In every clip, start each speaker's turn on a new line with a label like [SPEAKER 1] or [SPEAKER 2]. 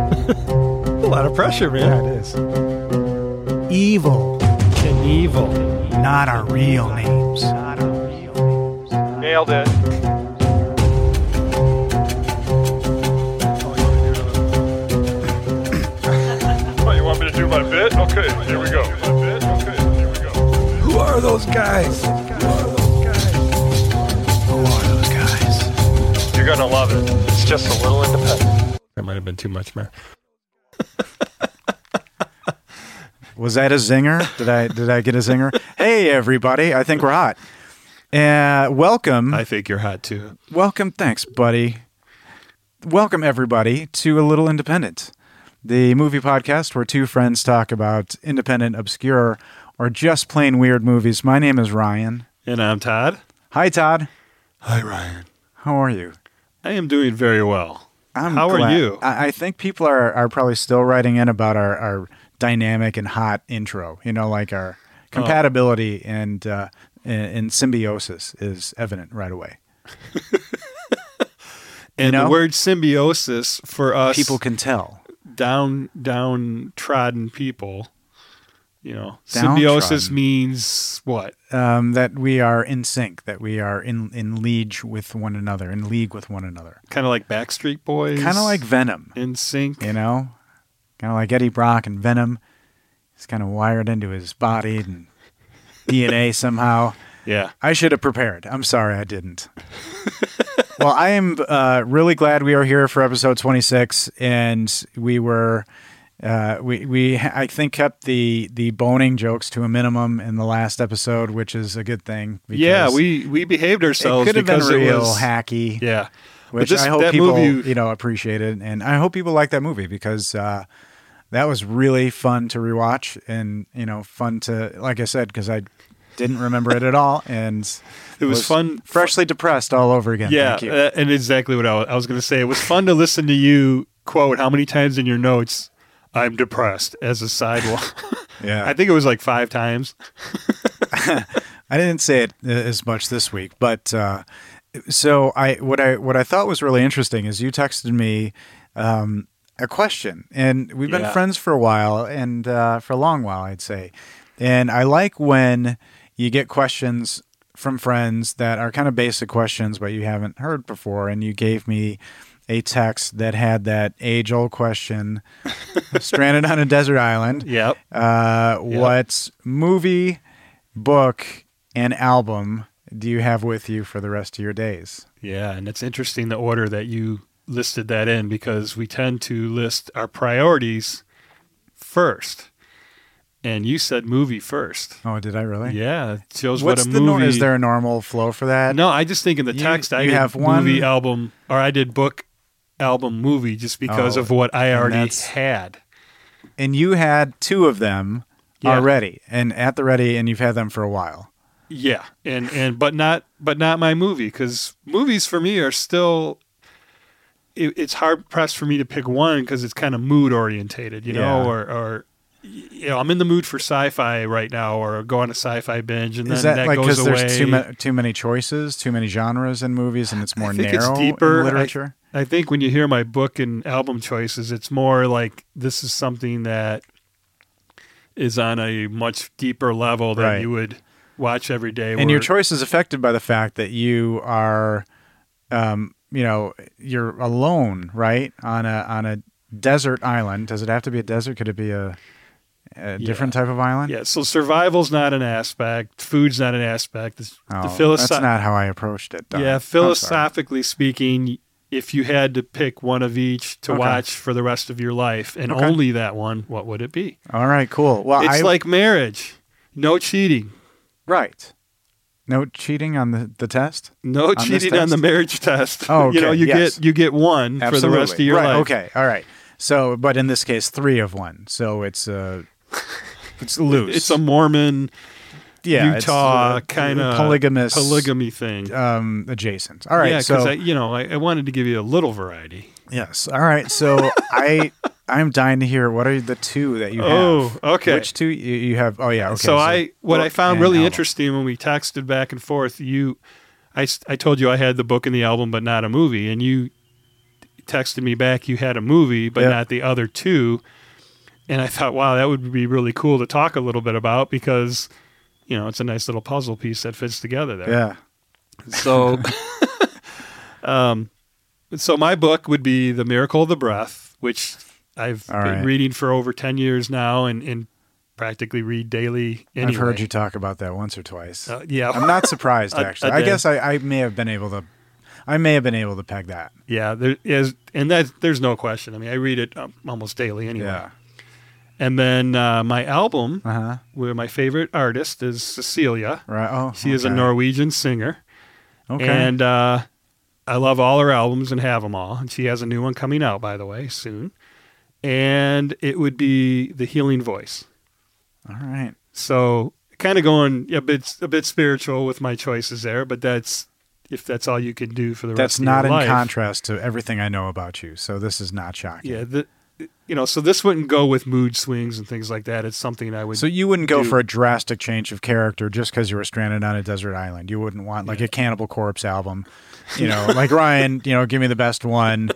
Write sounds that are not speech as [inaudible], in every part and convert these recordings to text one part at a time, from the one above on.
[SPEAKER 1] a lot of pressure, man.
[SPEAKER 2] Yeah, it is. Evil,
[SPEAKER 1] Knievel.
[SPEAKER 2] not our real names.
[SPEAKER 3] Nailed it. Oh, you want me to do my bit? Okay, here we go.
[SPEAKER 1] Who are those guys?
[SPEAKER 2] Who are those guys?
[SPEAKER 3] You're gonna love it. It's just a little independent.
[SPEAKER 1] That might have been too much, man.
[SPEAKER 2] Was that a zinger? Did I did I get a [laughs] zinger? hey everybody, I think we're hot. Uh, welcome.
[SPEAKER 1] I think you're hot too.
[SPEAKER 2] Welcome, thanks, buddy. Welcome, everybody, to A Little Independent, the movie podcast where two friends talk about independent, obscure, or just plain weird movies. My name is Ryan.
[SPEAKER 1] And I'm Todd.
[SPEAKER 2] Hi, Todd.
[SPEAKER 1] Hi, Ryan.
[SPEAKER 2] How are you?
[SPEAKER 1] I am doing very well.
[SPEAKER 2] I'm
[SPEAKER 1] How are
[SPEAKER 2] glad-
[SPEAKER 1] you?
[SPEAKER 2] I, I think people are, are probably still writing in about our, our dynamic and hot intro, you know, like our
[SPEAKER 1] Oh.
[SPEAKER 2] compatibility and, uh, and, and symbiosis is evident right away.
[SPEAKER 1] And
[SPEAKER 2] You know?
[SPEAKER 1] the word symbiosis for us
[SPEAKER 2] People can tell.
[SPEAKER 1] down downtrodden people. You know, symbiosis
[SPEAKER 2] Downtrodden.
[SPEAKER 1] means what?
[SPEAKER 2] um, that we are in sync, that we are in in liege with one another, in league with one another.
[SPEAKER 1] Kind of like Backstreet Boys.
[SPEAKER 2] Kind of like Venom,
[SPEAKER 1] in sync.
[SPEAKER 2] you know, kind of like Eddie Brock and Venom. He's kind of wired into his body and DNA somehow.
[SPEAKER 1] yeah.
[SPEAKER 2] I should have prepared. I'm sorry I didn't. [laughs] well, I am uh, really glad we are here for episode 26, and we were. Uh, we we I think kept the the boning jokes to a minimum in the last episode, which is a good thing.
[SPEAKER 1] yeah,
[SPEAKER 2] because-
[SPEAKER 1] we we behaved ourselves
[SPEAKER 2] it could have been
[SPEAKER 1] because it
[SPEAKER 2] real
[SPEAKER 1] was
[SPEAKER 2] hacky,
[SPEAKER 1] yeah. But
[SPEAKER 2] which
[SPEAKER 1] this-
[SPEAKER 2] I hope
[SPEAKER 1] that
[SPEAKER 2] people
[SPEAKER 1] movie-
[SPEAKER 2] you know appreciate it, and I hope people like that movie because uh, that was really fun to rewatch, and you know, fun to like I said because I didn't remember it at all, and
[SPEAKER 1] [laughs] It was fun-
[SPEAKER 2] freshly depressed all over again.
[SPEAKER 1] Yeah,
[SPEAKER 2] Thank you.
[SPEAKER 1] uh, and exactly what I was, I was going to say. It was fun to listen to you quote how many times in your notes, I'm depressed as a [laughs] sidewalk.
[SPEAKER 2] yeah.
[SPEAKER 1] I think it was like five times.
[SPEAKER 2] I didn't say it uh, as much this week, but uh, so I what I what I thought was really interesting is you texted me um, a question, and we've been
[SPEAKER 1] Yeah.
[SPEAKER 2] friends for a while, and uh, for a long while, I'd say, and I like when you get questions from friends that are kind of basic questions, but you haven't heard before, and you gave me. A text that had that age old question stranded on a desert island.
[SPEAKER 1] Yep.
[SPEAKER 2] Uh, What movie, book, and album do you have with you for the rest of your days?
[SPEAKER 1] Yeah, and it's interesting the order that you listed that in because we tend to list our priorities first. And you said movie first.
[SPEAKER 2] Oh, did I really?
[SPEAKER 1] Yeah, it shows
[SPEAKER 2] What's
[SPEAKER 1] what a
[SPEAKER 2] the
[SPEAKER 1] movie
[SPEAKER 2] nor- is there a normal flow for that?
[SPEAKER 1] No, I just think in the
[SPEAKER 2] You-
[SPEAKER 1] text I
[SPEAKER 2] you
[SPEAKER 1] did
[SPEAKER 2] have one-
[SPEAKER 1] movie album or I did book album movie just because
[SPEAKER 2] Oh,
[SPEAKER 1] of what I
[SPEAKER 2] and
[SPEAKER 1] already
[SPEAKER 2] that's-
[SPEAKER 1] had.
[SPEAKER 2] And you had two of them
[SPEAKER 1] Yeah.
[SPEAKER 2] already, and at the ready, and you've had them for a while.
[SPEAKER 1] Yeah, and and but not but not my movie because movies for me are still. It, it's hard pressed for me to pick one because it's kind of mood orientated, you know,
[SPEAKER 2] Yeah.
[SPEAKER 1] or or you know I'm in the mood for sci-fi right now, or go on a sci-fi binge, and
[SPEAKER 2] Is
[SPEAKER 1] then
[SPEAKER 2] that,
[SPEAKER 1] that,
[SPEAKER 2] like
[SPEAKER 1] goes
[SPEAKER 2] because
[SPEAKER 1] away.
[SPEAKER 2] there's too, ma- too many choices, too many genres in movies, and it's more
[SPEAKER 1] think it's
[SPEAKER 2] narrow
[SPEAKER 1] deeper. I-
[SPEAKER 2] in literature?
[SPEAKER 1] I think when you hear my book and album choices, it's more like this is something that is on a much deeper level that
[SPEAKER 2] Right.
[SPEAKER 1] you would watch every day.
[SPEAKER 2] and your
[SPEAKER 1] where-
[SPEAKER 2] choice is affected by the fact that you are um, you know you're alone right on a on a desert island does it have to be a desert could it be a, a different type of island
[SPEAKER 1] Yeah, so survival's not an aspect. Food's not an aspect. The,
[SPEAKER 2] Oh,
[SPEAKER 1] the philosoph-
[SPEAKER 2] that's not how i approached it Don.
[SPEAKER 1] yeah,
[SPEAKER 2] I'm sorry.
[SPEAKER 1] philosophically speaking, if you had to pick one of each to
[SPEAKER 2] Okay.
[SPEAKER 1] watch for the rest of your life and
[SPEAKER 2] Okay.
[SPEAKER 1] only that one, what would it be?
[SPEAKER 2] all right cool well
[SPEAKER 1] it's
[SPEAKER 2] I,
[SPEAKER 1] like marriage. No cheating.
[SPEAKER 2] right no cheating on the, the test
[SPEAKER 1] No
[SPEAKER 2] this
[SPEAKER 1] cheating on
[SPEAKER 2] test?
[SPEAKER 1] the marriage test.
[SPEAKER 2] Oh,
[SPEAKER 1] you know,
[SPEAKER 2] okay,
[SPEAKER 1] you
[SPEAKER 2] yes.
[SPEAKER 1] get you get one for the rest of
[SPEAKER 2] Absolutely.
[SPEAKER 1] your
[SPEAKER 2] right,
[SPEAKER 1] life.
[SPEAKER 2] okay all right so but in this case three of one so it's uh it's
[SPEAKER 1] [laughs]
[SPEAKER 2] loose
[SPEAKER 1] It's a Mormon
[SPEAKER 2] yeah, it's,
[SPEAKER 1] Utah
[SPEAKER 2] uh,
[SPEAKER 1] kind of
[SPEAKER 2] polygamous
[SPEAKER 1] polygamy thing.
[SPEAKER 2] um, adjacent. All right,
[SPEAKER 1] yeah,
[SPEAKER 2] so
[SPEAKER 1] I, you know, I, I wanted to give you a little variety.
[SPEAKER 2] yes, all right, so I [laughs] I'm dying to hear what are the two that you
[SPEAKER 1] Oh,
[SPEAKER 2] have?
[SPEAKER 1] okay.
[SPEAKER 2] which two you, you have? Oh yeah, okay.
[SPEAKER 1] so I what I
[SPEAKER 2] book
[SPEAKER 1] found
[SPEAKER 2] and
[SPEAKER 1] really
[SPEAKER 2] album.
[SPEAKER 1] interesting when we texted back and forth, you I, s- I told you I had the book and the album but not a movie and you texted me back you had a movie, but
[SPEAKER 2] Yep.
[SPEAKER 1] not the other two. And I thought, wow, that would be really cool to talk a little bit about because, you know, it's a nice little puzzle piece that fits together there.
[SPEAKER 2] Yeah.
[SPEAKER 1] So, [laughs] um, so my book would be The Miracle of the Breath, which I've
[SPEAKER 2] All
[SPEAKER 1] been
[SPEAKER 2] right.
[SPEAKER 1] reading for over 10 years now and, and practically read daily. Anyway.
[SPEAKER 2] I've heard you talk about that once or twice.
[SPEAKER 1] Uh, yeah.
[SPEAKER 2] I'm not surprised
[SPEAKER 1] [laughs] I-
[SPEAKER 2] actually.
[SPEAKER 1] I
[SPEAKER 2] I,
[SPEAKER 1] did.
[SPEAKER 2] guess I, I may have been able to I may have been able to peg that.
[SPEAKER 1] yeah. There is, and that, there's no question. I mean, I read it um, almost daily anyway.
[SPEAKER 2] Yeah.
[SPEAKER 1] And then uh, my album,
[SPEAKER 2] Uh-huh.
[SPEAKER 1] where my favorite artist is Cecilia.
[SPEAKER 2] Right. Oh.
[SPEAKER 1] She is a
[SPEAKER 2] okay.
[SPEAKER 1] Norwegian singer.
[SPEAKER 2] Okay.
[SPEAKER 1] And uh, I love all her albums and have them all. And she has a new one coming out, by the way, soon. And it would be The Healing Voice.
[SPEAKER 2] All right.
[SPEAKER 1] So kind of going a bit a bit spiritual with my choices there, but that's if that's all you can do for the
[SPEAKER 2] That's
[SPEAKER 1] rest of
[SPEAKER 2] not
[SPEAKER 1] your
[SPEAKER 2] in
[SPEAKER 1] life.
[SPEAKER 2] contrast to everything I know about you, so this is not shocking.
[SPEAKER 1] Yeah, the, you know, so this wouldn't go with mood swings and things like that. It's something I would
[SPEAKER 2] So you wouldn't go
[SPEAKER 1] do-
[SPEAKER 2] for a drastic change of character just because you were stranded on a desert island. You wouldn't want like a Cannibal
[SPEAKER 1] [laughs]
[SPEAKER 2] Corpse album, you know, like Ryan, you know, give me the best one,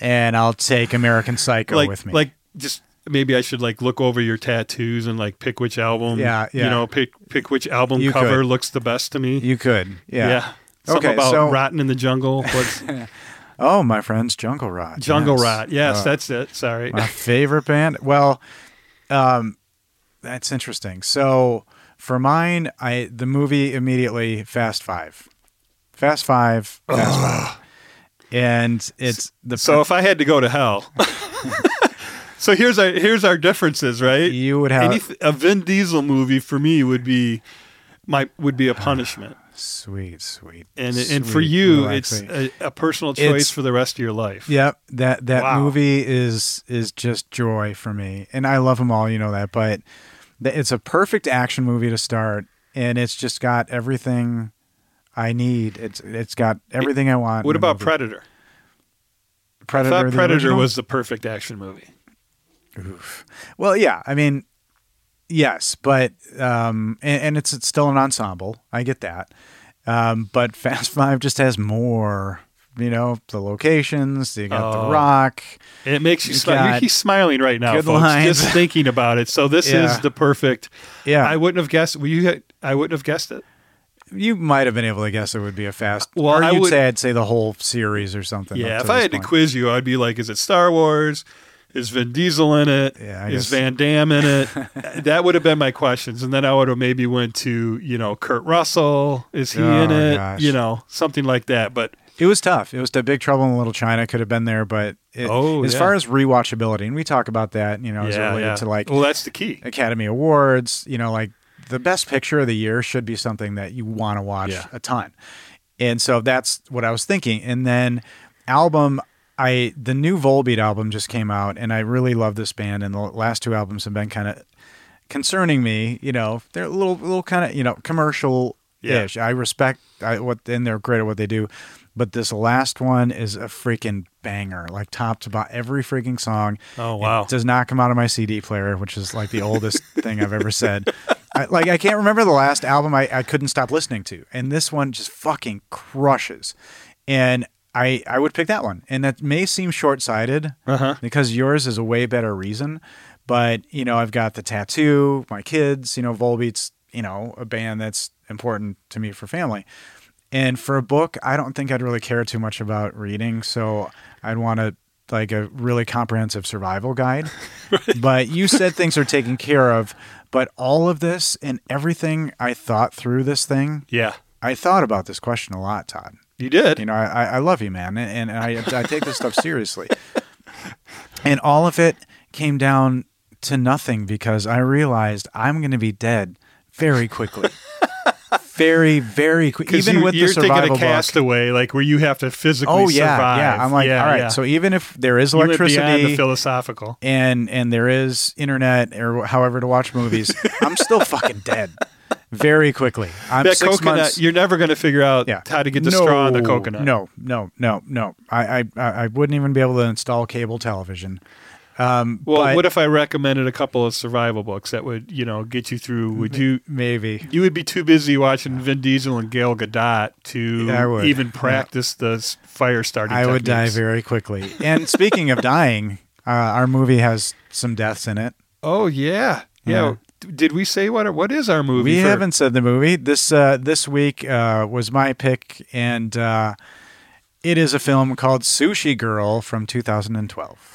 [SPEAKER 2] and I'll take American Psycho
[SPEAKER 1] like
[SPEAKER 2] with me.
[SPEAKER 1] like just maybe I should like look over your tattoos and like pick which album.
[SPEAKER 2] Yeah, yeah.
[SPEAKER 1] You know, pick pick which album
[SPEAKER 2] You
[SPEAKER 1] cover
[SPEAKER 2] could.
[SPEAKER 1] looks the best to me.
[SPEAKER 2] you could, yeah.
[SPEAKER 1] Something
[SPEAKER 2] Okay,
[SPEAKER 1] about
[SPEAKER 2] so-
[SPEAKER 1] rotten in the
[SPEAKER 2] [laughs]
[SPEAKER 1] jungle. What's
[SPEAKER 2] Oh, my friends, Jungle Rot.
[SPEAKER 1] jungle
[SPEAKER 2] yes.
[SPEAKER 1] rot? Yes,
[SPEAKER 2] Oh,
[SPEAKER 1] that's it. Sorry.
[SPEAKER 2] my favorite band. Well, um, that's interesting. So for mine, I the movie immediately Fast Five, Fast Five,
[SPEAKER 1] [sighs]
[SPEAKER 2] Fast Five, and it's
[SPEAKER 1] [laughs]
[SPEAKER 2] the
[SPEAKER 1] so if I had to go to hell. [laughs] so here's our here's our differences, right?
[SPEAKER 2] You would have-
[SPEAKER 1] Anyth- a Vin Diesel movie for me would be my would be a punishment.
[SPEAKER 2] Sweet, sweet,
[SPEAKER 1] And, and for
[SPEAKER 2] sweet
[SPEAKER 1] you,
[SPEAKER 2] relaxation.
[SPEAKER 1] it's a, a personal choice
[SPEAKER 2] It's-
[SPEAKER 1] for the rest of your life.
[SPEAKER 2] yep that that
[SPEAKER 1] Wow.
[SPEAKER 2] movie is is just joy for me, and I love them all. You know that, but th- it's a perfect action movie to start, and it's just got everything I need. It's it's got everything I want.
[SPEAKER 1] What
[SPEAKER 2] in a
[SPEAKER 1] about
[SPEAKER 2] movie.
[SPEAKER 1] Predator?
[SPEAKER 2] Predator?
[SPEAKER 1] I thought
[SPEAKER 2] the
[SPEAKER 1] Predator
[SPEAKER 2] original?
[SPEAKER 1] was the perfect action movie.
[SPEAKER 2] well, yeah. I mean, yes, but um, and, and it's, it's still an ensemble. I get that, um, but [laughs] Fast Five just has more. You know the locations. You got
[SPEAKER 1] Oh.
[SPEAKER 2] the Rock.
[SPEAKER 1] And it makes you
[SPEAKER 2] You
[SPEAKER 1] smile.
[SPEAKER 2] got
[SPEAKER 1] He's smiling right now,
[SPEAKER 2] good
[SPEAKER 1] folks,
[SPEAKER 2] lines. [laughs]
[SPEAKER 1] just thinking about it. So this
[SPEAKER 2] Yeah.
[SPEAKER 1] is the perfect.
[SPEAKER 2] Yeah,
[SPEAKER 1] I wouldn't have guessed. Well, you had, I wouldn't have guessed it.
[SPEAKER 2] You might have been able to guess it would be a fast.
[SPEAKER 1] Well,
[SPEAKER 2] or
[SPEAKER 1] I
[SPEAKER 2] you'd
[SPEAKER 1] would-
[SPEAKER 2] say I'd say the whole series or something.
[SPEAKER 1] yeah,
[SPEAKER 2] up
[SPEAKER 1] if
[SPEAKER 2] to
[SPEAKER 1] I
[SPEAKER 2] this
[SPEAKER 1] had
[SPEAKER 2] point.
[SPEAKER 1] to quiz you, I'd be like, is it Star Wars? Is Vin Diesel in it? Is
[SPEAKER 2] Yeah, I guess-
[SPEAKER 1] Van Damme in
[SPEAKER 2] [laughs]
[SPEAKER 1] it? that would have been my questions, and then I would have maybe went to you know Kurt Russell. Is he in
[SPEAKER 2] Oh,
[SPEAKER 1] it?
[SPEAKER 2] gosh.
[SPEAKER 1] You know something like that. But
[SPEAKER 2] it was tough. It was the Big Trouble in Little China could have been there, but it,
[SPEAKER 1] Oh,
[SPEAKER 2] as
[SPEAKER 1] yeah.
[SPEAKER 2] far as rewatchability, and we talk about that, you know, as it
[SPEAKER 1] yeah,
[SPEAKER 2] related
[SPEAKER 1] yeah.
[SPEAKER 2] to like
[SPEAKER 1] well, that's the key.
[SPEAKER 2] Academy Awards, you know, like the best picture of the year should be something that you want to watch
[SPEAKER 1] Yeah.
[SPEAKER 2] a ton. And so that's what I was thinking. And then album I the new Volbeat album just came out and I really love this band and the last two albums have been kind of concerning me, you know. They're a little little kind of, you know, commercial ish. I respect I, what and they're great at what they do. But this last one is a freaking banger, like top to bottom. Every freaking song
[SPEAKER 1] Oh wow.
[SPEAKER 2] it does not come out of my CD player, which is like the oldest [laughs] thing I've ever said. I, like I can't remember the last album I, I couldn't stop listening to, and this one just fucking crushes. And I I would pick that one, and that may seem short sighted
[SPEAKER 1] Uh-huh.
[SPEAKER 2] because yours is a way better reason. But you know I've got the tattoo, my kids, you know Volbeat's, you know a band that's important to me for family. And for a book, I don't think I'd really care too much about reading, so I'd want to like a really comprehensive survival guide. But you said things are taken care of, but all of this and everything I thought through this thing,
[SPEAKER 1] Yeah,
[SPEAKER 2] I thought about this question a lot, Todd.
[SPEAKER 1] you did.
[SPEAKER 2] You know, I, I I love you, man, and, and I I take this stuff seriously. And all of it came down to nothing because I realized I'm going to be dead very quickly. Very, very quick.
[SPEAKER 1] Because
[SPEAKER 2] Even
[SPEAKER 1] you,
[SPEAKER 2] with
[SPEAKER 1] you're
[SPEAKER 2] the
[SPEAKER 1] thinking
[SPEAKER 2] survival
[SPEAKER 1] of
[SPEAKER 2] book,
[SPEAKER 1] Castaway, like where you have to physically
[SPEAKER 2] oh yeah,
[SPEAKER 1] survive.
[SPEAKER 2] yeah. I'm like,
[SPEAKER 1] Yeah,
[SPEAKER 2] all right.
[SPEAKER 1] yeah.
[SPEAKER 2] So even if there is
[SPEAKER 1] You went beyond
[SPEAKER 2] electricity,
[SPEAKER 1] the philosophical.
[SPEAKER 2] and and there is internet or however to watch movies, I'm still fucking dead very quickly. I'm
[SPEAKER 1] That
[SPEAKER 2] six
[SPEAKER 1] coconut,
[SPEAKER 2] months.
[SPEAKER 1] you're never going to figure out
[SPEAKER 2] yeah.
[SPEAKER 1] how to get the
[SPEAKER 2] No,
[SPEAKER 1] straw in the coconut.
[SPEAKER 2] No, no, no, no. I, I I I wouldn't even be able to install cable television. Um,
[SPEAKER 1] Well,
[SPEAKER 2] but
[SPEAKER 1] what if I recommended a couple of survival books that would, you know, get you through?
[SPEAKER 2] Mm-hmm.
[SPEAKER 1] Would you?
[SPEAKER 2] maybe
[SPEAKER 1] You would be too busy watching Vin Diesel and Gail Gadot to
[SPEAKER 2] Yeah, I would.
[SPEAKER 1] even practice the s- fire starting.
[SPEAKER 2] I would die
[SPEAKER 1] techniques.
[SPEAKER 2] very quickly. And speaking of dying, uh, our movie has some deaths in it.
[SPEAKER 1] Oh yeah, yeah.
[SPEAKER 2] Yeah.
[SPEAKER 1] D- Did we say what? What is our movie?
[SPEAKER 2] We
[SPEAKER 1] for-
[SPEAKER 2] haven't said the movie. This uh, this week uh, was my pick, and uh, it is a film called Sushi Girl from 2012.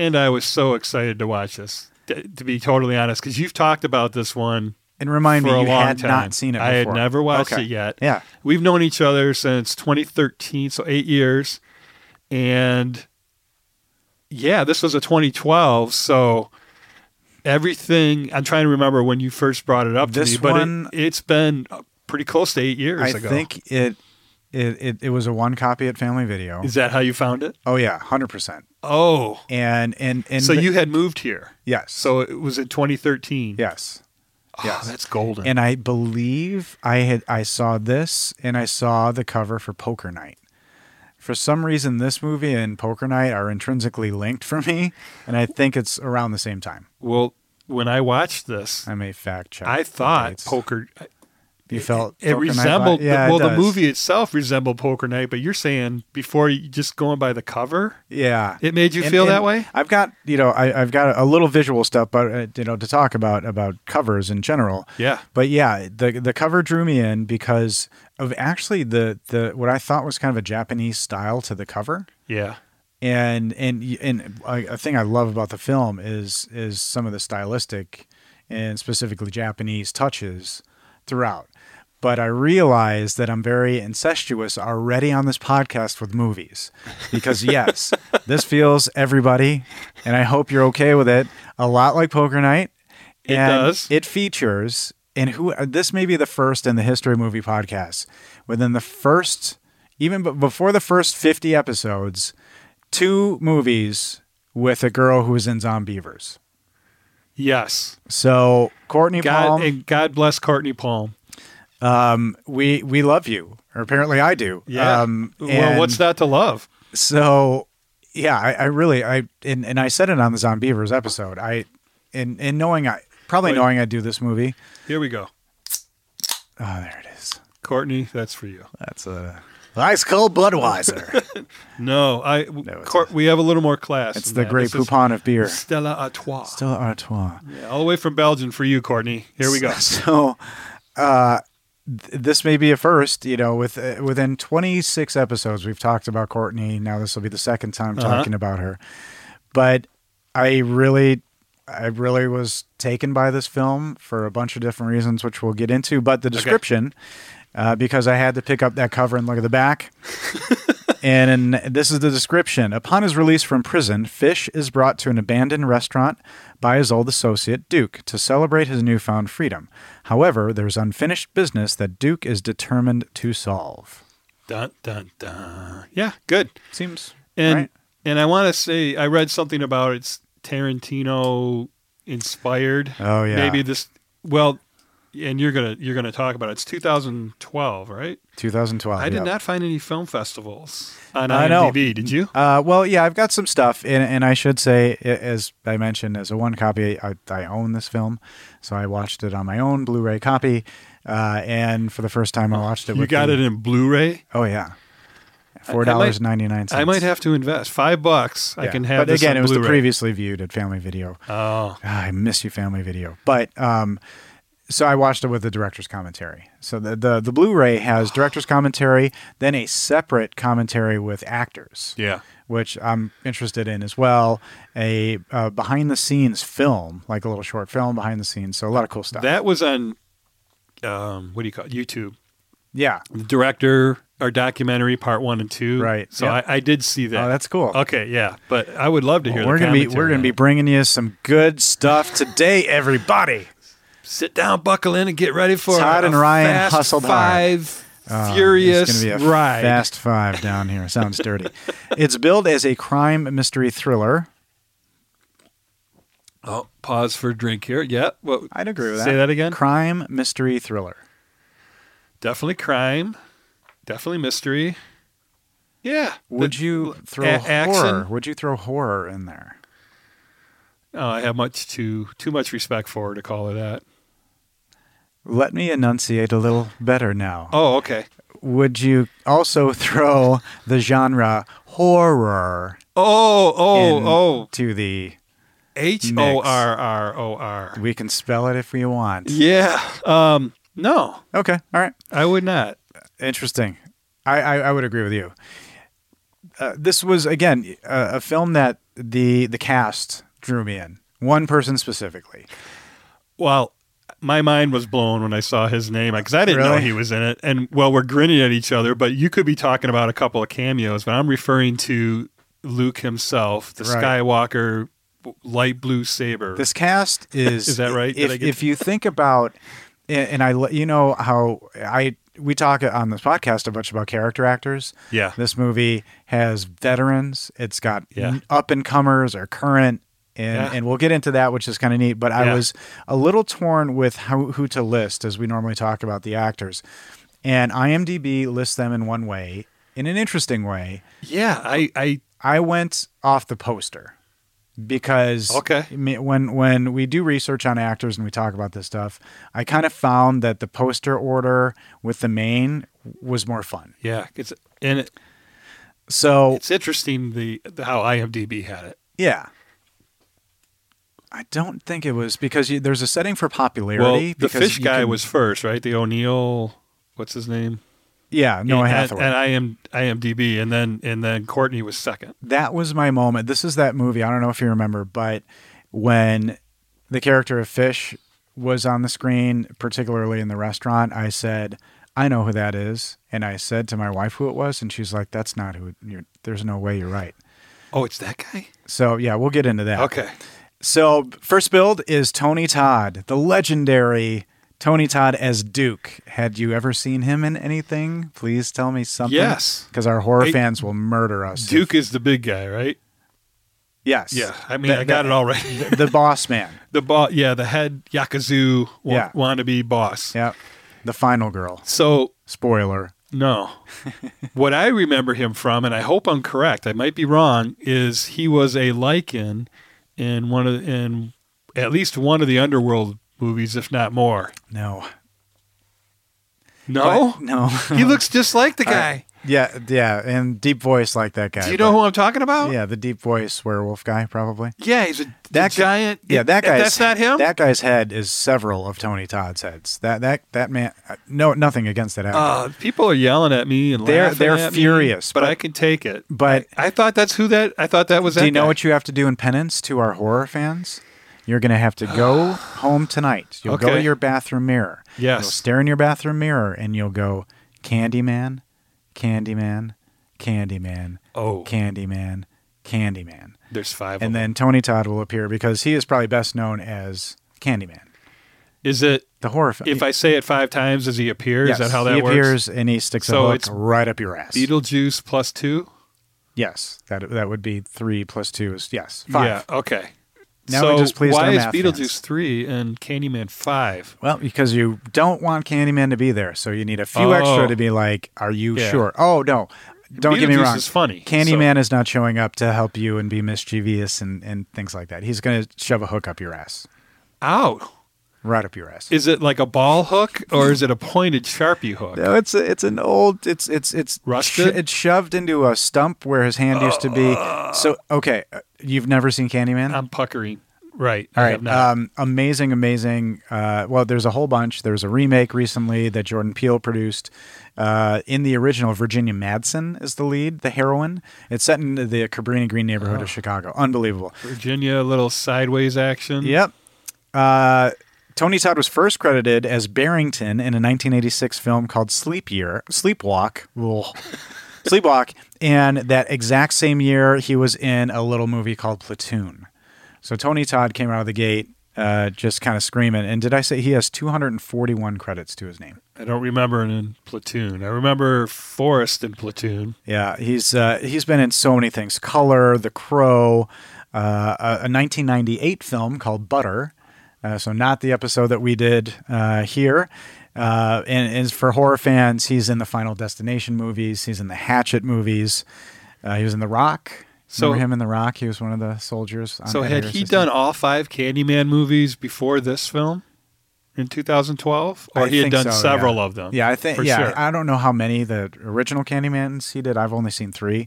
[SPEAKER 1] And I was so excited to watch this. t- To be totally honest, because you've talked about this one
[SPEAKER 2] And remind
[SPEAKER 1] for
[SPEAKER 2] me,
[SPEAKER 1] a
[SPEAKER 2] you
[SPEAKER 1] long
[SPEAKER 2] had
[SPEAKER 1] time.
[SPEAKER 2] not seen it. Before.
[SPEAKER 1] I had never watched
[SPEAKER 2] Okay.
[SPEAKER 1] it yet.
[SPEAKER 2] Yeah,
[SPEAKER 1] We've known each other since 2013, so eight years. And yeah, this was a 2012. So everything, I'm trying to remember when you first brought it up
[SPEAKER 2] This
[SPEAKER 1] to me, but
[SPEAKER 2] one-
[SPEAKER 1] it, it's been uh, pretty close to eight years
[SPEAKER 2] I
[SPEAKER 1] ago.
[SPEAKER 2] think it, it it it was a one copy at Family Video.
[SPEAKER 1] Is that how you found it?
[SPEAKER 2] Oh yeah, hundred percent.
[SPEAKER 1] Oh.
[SPEAKER 2] And and and
[SPEAKER 1] so
[SPEAKER 2] the-
[SPEAKER 1] you had moved here.
[SPEAKER 2] yes,
[SPEAKER 1] So it was in 2013.
[SPEAKER 2] yes.
[SPEAKER 1] Oh,
[SPEAKER 2] yes.
[SPEAKER 1] That's golden.
[SPEAKER 2] and I believe I had I saw this and I saw the cover for Poker Night. For some reason, this movie and Poker Night are intrinsically linked for me, and I think it's around the same time.
[SPEAKER 1] well, when I watched this,
[SPEAKER 2] I may fact check.
[SPEAKER 1] I
[SPEAKER 2] the
[SPEAKER 1] thought
[SPEAKER 2] dates.
[SPEAKER 1] poker.
[SPEAKER 2] you felt
[SPEAKER 1] it
[SPEAKER 2] Poker Night vibe?
[SPEAKER 1] resembled
[SPEAKER 2] Yeah, it
[SPEAKER 1] well the
[SPEAKER 2] does.
[SPEAKER 1] movie itself resembled poker night but you're saying before you just going by the cover
[SPEAKER 2] Yeah,
[SPEAKER 1] it made you feel that way
[SPEAKER 2] I've got you know I, I've got a little visual stuff, but uh, you know to talk about about covers in general.
[SPEAKER 1] yeah
[SPEAKER 2] But yeah, the the cover drew me in because of actually the the what I thought was kind of a Japanese style to the cover.
[SPEAKER 1] yeah
[SPEAKER 2] and and y- and a a thing I love about the film is is some of the stylistic and specifically Japanese touches throughout. But I realize that I'm very incestuous already on this podcast with movies because [laughs] yes, this feels everybody, and I hope you're okay with it. A lot like Poker Night,
[SPEAKER 1] It
[SPEAKER 2] and
[SPEAKER 1] does.
[SPEAKER 2] It features and who this may be the first in the history of movie podcasts within the first even b- before the first 50 episodes two movies with a girl who was in Zombievers.
[SPEAKER 1] yes
[SPEAKER 2] So Courtney
[SPEAKER 1] god
[SPEAKER 2] Palm,
[SPEAKER 1] and god bless courtney palm
[SPEAKER 2] we we love you, or apparently I do.
[SPEAKER 1] yeah
[SPEAKER 2] Um,
[SPEAKER 1] well what's
[SPEAKER 2] that?
[SPEAKER 1] not to love
[SPEAKER 2] So yeah, I, I really I and, and I said it on the Zombievers episode. I and and knowing I probably
[SPEAKER 1] Wait.
[SPEAKER 2] knowing I do this movie.
[SPEAKER 1] here we go
[SPEAKER 2] Oh, there it is.
[SPEAKER 1] courtney that's uh, for you
[SPEAKER 2] That's a ice cold Budweiser.
[SPEAKER 1] [laughs] no i
[SPEAKER 2] it's
[SPEAKER 1] Court, we have a little more class
[SPEAKER 2] it's
[SPEAKER 1] than
[SPEAKER 2] the
[SPEAKER 1] that.
[SPEAKER 2] great
[SPEAKER 1] This is
[SPEAKER 2] poupon of beer.
[SPEAKER 1] stella artois
[SPEAKER 2] Stella Artois.
[SPEAKER 1] yeah, all the way from belgium for you courtney here we go
[SPEAKER 2] [laughs] So, uh, th- this may be a first. You know, with uh, within 26 episodes, we've talked about Courtney. Now this will be the second time
[SPEAKER 1] Uh-huh.
[SPEAKER 2] talking about her. But I really, I really was taken by this film for a bunch of different reasons, which we'll get into. But the description, uh, because I had to pick up that cover and look at the back. And this is the description. Upon his release from prison, Fish is brought to an abandoned restaurant by his old associate, Duke, to celebrate his newfound freedom. However, there's unfinished business that Duke is determined to solve.
[SPEAKER 1] dun dun dun yeah good
[SPEAKER 2] Seems.
[SPEAKER 1] And
[SPEAKER 2] right?
[SPEAKER 1] and I want to say I read something about it's Tarantino inspired.
[SPEAKER 2] Oh, yeah.
[SPEAKER 1] Maybe this well and you're going to you're going to talk about it. It's 2012, right?
[SPEAKER 2] 2012.
[SPEAKER 1] I did
[SPEAKER 2] yep.
[SPEAKER 1] not find any film festivals on
[SPEAKER 2] Uh, I know.
[SPEAKER 1] IMDb, did you?
[SPEAKER 2] Uh, well, yeah, I've got some stuff, and, and I should say, a- as I mentioned, as a one copy, I, I own this film, so I watched it on my own Blu-ray copy, uh, and for the first time, I watched it.
[SPEAKER 1] Oh, You
[SPEAKER 2] with
[SPEAKER 1] got
[SPEAKER 2] the-
[SPEAKER 1] it in Blu-ray?
[SPEAKER 2] Oh yeah,
[SPEAKER 1] I
[SPEAKER 2] four dollars ninety nine cents.
[SPEAKER 1] I might have to invest 5 bucks. I can have
[SPEAKER 2] But
[SPEAKER 1] this
[SPEAKER 2] again,
[SPEAKER 1] on
[SPEAKER 2] it was the
[SPEAKER 1] Blu-ray.
[SPEAKER 2] previously viewed at Family Video.
[SPEAKER 1] Oh.
[SPEAKER 2] Ah, I miss you, Family Video. But um, so I watched it with the director's commentary. So the the, the
[SPEAKER 1] [sighs]
[SPEAKER 2] Blu-ray has director's commentary, then a separate commentary with actors,
[SPEAKER 1] Yeah.
[SPEAKER 2] which I'm interested in as well. A uh, behind the scenes film, like a little short film behind the scenes. So a lot of cool stuff.
[SPEAKER 1] That was on um, what do you call it? YouTube.
[SPEAKER 2] yeah. Oh,
[SPEAKER 1] The director our documentary part 1 and 2.
[SPEAKER 2] Right.
[SPEAKER 1] So
[SPEAKER 2] Yep.
[SPEAKER 1] I, I did see that.
[SPEAKER 2] Oh, that's cool.
[SPEAKER 1] Okay, yeah, but I would love to hear.
[SPEAKER 2] Well, we're
[SPEAKER 1] the
[SPEAKER 2] gonna be
[SPEAKER 1] commentary
[SPEAKER 2] we're gonna
[SPEAKER 1] on
[SPEAKER 2] be
[SPEAKER 1] it.
[SPEAKER 2] bringing you some good stuff today, everybody.
[SPEAKER 1] sit down, buckle in, and get ready for
[SPEAKER 2] Todd
[SPEAKER 1] a
[SPEAKER 2] and Ryan
[SPEAKER 1] fast
[SPEAKER 2] hustled hard.
[SPEAKER 1] five
[SPEAKER 2] Oh,
[SPEAKER 1] furious
[SPEAKER 2] it's gonna be a
[SPEAKER 1] ride.
[SPEAKER 2] Fast Five down here sounds dirty. It's billed as a crime mystery thriller.
[SPEAKER 1] Oh, pause for a drink here. Yeah, well,
[SPEAKER 2] I'd agree with
[SPEAKER 1] Say that again.
[SPEAKER 2] Crime mystery thriller.
[SPEAKER 1] definitely crime, definitely mystery. Yeah,
[SPEAKER 2] Would
[SPEAKER 1] The-
[SPEAKER 2] you throw
[SPEAKER 1] a-
[SPEAKER 2] horror?
[SPEAKER 1] action?
[SPEAKER 2] Would you throw horror in there?
[SPEAKER 1] uh, I have much too too much respect for her to call her that.
[SPEAKER 2] Let me enunciate a little better now.
[SPEAKER 1] Oh, okay.
[SPEAKER 2] Would you also [laughs] throw the genre horror
[SPEAKER 1] Oh, oh,
[SPEAKER 2] in
[SPEAKER 1] oh.
[SPEAKER 2] to the
[SPEAKER 1] H O R R O R.
[SPEAKER 2] we can spell it if we want.
[SPEAKER 1] Yeah. Um. No,
[SPEAKER 2] Okay. All right.
[SPEAKER 1] I would not.
[SPEAKER 2] Interesting. I, I, I would agree with you. Uh, this was again uh, a film that the the cast drew me in. One person specifically.
[SPEAKER 1] Well, my mind was blown when I saw his name because I didn't know
[SPEAKER 2] Really?
[SPEAKER 1] he was in it. And well, we're grinning at each other, but you could be talking about a couple of cameos, but I'm referring to Luke himself, the
[SPEAKER 2] Right.
[SPEAKER 1] Skywalker light blue saber.
[SPEAKER 2] This cast is
[SPEAKER 1] [laughs] Is that right? Did
[SPEAKER 2] If,
[SPEAKER 1] I get-
[SPEAKER 2] if you think about, and and I let- you know how I we talk on this podcast a bunch about character actors.
[SPEAKER 1] yeah.
[SPEAKER 2] This movie has veterans. It's got
[SPEAKER 1] Yeah.
[SPEAKER 2] up and comers or current, and
[SPEAKER 1] Yeah.
[SPEAKER 2] and we'll get into that, which is kind of neat. But I
[SPEAKER 1] Yeah.
[SPEAKER 2] was a little torn with how who to list as we normally talk about the actors, and IMDb lists them in one way, in an interesting way.
[SPEAKER 1] Yeah. I, I,
[SPEAKER 2] I went off the poster because
[SPEAKER 1] Okay.
[SPEAKER 2] I mean, when when we do research on actors and we talk about this stuff, I kind of found that the poster order with the main was more fun.
[SPEAKER 1] yeah. It's, and it,
[SPEAKER 2] So
[SPEAKER 1] it's interesting the, the how IMDb had it.
[SPEAKER 2] Yeah. I don't think it was because you, there's a setting for popularity.
[SPEAKER 1] Well, the
[SPEAKER 2] because
[SPEAKER 1] fish
[SPEAKER 2] you
[SPEAKER 1] guy
[SPEAKER 2] can-
[SPEAKER 1] was first, right? The O'Neill, what's his name?
[SPEAKER 2] yeah Noah
[SPEAKER 1] and,
[SPEAKER 2] Hathaway.
[SPEAKER 1] And I am IMDb, and then and then Courtney was second.
[SPEAKER 2] that was my moment. This is that movie. I don't know if you remember, but when the character of Fish was on the screen, particularly in the restaurant, I said, "I know who that is," and I said to my wife who it was, and she's like, "That's not who. You're, there's no way you're right."
[SPEAKER 1] Oh, it's that guy.
[SPEAKER 2] So yeah, we'll get into that.
[SPEAKER 1] Okay.
[SPEAKER 2] So first build is Tony Todd, the legendary Tony Todd as Duke. Had you ever seen him in anything? Please tell me something.
[SPEAKER 1] Yes.
[SPEAKER 2] because our horror
[SPEAKER 1] Hey,
[SPEAKER 2] fans will murder us. if-
[SPEAKER 1] Duke is the big guy, right?
[SPEAKER 2] yes,
[SPEAKER 1] Yeah. I mean,
[SPEAKER 2] That-
[SPEAKER 1] I got
[SPEAKER 2] that-
[SPEAKER 1] it all right.
[SPEAKER 2] [laughs] the boss man.
[SPEAKER 1] [laughs] the boss, yeah, the head yakuza wa-
[SPEAKER 2] Yeah.
[SPEAKER 1] wannabe boss.
[SPEAKER 2] Yep, the final girl.
[SPEAKER 1] So
[SPEAKER 2] Spoiler.
[SPEAKER 1] [laughs] no, what I remember him from, and I hope I'm correct. I might be wrong. Is he was a lichen in one of in at least one of the underworld movies, if not more.
[SPEAKER 2] No.
[SPEAKER 1] No,
[SPEAKER 2] But- no.
[SPEAKER 1] [laughs]
[SPEAKER 2] [laughs]
[SPEAKER 1] he looks just like the guy.
[SPEAKER 2] yeah, yeah, and deep voice like that guy.
[SPEAKER 1] Do you know who I'm talking about?
[SPEAKER 2] Yeah, the deep voice werewolf guy, probably.
[SPEAKER 1] Yeah, he's a
[SPEAKER 2] That
[SPEAKER 1] that
[SPEAKER 2] guy-
[SPEAKER 1] giant.
[SPEAKER 2] Yeah, that
[SPEAKER 1] guy.
[SPEAKER 2] guy's
[SPEAKER 1] That's not him.
[SPEAKER 2] That guy's head is several of Tony Todd's heads. That that that man. uh, No, nothing against that actor.
[SPEAKER 1] Uh, people are yelling at me and
[SPEAKER 2] They're-
[SPEAKER 1] laughing
[SPEAKER 2] they're
[SPEAKER 1] at me,
[SPEAKER 2] furious,
[SPEAKER 1] but,
[SPEAKER 2] but-
[SPEAKER 1] I can take it.
[SPEAKER 2] but
[SPEAKER 1] I thought that's who that. I thought that was.
[SPEAKER 2] do
[SPEAKER 1] that
[SPEAKER 2] you know
[SPEAKER 1] guy.
[SPEAKER 2] what you have to do in penance to our horror fans? You're going to have
[SPEAKER 1] [gasps]
[SPEAKER 2] to go home tonight. You'll go to
[SPEAKER 1] Okay.
[SPEAKER 2] your bathroom mirror.
[SPEAKER 1] Yes.
[SPEAKER 2] You'll stare in your bathroom mirror and you'll go, Candyman, Candyman, Candyman,
[SPEAKER 1] Oh,
[SPEAKER 2] Candyman, Candyman.
[SPEAKER 1] there's five.
[SPEAKER 2] And
[SPEAKER 1] of them.
[SPEAKER 2] then Tony Todd will appear because he is probably best known as Candyman,
[SPEAKER 1] is it
[SPEAKER 2] the horror film.
[SPEAKER 1] if I say it five times? Does he appear?
[SPEAKER 2] Uh, yes,
[SPEAKER 1] is that how that
[SPEAKER 2] he
[SPEAKER 1] works?
[SPEAKER 2] appears and he sticks
[SPEAKER 1] So
[SPEAKER 2] a hook
[SPEAKER 1] it's
[SPEAKER 2] right up your ass.
[SPEAKER 1] Beetlejuice plus two.
[SPEAKER 2] Yes, that that would be three plus two is yes five.
[SPEAKER 1] Yeah. Okay.
[SPEAKER 2] Now
[SPEAKER 1] so
[SPEAKER 2] we just pleased
[SPEAKER 1] why
[SPEAKER 2] our
[SPEAKER 1] is
[SPEAKER 2] math
[SPEAKER 1] Beetlejuice
[SPEAKER 2] fans.
[SPEAKER 1] three and Candyman five?
[SPEAKER 2] Well, because you don't want Candyman to be there, so you need a few
[SPEAKER 1] Oh.
[SPEAKER 2] extra to be like, "Are you
[SPEAKER 1] Yeah.
[SPEAKER 2] sure?" Oh no, don't get me
[SPEAKER 1] Beetlejuice
[SPEAKER 2] wrong.
[SPEAKER 1] is funny,
[SPEAKER 2] Candyman is not showing up to help you and be mischievous and and things like that. He's going to shove a hook up your ass,
[SPEAKER 1] Ow!
[SPEAKER 2] right up your ass.
[SPEAKER 1] Is it like a ball hook or is it a pointed sharpie hook?
[SPEAKER 2] no, it's a, it's an old it's it's it's
[SPEAKER 1] Rusted?
[SPEAKER 2] it's shoved into a stump where his hand used to be. So okay, uh, you've never seen Candyman?
[SPEAKER 1] I'm puckering. Right.
[SPEAKER 2] All
[SPEAKER 1] I
[SPEAKER 2] right.
[SPEAKER 1] have not.
[SPEAKER 2] Um, amazing, amazing. Uh, well, there's a whole bunch. There's a remake recently that Jordan Peele produced. Uh, in the original, Virginia Madsen is the lead, the heroine. It's set in the Cabrini Green neighborhood of Chicago. Unbelievable.
[SPEAKER 1] Virginia, a little sideways action.
[SPEAKER 2] Yep. Uh, Tony Todd was first credited as Barrington in a 1986 film called Sleep Year, Sleepwalk. Ugh. Sleepwalk. And that exact same year, he was in a little movie called Platoon. So Tony Todd came out of the gate uh, just kind of screaming. And did I say he has 241 credits to his name?
[SPEAKER 1] I don't remember it in Platoon. I remember Forrest in Platoon.
[SPEAKER 2] Yeah, he's uh, he's been in so many things: Color, The Crow, uh, a, a 1998 film called Butter. Uh, so not the episode that we did uh, here. Uh, and, and for horror fans, he's in the Final Destination movies. He's in the Hatchet movies. Uh, he was in The Rock.
[SPEAKER 1] So
[SPEAKER 2] Remember him in The Rock? He was one of the soldiers. On
[SPEAKER 1] so
[SPEAKER 2] Ed
[SPEAKER 1] had
[SPEAKER 2] Hayter's
[SPEAKER 1] he
[SPEAKER 2] assistant.
[SPEAKER 1] done all five Candyman movies before this film in 2012, or
[SPEAKER 2] I
[SPEAKER 1] he had
[SPEAKER 2] think
[SPEAKER 1] done
[SPEAKER 2] so,
[SPEAKER 1] several
[SPEAKER 2] yeah.
[SPEAKER 1] of them?
[SPEAKER 2] Yeah, I think.
[SPEAKER 1] for
[SPEAKER 2] Yeah,
[SPEAKER 1] sure.
[SPEAKER 2] I don't know how many the original Candymans he did. I've only seen three,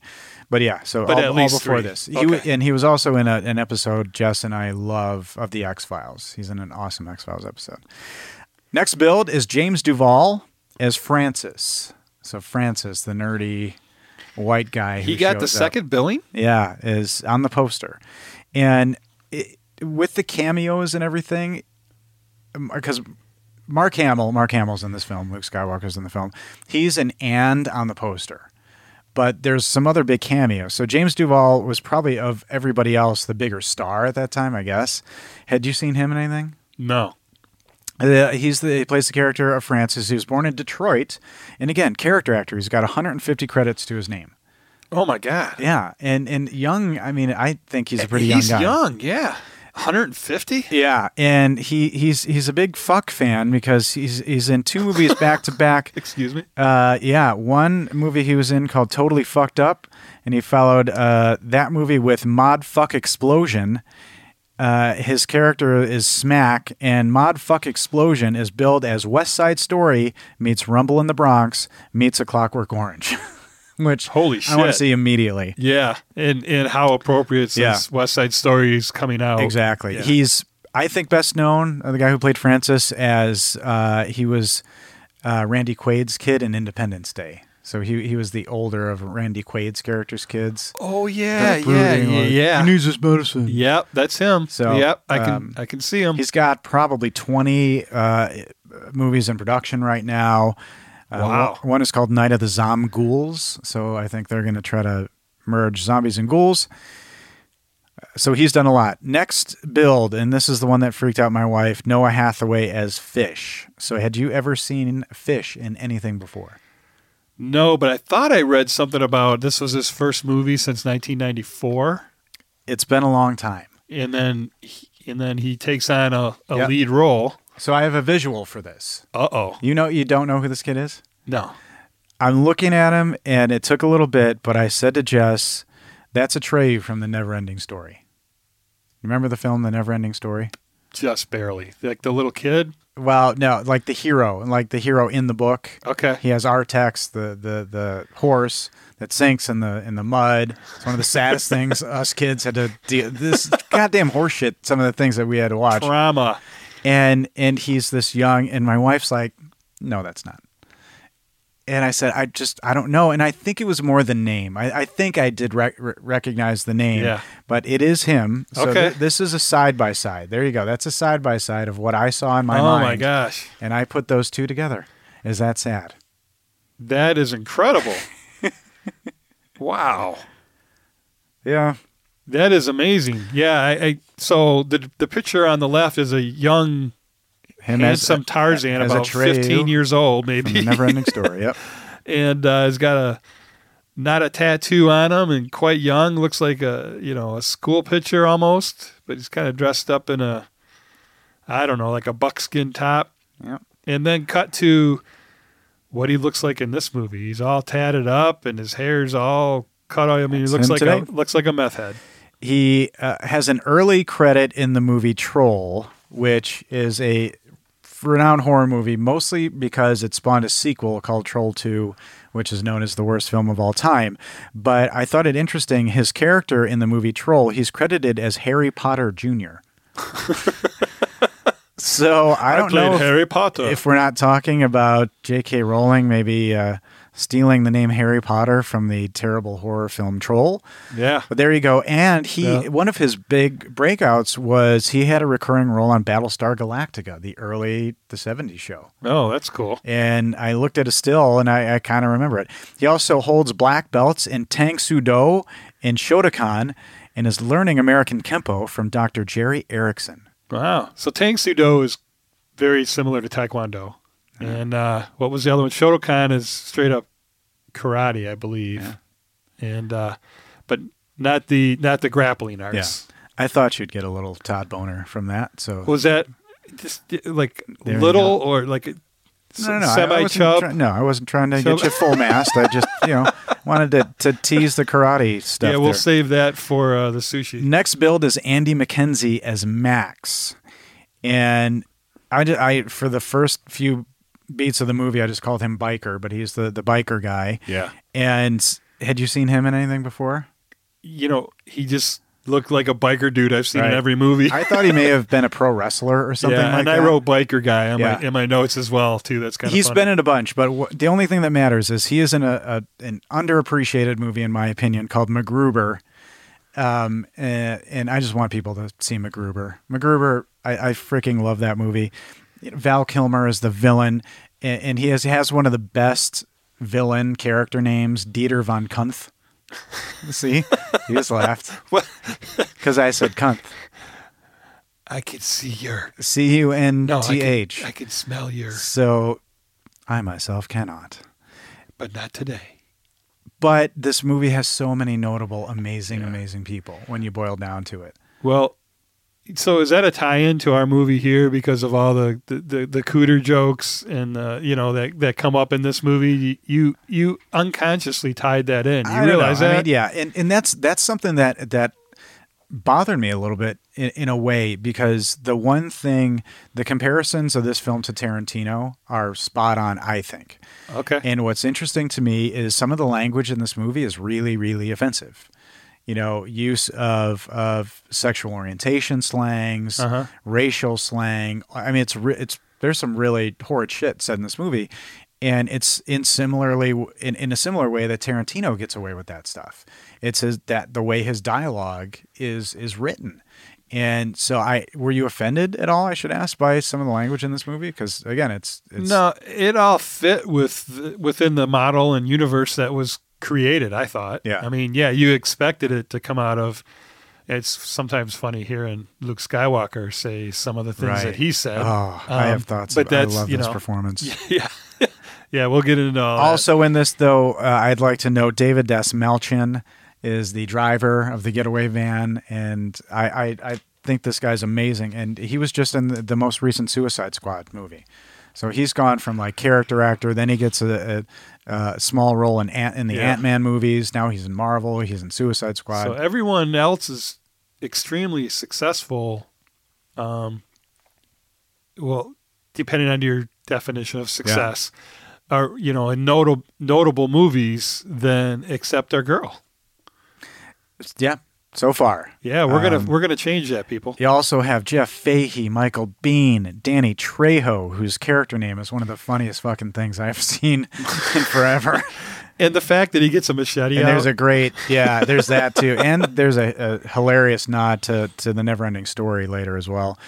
[SPEAKER 2] but yeah. So
[SPEAKER 1] But
[SPEAKER 2] all,
[SPEAKER 1] at
[SPEAKER 2] all
[SPEAKER 1] least
[SPEAKER 2] before
[SPEAKER 1] three.
[SPEAKER 2] this, he wa-
[SPEAKER 1] Okay.
[SPEAKER 2] and he was also in a, an episode Jess and I love of the X Files. He's in an awesome X Files episode. Next build is James Duval as Francis. So Francis, the nerdy white guy, who
[SPEAKER 1] he got the
[SPEAKER 2] shows up.
[SPEAKER 1] second billing.
[SPEAKER 2] Yeah, is on the poster, and it, with the cameos and everything, because Mark Hamill, Mark Hamill's in this film, Luke Skywalker's in the film. He's an and on the poster, but there's some other big cameos. So James Duval was probably of everybody else the bigger star at that time, I guess. Had you seen him in anything?
[SPEAKER 1] No,
[SPEAKER 2] Uh, he's the he plays the character of Francis. He was born in Detroit, and again, character actor. He's got 150 credits to his name.
[SPEAKER 1] oh my god,
[SPEAKER 2] Yeah, and and young. I mean, I think he's a pretty
[SPEAKER 1] he's
[SPEAKER 2] young guy.
[SPEAKER 1] young, yeah, 150.
[SPEAKER 2] Yeah, and he he's he's a big fuck fan because he's he's in two movies back
[SPEAKER 1] [laughs]
[SPEAKER 2] to back.
[SPEAKER 1] Excuse me.
[SPEAKER 2] Uh, yeah, one movie he was in called Totally Fucked Up, and he followed uh, that movie with Mod Fuck Explosion. Uh, his character is Smack, and Mod Fuck Explosion is billed as West Side Story meets Rumble in the Bronx meets A Clockwork Orange, [laughs] which
[SPEAKER 1] Holy
[SPEAKER 2] I want
[SPEAKER 1] shit.
[SPEAKER 2] to see immediately.
[SPEAKER 1] Yeah, and and how appropriate since West Side Story is coming out.
[SPEAKER 2] Exactly.
[SPEAKER 1] Yeah.
[SPEAKER 2] He's, I think, best known, uh, the guy who played Francis, as uh, he was uh, Randy Quaid's kid in Independence Day. So he, he was the older of Randy Quaid's character's kids.
[SPEAKER 1] Oh yeah,
[SPEAKER 2] Kind of
[SPEAKER 1] yeah,
[SPEAKER 2] brooding,
[SPEAKER 1] yeah,
[SPEAKER 2] like,
[SPEAKER 1] yeah.
[SPEAKER 2] Who needs this medicine?
[SPEAKER 1] Yep, that's him.
[SPEAKER 2] So,
[SPEAKER 1] yep, I can
[SPEAKER 2] um,
[SPEAKER 1] I can see him.
[SPEAKER 2] He's got probably 20 uh, movies in production right now. Uh,
[SPEAKER 1] Wow.
[SPEAKER 2] one- One is called Night of the Zom Ghouls. So I think they're going to try to merge zombies and ghouls. So he's done a lot. Next build, and this is the one that freaked out my wife Noah Hathaway as Fish. So had you ever seen Fish in anything before?
[SPEAKER 1] No, but I thought I read something about this was his first movie since 1994,
[SPEAKER 2] It's been a long time.
[SPEAKER 1] and then he, and then he takes on a, a
[SPEAKER 2] Yep.
[SPEAKER 1] lead role.
[SPEAKER 2] So I have a visual for this.
[SPEAKER 1] Uh oh,
[SPEAKER 2] You know, you don't know who this kid is?
[SPEAKER 1] no,
[SPEAKER 2] I'm looking at him, and it took a little bit, but I said to Jess, "That's a Trey from the Neverending Story." Remember the film, The Neverending Story?
[SPEAKER 1] just barely. Like the little kid.
[SPEAKER 2] Well, no, like the hero, like the hero in the book.
[SPEAKER 1] Okay,
[SPEAKER 2] He has Artex, the the the horse that sinks in the in the mud. It's one of the saddest [laughs] things us kids had to deal. This goddamn horse shit. Some of the things that we had to watch,
[SPEAKER 1] drama.
[SPEAKER 2] and and he's this young, and my wife's like, "No, that's not." and I said, I just, I don't know. And I think it was more the name. I, I think I did rec- re- recognize the name,
[SPEAKER 1] Yeah.
[SPEAKER 2] but it is him. So
[SPEAKER 1] Okay.
[SPEAKER 2] th- this is a side by side. There you go. That's a side by side of what I saw in my
[SPEAKER 1] oh
[SPEAKER 2] mind.
[SPEAKER 1] my gosh,
[SPEAKER 2] And I put those two together. Is that sad?
[SPEAKER 1] that is incredible. wow.
[SPEAKER 2] Yeah.
[SPEAKER 1] That is amazing. Yeah, I, I so the the picture on the left is a young
[SPEAKER 2] Him as
[SPEAKER 1] handsome Tarzan,
[SPEAKER 2] as a
[SPEAKER 1] about
[SPEAKER 2] Atreyu
[SPEAKER 1] fifteen years old,
[SPEAKER 2] from the
[SPEAKER 1] maybe,
[SPEAKER 2] never ending
[SPEAKER 1] [laughs]
[SPEAKER 2] story. Yep.
[SPEAKER 1] and uh, he's got a not a tattoo on him, and quite young. Looks like a you know a school picture almost, but he's kind of dressed up in a I don't know like a buckskin top.
[SPEAKER 2] Yep.
[SPEAKER 1] And then cut to what he looks like in this movie. He's all tatted up, and his hair's all cut. off. I mean,
[SPEAKER 2] That's
[SPEAKER 1] he looks
[SPEAKER 2] him
[SPEAKER 1] like
[SPEAKER 2] today.
[SPEAKER 1] a looks like a meth head.
[SPEAKER 2] He uh, has an early credit in the movie Troll, which is a renowned horror movie, mostly because it spawned a sequel called Troll 2, which is known as the worst film of all time. But I thought it interesting his character in the movie Troll, he's credited as Harry Potter Jr. [laughs] so I don't
[SPEAKER 1] played
[SPEAKER 2] know if,
[SPEAKER 1] Harry Potter.
[SPEAKER 2] if we're not talking about J.K. Rowling maybe uh, stealing the name Harry Potter from the terrible horror film Troll.
[SPEAKER 1] yeah.
[SPEAKER 2] But there you go. And he
[SPEAKER 1] Yeah.
[SPEAKER 2] one of his big breakouts was he had a recurring role on Battlestar Galactica, the early the 70s show.
[SPEAKER 1] Oh, that's cool.
[SPEAKER 2] And I looked at a still and I, I kind of remember it. He also holds black belts in Tang Sudo and Shotokan and is learning American Kempo from Dr. Jerry Erickson.
[SPEAKER 1] Wow. So Tang Sudo is very similar to Taekwondo. And uh, what was the other one? Shotokan is straight up karate, I believe. And uh, but not the not the grappling arts.
[SPEAKER 2] I thought you'd get a little Todd Boner from that. So
[SPEAKER 1] Was that just like
[SPEAKER 2] There you
[SPEAKER 1] little or like
[SPEAKER 2] no, no, no, I- I
[SPEAKER 1] semi
[SPEAKER 2] wasn't
[SPEAKER 1] chub?
[SPEAKER 2] try- no, I wasn't trying to
[SPEAKER 1] So-
[SPEAKER 2] get you full mast. I just, you know, wanted to, to tease the karate stuff.
[SPEAKER 1] yeah, we'll
[SPEAKER 2] there.
[SPEAKER 1] save that for uh, the sushi.
[SPEAKER 2] Next build is Andy McKenzie as Max, and I, did, I for the first few beats of the movie, I just called him Biker, but he's the the biker guy.
[SPEAKER 1] Yeah.
[SPEAKER 2] And had you seen him in anything before?
[SPEAKER 1] You know, he just looked like a biker dude I've seen
[SPEAKER 2] Right.
[SPEAKER 1] in every movie.
[SPEAKER 2] I thought he may have been a pro wrestler or something.
[SPEAKER 1] yeah,
[SPEAKER 2] like
[SPEAKER 1] and
[SPEAKER 2] that.
[SPEAKER 1] I wrote biker guy in,
[SPEAKER 2] Yeah.
[SPEAKER 1] my, in my notes as well too. That's kind of
[SPEAKER 2] He's been in a bunch, but wh- the only thing that matters is he is in a, a an underappreciated movie, in my opinion, called MacGruber. Um, and, and I just want people to see MacGruber. MacGruber, I, I freaking love that movie. Val Kilmer is the villain, and, and he has he has one of the best villain character names, Dieter von Kunth. [laughs] See, he
[SPEAKER 1] [laughs]
[SPEAKER 2] just laughed because I said Kunth,
[SPEAKER 1] I could see your
[SPEAKER 2] C U N
[SPEAKER 1] no,
[SPEAKER 2] T
[SPEAKER 1] I
[SPEAKER 2] H.
[SPEAKER 1] could, I could smell your,
[SPEAKER 2] So, I myself cannot.
[SPEAKER 1] but not today.
[SPEAKER 2] but this movie has so many notable, amazing, amazing people when you boil down to it.
[SPEAKER 1] Well, so is that a tie-in to our movie here because of all the the, the, the cooter jokes and uh, you know that that come up in this movie? You you unconsciously tied that in. You
[SPEAKER 2] I don't
[SPEAKER 1] realize
[SPEAKER 2] know. I
[SPEAKER 1] that?
[SPEAKER 2] mean, yeah, and and that's that's something that that bothered me a little bit in, in a way because the one thing the comparisons of this film to Tarantino are spot on, I think.
[SPEAKER 1] Okay.
[SPEAKER 2] And what's interesting to me is some of the language in this movie is really, really offensive. You know, use of of sexual orientation slangs,
[SPEAKER 1] Uh-huh.
[SPEAKER 2] racial slang. I mean, it's re- it's there's some really horrid shit said in this movie, and it's in similarly in, in a similar way that Tarantino gets away with that stuff. It's his, that the way his dialogue is is written, and so I were you offended at all? I should ask by some of the language in this movie because again, it's, it's
[SPEAKER 1] no, it all fit with the, within the model and universe that was created. I thought.
[SPEAKER 2] Yeah.
[SPEAKER 1] I mean, yeah, you expected it to come out of. It's sometimes funny hearing Luke Skywalker say some of the things
[SPEAKER 2] Right.
[SPEAKER 1] that he said.
[SPEAKER 2] Oh, I
[SPEAKER 1] Um,
[SPEAKER 2] have thoughts.
[SPEAKER 1] But
[SPEAKER 2] But
[SPEAKER 1] that's
[SPEAKER 2] I love
[SPEAKER 1] you
[SPEAKER 2] this
[SPEAKER 1] know, [laughs]
[SPEAKER 2] performance.
[SPEAKER 1] yeah, yeah. We'll get into all that.
[SPEAKER 2] Also in this, though, uh, I'd like to note David Desmalchin is the driver of the getaway van, and I, I, I think this guy's amazing. And he was just in the, the most recent Suicide Squad movie. So he's gone from like character actor, then he gets a, a, a small role in Ant, in the
[SPEAKER 1] Yeah.
[SPEAKER 2] Ant Man movies. Now he's in Marvel. He's in Suicide Squad.
[SPEAKER 1] So everyone else is extremely successful. Um, well, depending on your definition of success, are you know in notable notable movies, then except our girl.
[SPEAKER 2] yeah, so far.
[SPEAKER 1] Yeah, we're gonna
[SPEAKER 2] Um,
[SPEAKER 1] we're gonna change that, people.
[SPEAKER 2] You also have Jeff Fahey, Michael Bean, Danny Trejo, whose character name is one of the funniest fucking things I've [laughs] seen in
[SPEAKER 1] [laughs]
[SPEAKER 2] forever.
[SPEAKER 1] And the fact that he gets a machete
[SPEAKER 2] And there's
[SPEAKER 1] out,
[SPEAKER 2] a great, yeah, there's that
[SPEAKER 1] [laughs]
[SPEAKER 2] too. And there's a, a hilarious nod to, to the never ending story later as well.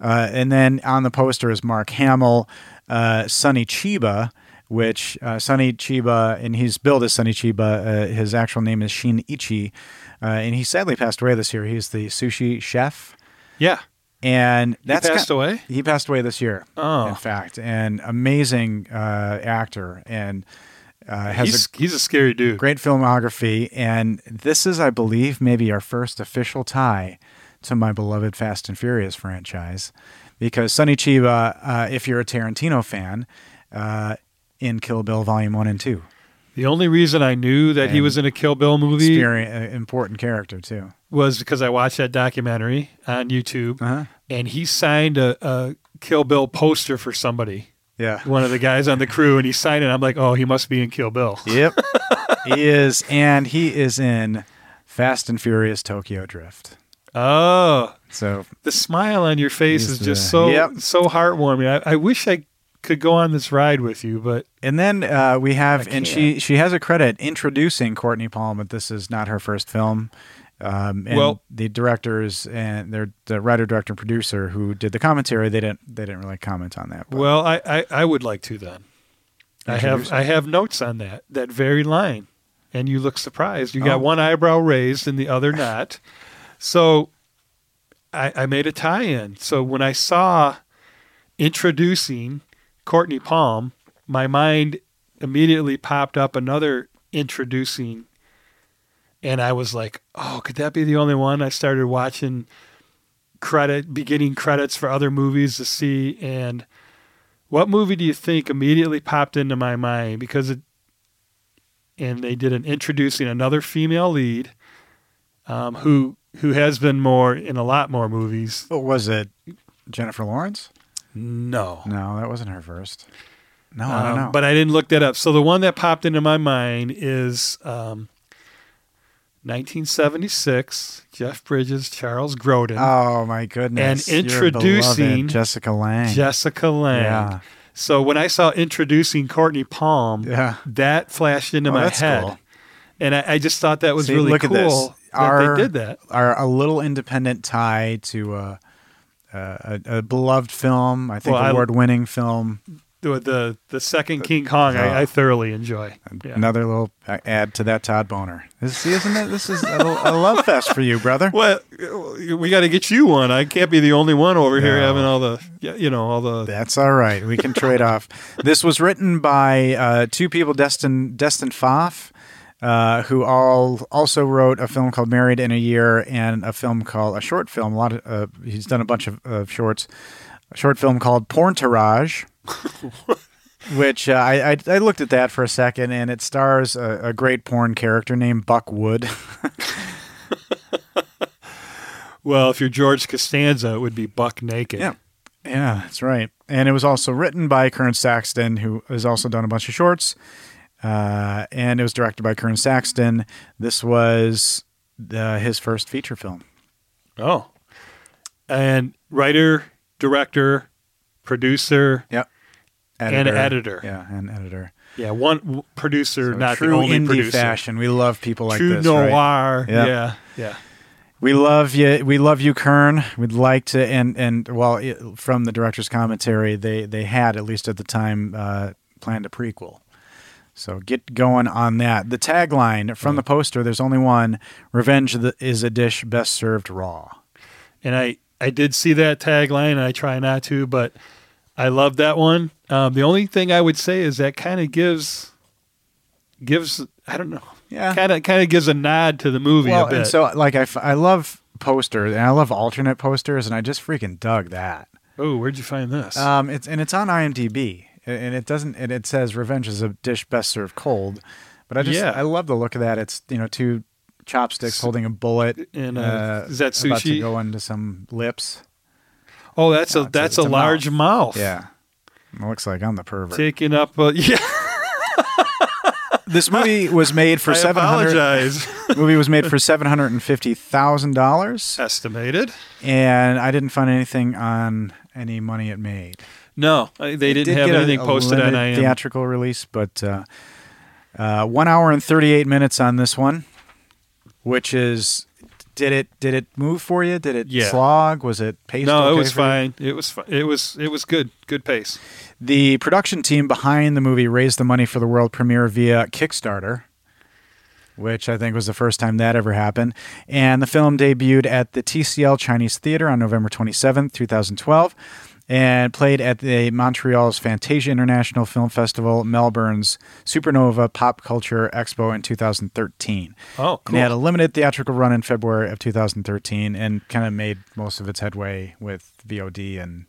[SPEAKER 2] Uh, and then on the poster is Mark Hamill, uh, Sonny Chiba, which uh, Sonny Chiba, and he's billed as Sonny Chiba. Uh, his actual name is Shin Ichi. Uh, and he sadly passed away this year. He's the sushi chef.
[SPEAKER 1] yeah,
[SPEAKER 2] And that's
[SPEAKER 1] he passed
[SPEAKER 2] ki-
[SPEAKER 1] away.
[SPEAKER 2] he passed away this year.
[SPEAKER 1] Oh.
[SPEAKER 2] in fact, an amazing uh, actor and uh, has
[SPEAKER 1] He's he's a scary
[SPEAKER 2] a
[SPEAKER 1] dude.
[SPEAKER 2] great filmography. And this is, I believe, maybe our first official tie to my beloved Fast and Furious franchise, because Sonny Chiba, uh, if you're a Tarantino fan, uh, in Kill Bill Volume One and Two,
[SPEAKER 1] The only reason I knew that he
[SPEAKER 2] And
[SPEAKER 1] was in a Kill Bill movie
[SPEAKER 2] Experi- uh, important character too.
[SPEAKER 1] was because I watched that documentary on YouTube,
[SPEAKER 2] Uh-huh.
[SPEAKER 1] and he signed a, a Kill Bill poster for somebody.
[SPEAKER 2] Yeah.
[SPEAKER 1] one of the guys on the crew and he signed it. I'm like, oh, he must be in Kill Bill.
[SPEAKER 2] Yep. he is, and he is in Fast and Furious Tokyo Drift.
[SPEAKER 1] Oh,
[SPEAKER 2] So
[SPEAKER 1] the smile on your face
[SPEAKER 2] He's
[SPEAKER 1] is just
[SPEAKER 2] the-
[SPEAKER 1] so
[SPEAKER 2] Yep.
[SPEAKER 1] so heartwarming. I, I wish I could go on this ride with you, but
[SPEAKER 2] And then uh, we have,
[SPEAKER 1] I
[SPEAKER 2] and she she has a credit introducing Courtney Palm, but this is not her first film. Um, and
[SPEAKER 1] Well-
[SPEAKER 2] the directors and their the writer, director, and producer who did the commentary, they didn't they didn't really comment on that. but-
[SPEAKER 1] well, I, I, I would like to then. I have
[SPEAKER 2] Introduce
[SPEAKER 1] I have notes on that that very line, and you look surprised. You
[SPEAKER 2] Oh.
[SPEAKER 1] got one eyebrow raised and the other not. So, I, I made a tie-in. So when I saw introducing Courtney Palm, my mind immediately popped up another introducing, and I was like, "Oh, could that be the only one?" I started watching credit beginning credits for other movies to see, and what movie do you think immediately popped into my mind because it and they did an introducing another female lead um, who who has been more in a lot more movies.
[SPEAKER 2] What was it? Jennifer Lawrence?
[SPEAKER 1] No.
[SPEAKER 2] No, that wasn't her first. No, I don't
[SPEAKER 1] Um,
[SPEAKER 2] know.
[SPEAKER 1] But I didn't look that up. So the one that popped into my mind is um, 1976, Jeff Bridges, Charles Grodin,
[SPEAKER 2] oh my goodness!
[SPEAKER 1] And
[SPEAKER 2] Your beloved
[SPEAKER 1] introducing
[SPEAKER 2] Jessica Lange.
[SPEAKER 1] Jessica Lange.
[SPEAKER 2] Yeah.
[SPEAKER 1] So when I saw introducing Courtney Palm,
[SPEAKER 2] Yeah.
[SPEAKER 1] that flashed into
[SPEAKER 2] Oh,
[SPEAKER 1] my
[SPEAKER 2] that's
[SPEAKER 1] head.
[SPEAKER 2] cool.
[SPEAKER 1] And I, I just thought that was
[SPEAKER 2] See,
[SPEAKER 1] really
[SPEAKER 2] look at
[SPEAKER 1] cool
[SPEAKER 2] this.
[SPEAKER 1] that
[SPEAKER 2] Our-
[SPEAKER 1] they did that.
[SPEAKER 2] Our a little independent tie to a a, a, a beloved film. I think
[SPEAKER 1] Well, I-
[SPEAKER 2] award-winning film.
[SPEAKER 1] The, the, the second King Kong, I, I thoroughly enjoy. Yeah.
[SPEAKER 2] Uh, Another little add to that Todd Boner. This, see, isn't it? This is a, a love fest for you, brother.
[SPEAKER 1] [laughs] Well, we got to get you one. I can't be the only one over here
[SPEAKER 2] No.
[SPEAKER 1] having all the, yeah, you know, all the.
[SPEAKER 2] That's all right. We can trade off. This was written by uh, two people, Destin Destin Pfaff, uh, who all also wrote a film called Married in a Year and a film called a short film. A lot of uh, he's done a bunch of, of shorts. A short film called Porntourage.
[SPEAKER 1] [laughs]
[SPEAKER 2] Which uh, I, I I looked at that for a second, and it stars a, a great porn character named Buck Wood. [laughs]
[SPEAKER 1] Well, if you're George Costanza, it would be buck naked.
[SPEAKER 2] Yeah. Yeah, that's right. And it was also written by Kern Saxton, who has also done a bunch of shorts. Uh, and it was directed by Kern Saxton. This was the, his first feature film.
[SPEAKER 1] Oh. And writer, director, producer. And editor.
[SPEAKER 2] Yeah, and editor.
[SPEAKER 1] Yeah, one w- producer,
[SPEAKER 2] So
[SPEAKER 1] not
[SPEAKER 2] true
[SPEAKER 1] the only
[SPEAKER 2] indie
[SPEAKER 1] producer.
[SPEAKER 2] fashion. We love people like
[SPEAKER 1] True
[SPEAKER 2] this. right?
[SPEAKER 1] noir.
[SPEAKER 2] Yeah.
[SPEAKER 1] Yeah. Yeah.
[SPEAKER 2] We love you. We love you, Kern. We'd like to, and and well, it, from the director's commentary, they they had at least at the time uh, planned a prequel. So get going on that. The tagline from the poster: "There's only one. Revenge th- is a dish best served raw."
[SPEAKER 1] And I, I did see that tagline, and I try not to, but I love that one. Um, the only thing I would say is that kind of gives, gives I don't know,
[SPEAKER 2] Yeah.
[SPEAKER 1] kind of kind of gives a nod to the movie
[SPEAKER 2] Well,
[SPEAKER 1] a bit.
[SPEAKER 2] and so like I, f- I love posters and I love alternate posters, and I just freaking dug that.
[SPEAKER 1] oh, where'd you find this?
[SPEAKER 2] Um, it's and it's on IMDb, a- and it doesn't. And it says "Revenge is a dish best served cold," but I just
[SPEAKER 1] Yeah.
[SPEAKER 2] I love the look of that. It's you know two chopsticks holding a bullet.
[SPEAKER 1] And, uh,
[SPEAKER 2] uh,
[SPEAKER 1] is that
[SPEAKER 2] About to
[SPEAKER 1] sushi?
[SPEAKER 2] go into some lips.
[SPEAKER 1] oh, that's
[SPEAKER 2] no,
[SPEAKER 1] a
[SPEAKER 2] it's a-
[SPEAKER 1] that's
[SPEAKER 2] it's
[SPEAKER 1] a,
[SPEAKER 2] a
[SPEAKER 1] large mouth.
[SPEAKER 2] Yeah, it looks like I'm the pervert.
[SPEAKER 1] taking up. A, [laughs] yeah, [laughs]
[SPEAKER 2] this movie was made for
[SPEAKER 1] I
[SPEAKER 2] seven hundred.
[SPEAKER 1] apologize.
[SPEAKER 2] [laughs] movie was made for seven hundred and fifty
[SPEAKER 1] [laughs]
[SPEAKER 2] thousand dollars,
[SPEAKER 1] Estimated.
[SPEAKER 2] and I didn't find anything on any money it made.
[SPEAKER 1] No, I- they didn't
[SPEAKER 2] did
[SPEAKER 1] have
[SPEAKER 2] get a-
[SPEAKER 1] anything
[SPEAKER 2] a
[SPEAKER 1] posted on
[SPEAKER 2] limited
[SPEAKER 1] IMDb.
[SPEAKER 2] theatrical release, but uh, uh, one hour and thirty eight minutes on this one, which is did it did it move for you? Did it
[SPEAKER 1] Yeah.
[SPEAKER 2] slog? Was it paced?
[SPEAKER 1] No, it
[SPEAKER 2] okay
[SPEAKER 1] was
[SPEAKER 2] for you?
[SPEAKER 1] fine. It was fine. It was it was good. Good pace.
[SPEAKER 2] The production team behind the movie raised the money for the world premiere via Kickstarter, which I think was the first time that ever happened. And the film debuted at the TCL Chinese Theater on November 27th, 2012, and played at the Montreal's Fantasia International Film Festival, Melbourne's Supernova Pop Culture Expo in 2013.
[SPEAKER 1] Oh,
[SPEAKER 2] And it had a limited theatrical run in February of 2013 and kind of made most of its headway with VOD and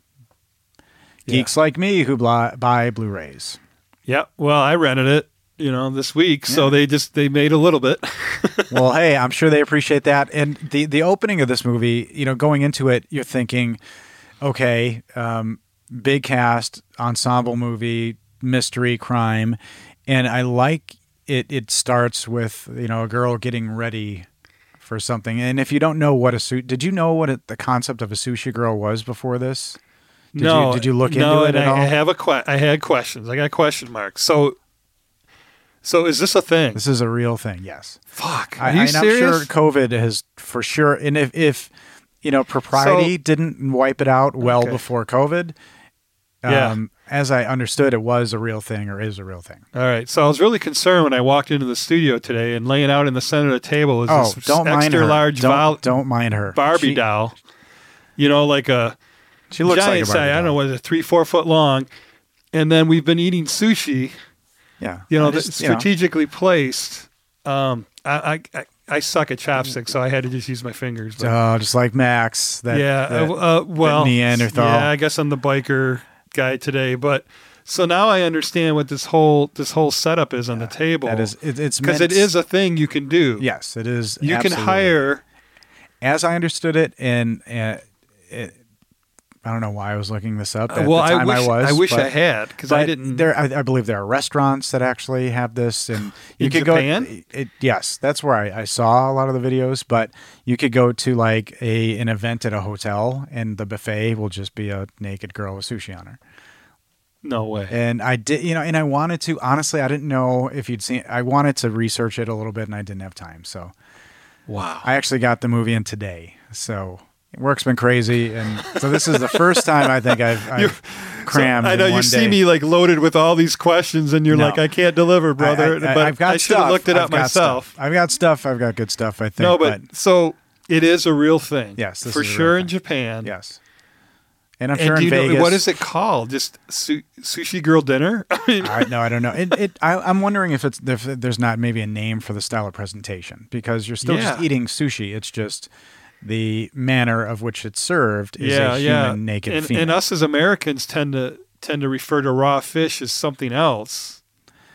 [SPEAKER 2] geeks like me who bli- buy Blu-rays.
[SPEAKER 1] Yeah. Well, I rented it. You know, this week. So they just they made a little bit.
[SPEAKER 2] [laughs] well, hey, I'm sure they appreciate that. And the the opening of this movie, you know, going into it, you're thinking, okay, um, big cast, ensemble movie, mystery, crime, and I like it. It starts with you know a girl getting ready for something, and if you don't know what a suit, did you know what it, the concept of a sushi girl was before this? Did
[SPEAKER 1] no,
[SPEAKER 2] you, did you look
[SPEAKER 1] no,
[SPEAKER 2] into it
[SPEAKER 1] and
[SPEAKER 2] at
[SPEAKER 1] I,
[SPEAKER 2] all?
[SPEAKER 1] I have a que- I had questions. I got question marks. So, so is this a thing?
[SPEAKER 2] this is a real thing. Yes.
[SPEAKER 1] Fuck. Are
[SPEAKER 2] I,
[SPEAKER 1] you
[SPEAKER 2] and
[SPEAKER 1] serious?
[SPEAKER 2] I'm sure COVID has for sure. And if, if you know, propriety didn't wipe it out well
[SPEAKER 1] Okay.
[SPEAKER 2] before COVID, um,
[SPEAKER 1] Yeah.
[SPEAKER 2] as I understood, it was a real thing or is a real thing.
[SPEAKER 1] All right. So I was really concerned when I walked into the studio today and laying out in the center of the table is
[SPEAKER 2] Oh,
[SPEAKER 1] this
[SPEAKER 2] don't mind
[SPEAKER 1] extra
[SPEAKER 2] her.
[SPEAKER 1] large
[SPEAKER 2] don't,
[SPEAKER 1] vol-
[SPEAKER 2] don't mind her.
[SPEAKER 1] Barbie
[SPEAKER 2] she,
[SPEAKER 1] doll. You know, like a
[SPEAKER 2] She looks
[SPEAKER 1] giant
[SPEAKER 2] like a Barbie
[SPEAKER 1] size. I don't know
[SPEAKER 2] doll.
[SPEAKER 1] what is it, three, four foot long. And then we've been eating sushi.
[SPEAKER 2] Yeah.
[SPEAKER 1] you
[SPEAKER 2] I
[SPEAKER 1] know,
[SPEAKER 2] just,
[SPEAKER 1] th- strategically placed. Um, I, I- I I suck at chopsticks, so I had to just use my fingers.
[SPEAKER 2] You
[SPEAKER 1] But,
[SPEAKER 2] know, oh, just like Max. That,
[SPEAKER 1] yeah,
[SPEAKER 2] that-
[SPEAKER 1] uh, uh, well,
[SPEAKER 2] Neanderthal.
[SPEAKER 1] yeah, I guess I'm the biker guy today, but So now I understand what this whole this whole setup is on the table.
[SPEAKER 2] That is, it, it's
[SPEAKER 1] because
[SPEAKER 2] meant-
[SPEAKER 1] it is a thing you can do.
[SPEAKER 2] Yes, it is.
[SPEAKER 1] you
[SPEAKER 2] absolutely.
[SPEAKER 1] can hire.
[SPEAKER 2] as I understood it, and uh, it, I don't know why I was looking this up. At
[SPEAKER 1] well,
[SPEAKER 2] the
[SPEAKER 1] I
[SPEAKER 2] time
[SPEAKER 1] wish I,
[SPEAKER 2] was.
[SPEAKER 1] wish I
[SPEAKER 2] but-
[SPEAKER 1] had because I
[SPEAKER 2] but
[SPEAKER 1] didn't.
[SPEAKER 2] There, I, I believe there are restaurants that actually have this, and you
[SPEAKER 1] In
[SPEAKER 2] could
[SPEAKER 1] Japan?
[SPEAKER 2] go. It, yes, that's where I, I saw a lot of the videos. But you could go to like a an event at a hotel, and the buffet will just be a naked girl with sushi on her.
[SPEAKER 1] no way.
[SPEAKER 2] And I did, you know, and I wanted to. Honestly, I didn't know if you'd seen. I wanted to research it a little bit, and I didn't have time. So
[SPEAKER 1] wow.
[SPEAKER 2] I actually got the movie in today. So work's been crazy, and so this is the first time I
[SPEAKER 1] [laughs]
[SPEAKER 2] think I've, I've crammed.
[SPEAKER 1] I
[SPEAKER 2] in
[SPEAKER 1] know you
[SPEAKER 2] one
[SPEAKER 1] see
[SPEAKER 2] day.
[SPEAKER 1] me like loaded with all these questions, and you're
[SPEAKER 2] No.
[SPEAKER 1] like, I can't deliver, brother. but I should have
[SPEAKER 2] stuff.
[SPEAKER 1] looked it
[SPEAKER 2] I've
[SPEAKER 1] up
[SPEAKER 2] got
[SPEAKER 1] myself.
[SPEAKER 2] stuff. I've got stuff. I've got good stuff. I think.
[SPEAKER 1] No, but, so it is a real thing.
[SPEAKER 2] Yes, this
[SPEAKER 1] for
[SPEAKER 2] is a real
[SPEAKER 1] sure in
[SPEAKER 2] thing.
[SPEAKER 1] Japan.
[SPEAKER 2] yes, and I'm
[SPEAKER 1] And
[SPEAKER 2] sure
[SPEAKER 1] do
[SPEAKER 2] in
[SPEAKER 1] you
[SPEAKER 2] Vegas.
[SPEAKER 1] know what is it called? Just su- sushi girl dinner? [laughs] I mean,
[SPEAKER 2] I, no, I don't know. It, it, I, I'm wondering if it's if there's not maybe a name for the style of presentation because you're still just
[SPEAKER 1] Yeah.
[SPEAKER 2] eating sushi. It's just the manner of which it's served is
[SPEAKER 1] yeah,
[SPEAKER 2] a human
[SPEAKER 1] yeah.
[SPEAKER 2] naked
[SPEAKER 1] and,
[SPEAKER 2] female.
[SPEAKER 1] and us as Americans tend to tend to refer to raw fish as something else.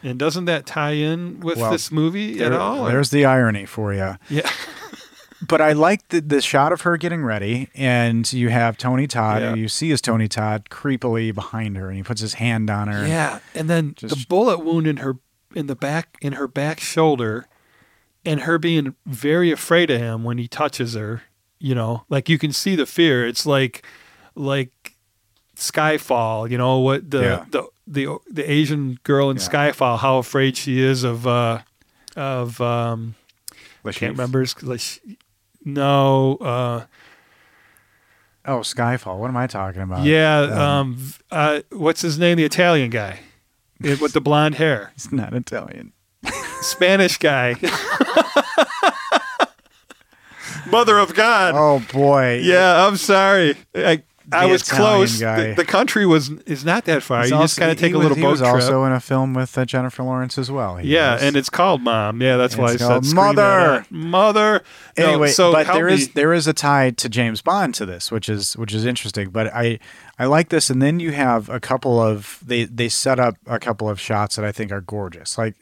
[SPEAKER 1] And doesn't that tie in with
[SPEAKER 2] Well,
[SPEAKER 1] this movie at
[SPEAKER 2] There-
[SPEAKER 1] all?
[SPEAKER 2] There's the irony for you.
[SPEAKER 1] yeah.
[SPEAKER 2] but I like the, the shot of her getting ready, and you have Tony Todd,
[SPEAKER 1] Yeah.
[SPEAKER 2] who you see as Tony Todd, creepily behind her, and he puts his hand on her.
[SPEAKER 1] Yeah, and then the
[SPEAKER 2] Just-
[SPEAKER 1] bullet wound in her in the back in her back shoulder, and her being very afraid of him when he touches her. You know, like you can see the fear. It's like like Skyfall. You know what the
[SPEAKER 2] Yeah.
[SPEAKER 1] the the the Asian girl in
[SPEAKER 2] Yeah.
[SPEAKER 1] Skyfall? How afraid she is of uh of um
[SPEAKER 2] Lashif.
[SPEAKER 1] can't remember. his- Like she- no, uh,
[SPEAKER 2] Oh, Skyfall. What am I talking about?
[SPEAKER 1] yeah. Um, v- uh, what's his name? The Italian guy It- with the blonde hair.
[SPEAKER 2] it's not Italian.
[SPEAKER 1] Spanish guy. [laughs] Mother of God.
[SPEAKER 2] Oh [laughs] boy.
[SPEAKER 1] Yeah, I'm sorry. I, I
[SPEAKER 2] The
[SPEAKER 1] was
[SPEAKER 2] Italian
[SPEAKER 1] close.
[SPEAKER 2] guy.
[SPEAKER 1] The, the country was is not that far.
[SPEAKER 2] He's
[SPEAKER 1] you just
[SPEAKER 2] also-
[SPEAKER 1] got to take
[SPEAKER 2] he
[SPEAKER 1] a little boat
[SPEAKER 2] was, He was
[SPEAKER 1] trip.
[SPEAKER 2] also in a film with uh, Jennifer Lawrence as well. He
[SPEAKER 1] yeah,
[SPEAKER 2] was.
[SPEAKER 1] and it's called Mom. Yeah, that's why I
[SPEAKER 2] It's
[SPEAKER 1] said
[SPEAKER 2] called
[SPEAKER 1] scream at
[SPEAKER 2] Mother.
[SPEAKER 1] her. Mother. No,
[SPEAKER 2] anyway,
[SPEAKER 1] so
[SPEAKER 2] but
[SPEAKER 1] help
[SPEAKER 2] there
[SPEAKER 1] me.
[SPEAKER 2] is there is a tie to James Bond to this, which is which is interesting. But I I like this, and then you have a couple of they they set up a couple of shots that I think are gorgeous. Like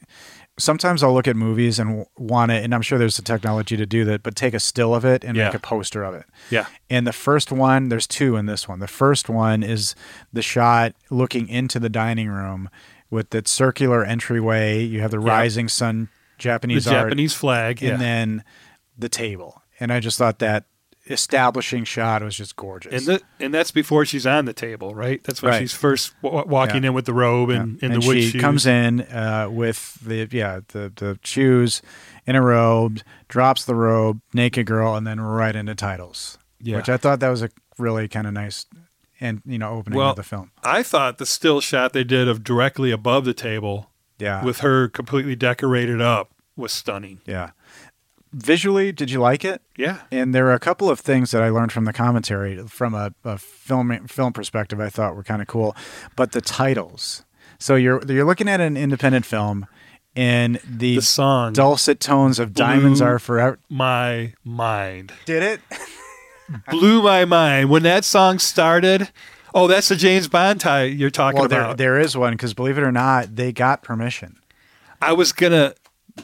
[SPEAKER 2] sometimes I'll look at movies and want to, and I'm sure there's the technology to do that, but take a still of it and
[SPEAKER 1] Yeah.
[SPEAKER 2] make a poster of it.
[SPEAKER 1] yeah.
[SPEAKER 2] And the first one, there's two in this one. The first one is the shot looking into the dining room with that circular entryway. You have the rising sun
[SPEAKER 1] The
[SPEAKER 2] Japanese art
[SPEAKER 1] Japanese flag. Yeah.
[SPEAKER 2] and then the table. And I just thought that establishing shot was just gorgeous.
[SPEAKER 1] and, the, and that's before she's on the table, right? That's when
[SPEAKER 2] Right.
[SPEAKER 1] she's first w- walking
[SPEAKER 2] Yeah.
[SPEAKER 1] in with the robe and,
[SPEAKER 2] Yeah.
[SPEAKER 1] and, the wood
[SPEAKER 2] she
[SPEAKER 1] shoes.
[SPEAKER 2] comes in uh, with the yeah the the shoes in a robe, drops the robe, naked girl, and then right into titles.
[SPEAKER 1] Yeah.
[SPEAKER 2] which I thought that was a really kind of nice and you know opening
[SPEAKER 1] Well,
[SPEAKER 2] of the film.
[SPEAKER 1] I thought the still shot they did of directly above the table
[SPEAKER 2] Yeah,
[SPEAKER 1] with her completely decorated up was stunning.
[SPEAKER 2] yeah. Visually, did you like it?
[SPEAKER 1] Yeah.
[SPEAKER 2] And there are a couple of things that I learned from the commentary from a, a film film perspective I thought were kind of cool, but the titles. So you're you're looking at an independent film, and the,
[SPEAKER 1] The song
[SPEAKER 2] dulcet tones of "Diamonds
[SPEAKER 1] Blue-
[SPEAKER 2] Are Forever"
[SPEAKER 1] My Mind.
[SPEAKER 2] did it. [laughs]
[SPEAKER 1] Blew my mind. When that song started, oh, that's the James Bond tie you're talking
[SPEAKER 2] Well, there
[SPEAKER 1] about.
[SPEAKER 2] there is one because believe it or not, they got permission.
[SPEAKER 1] I was going to,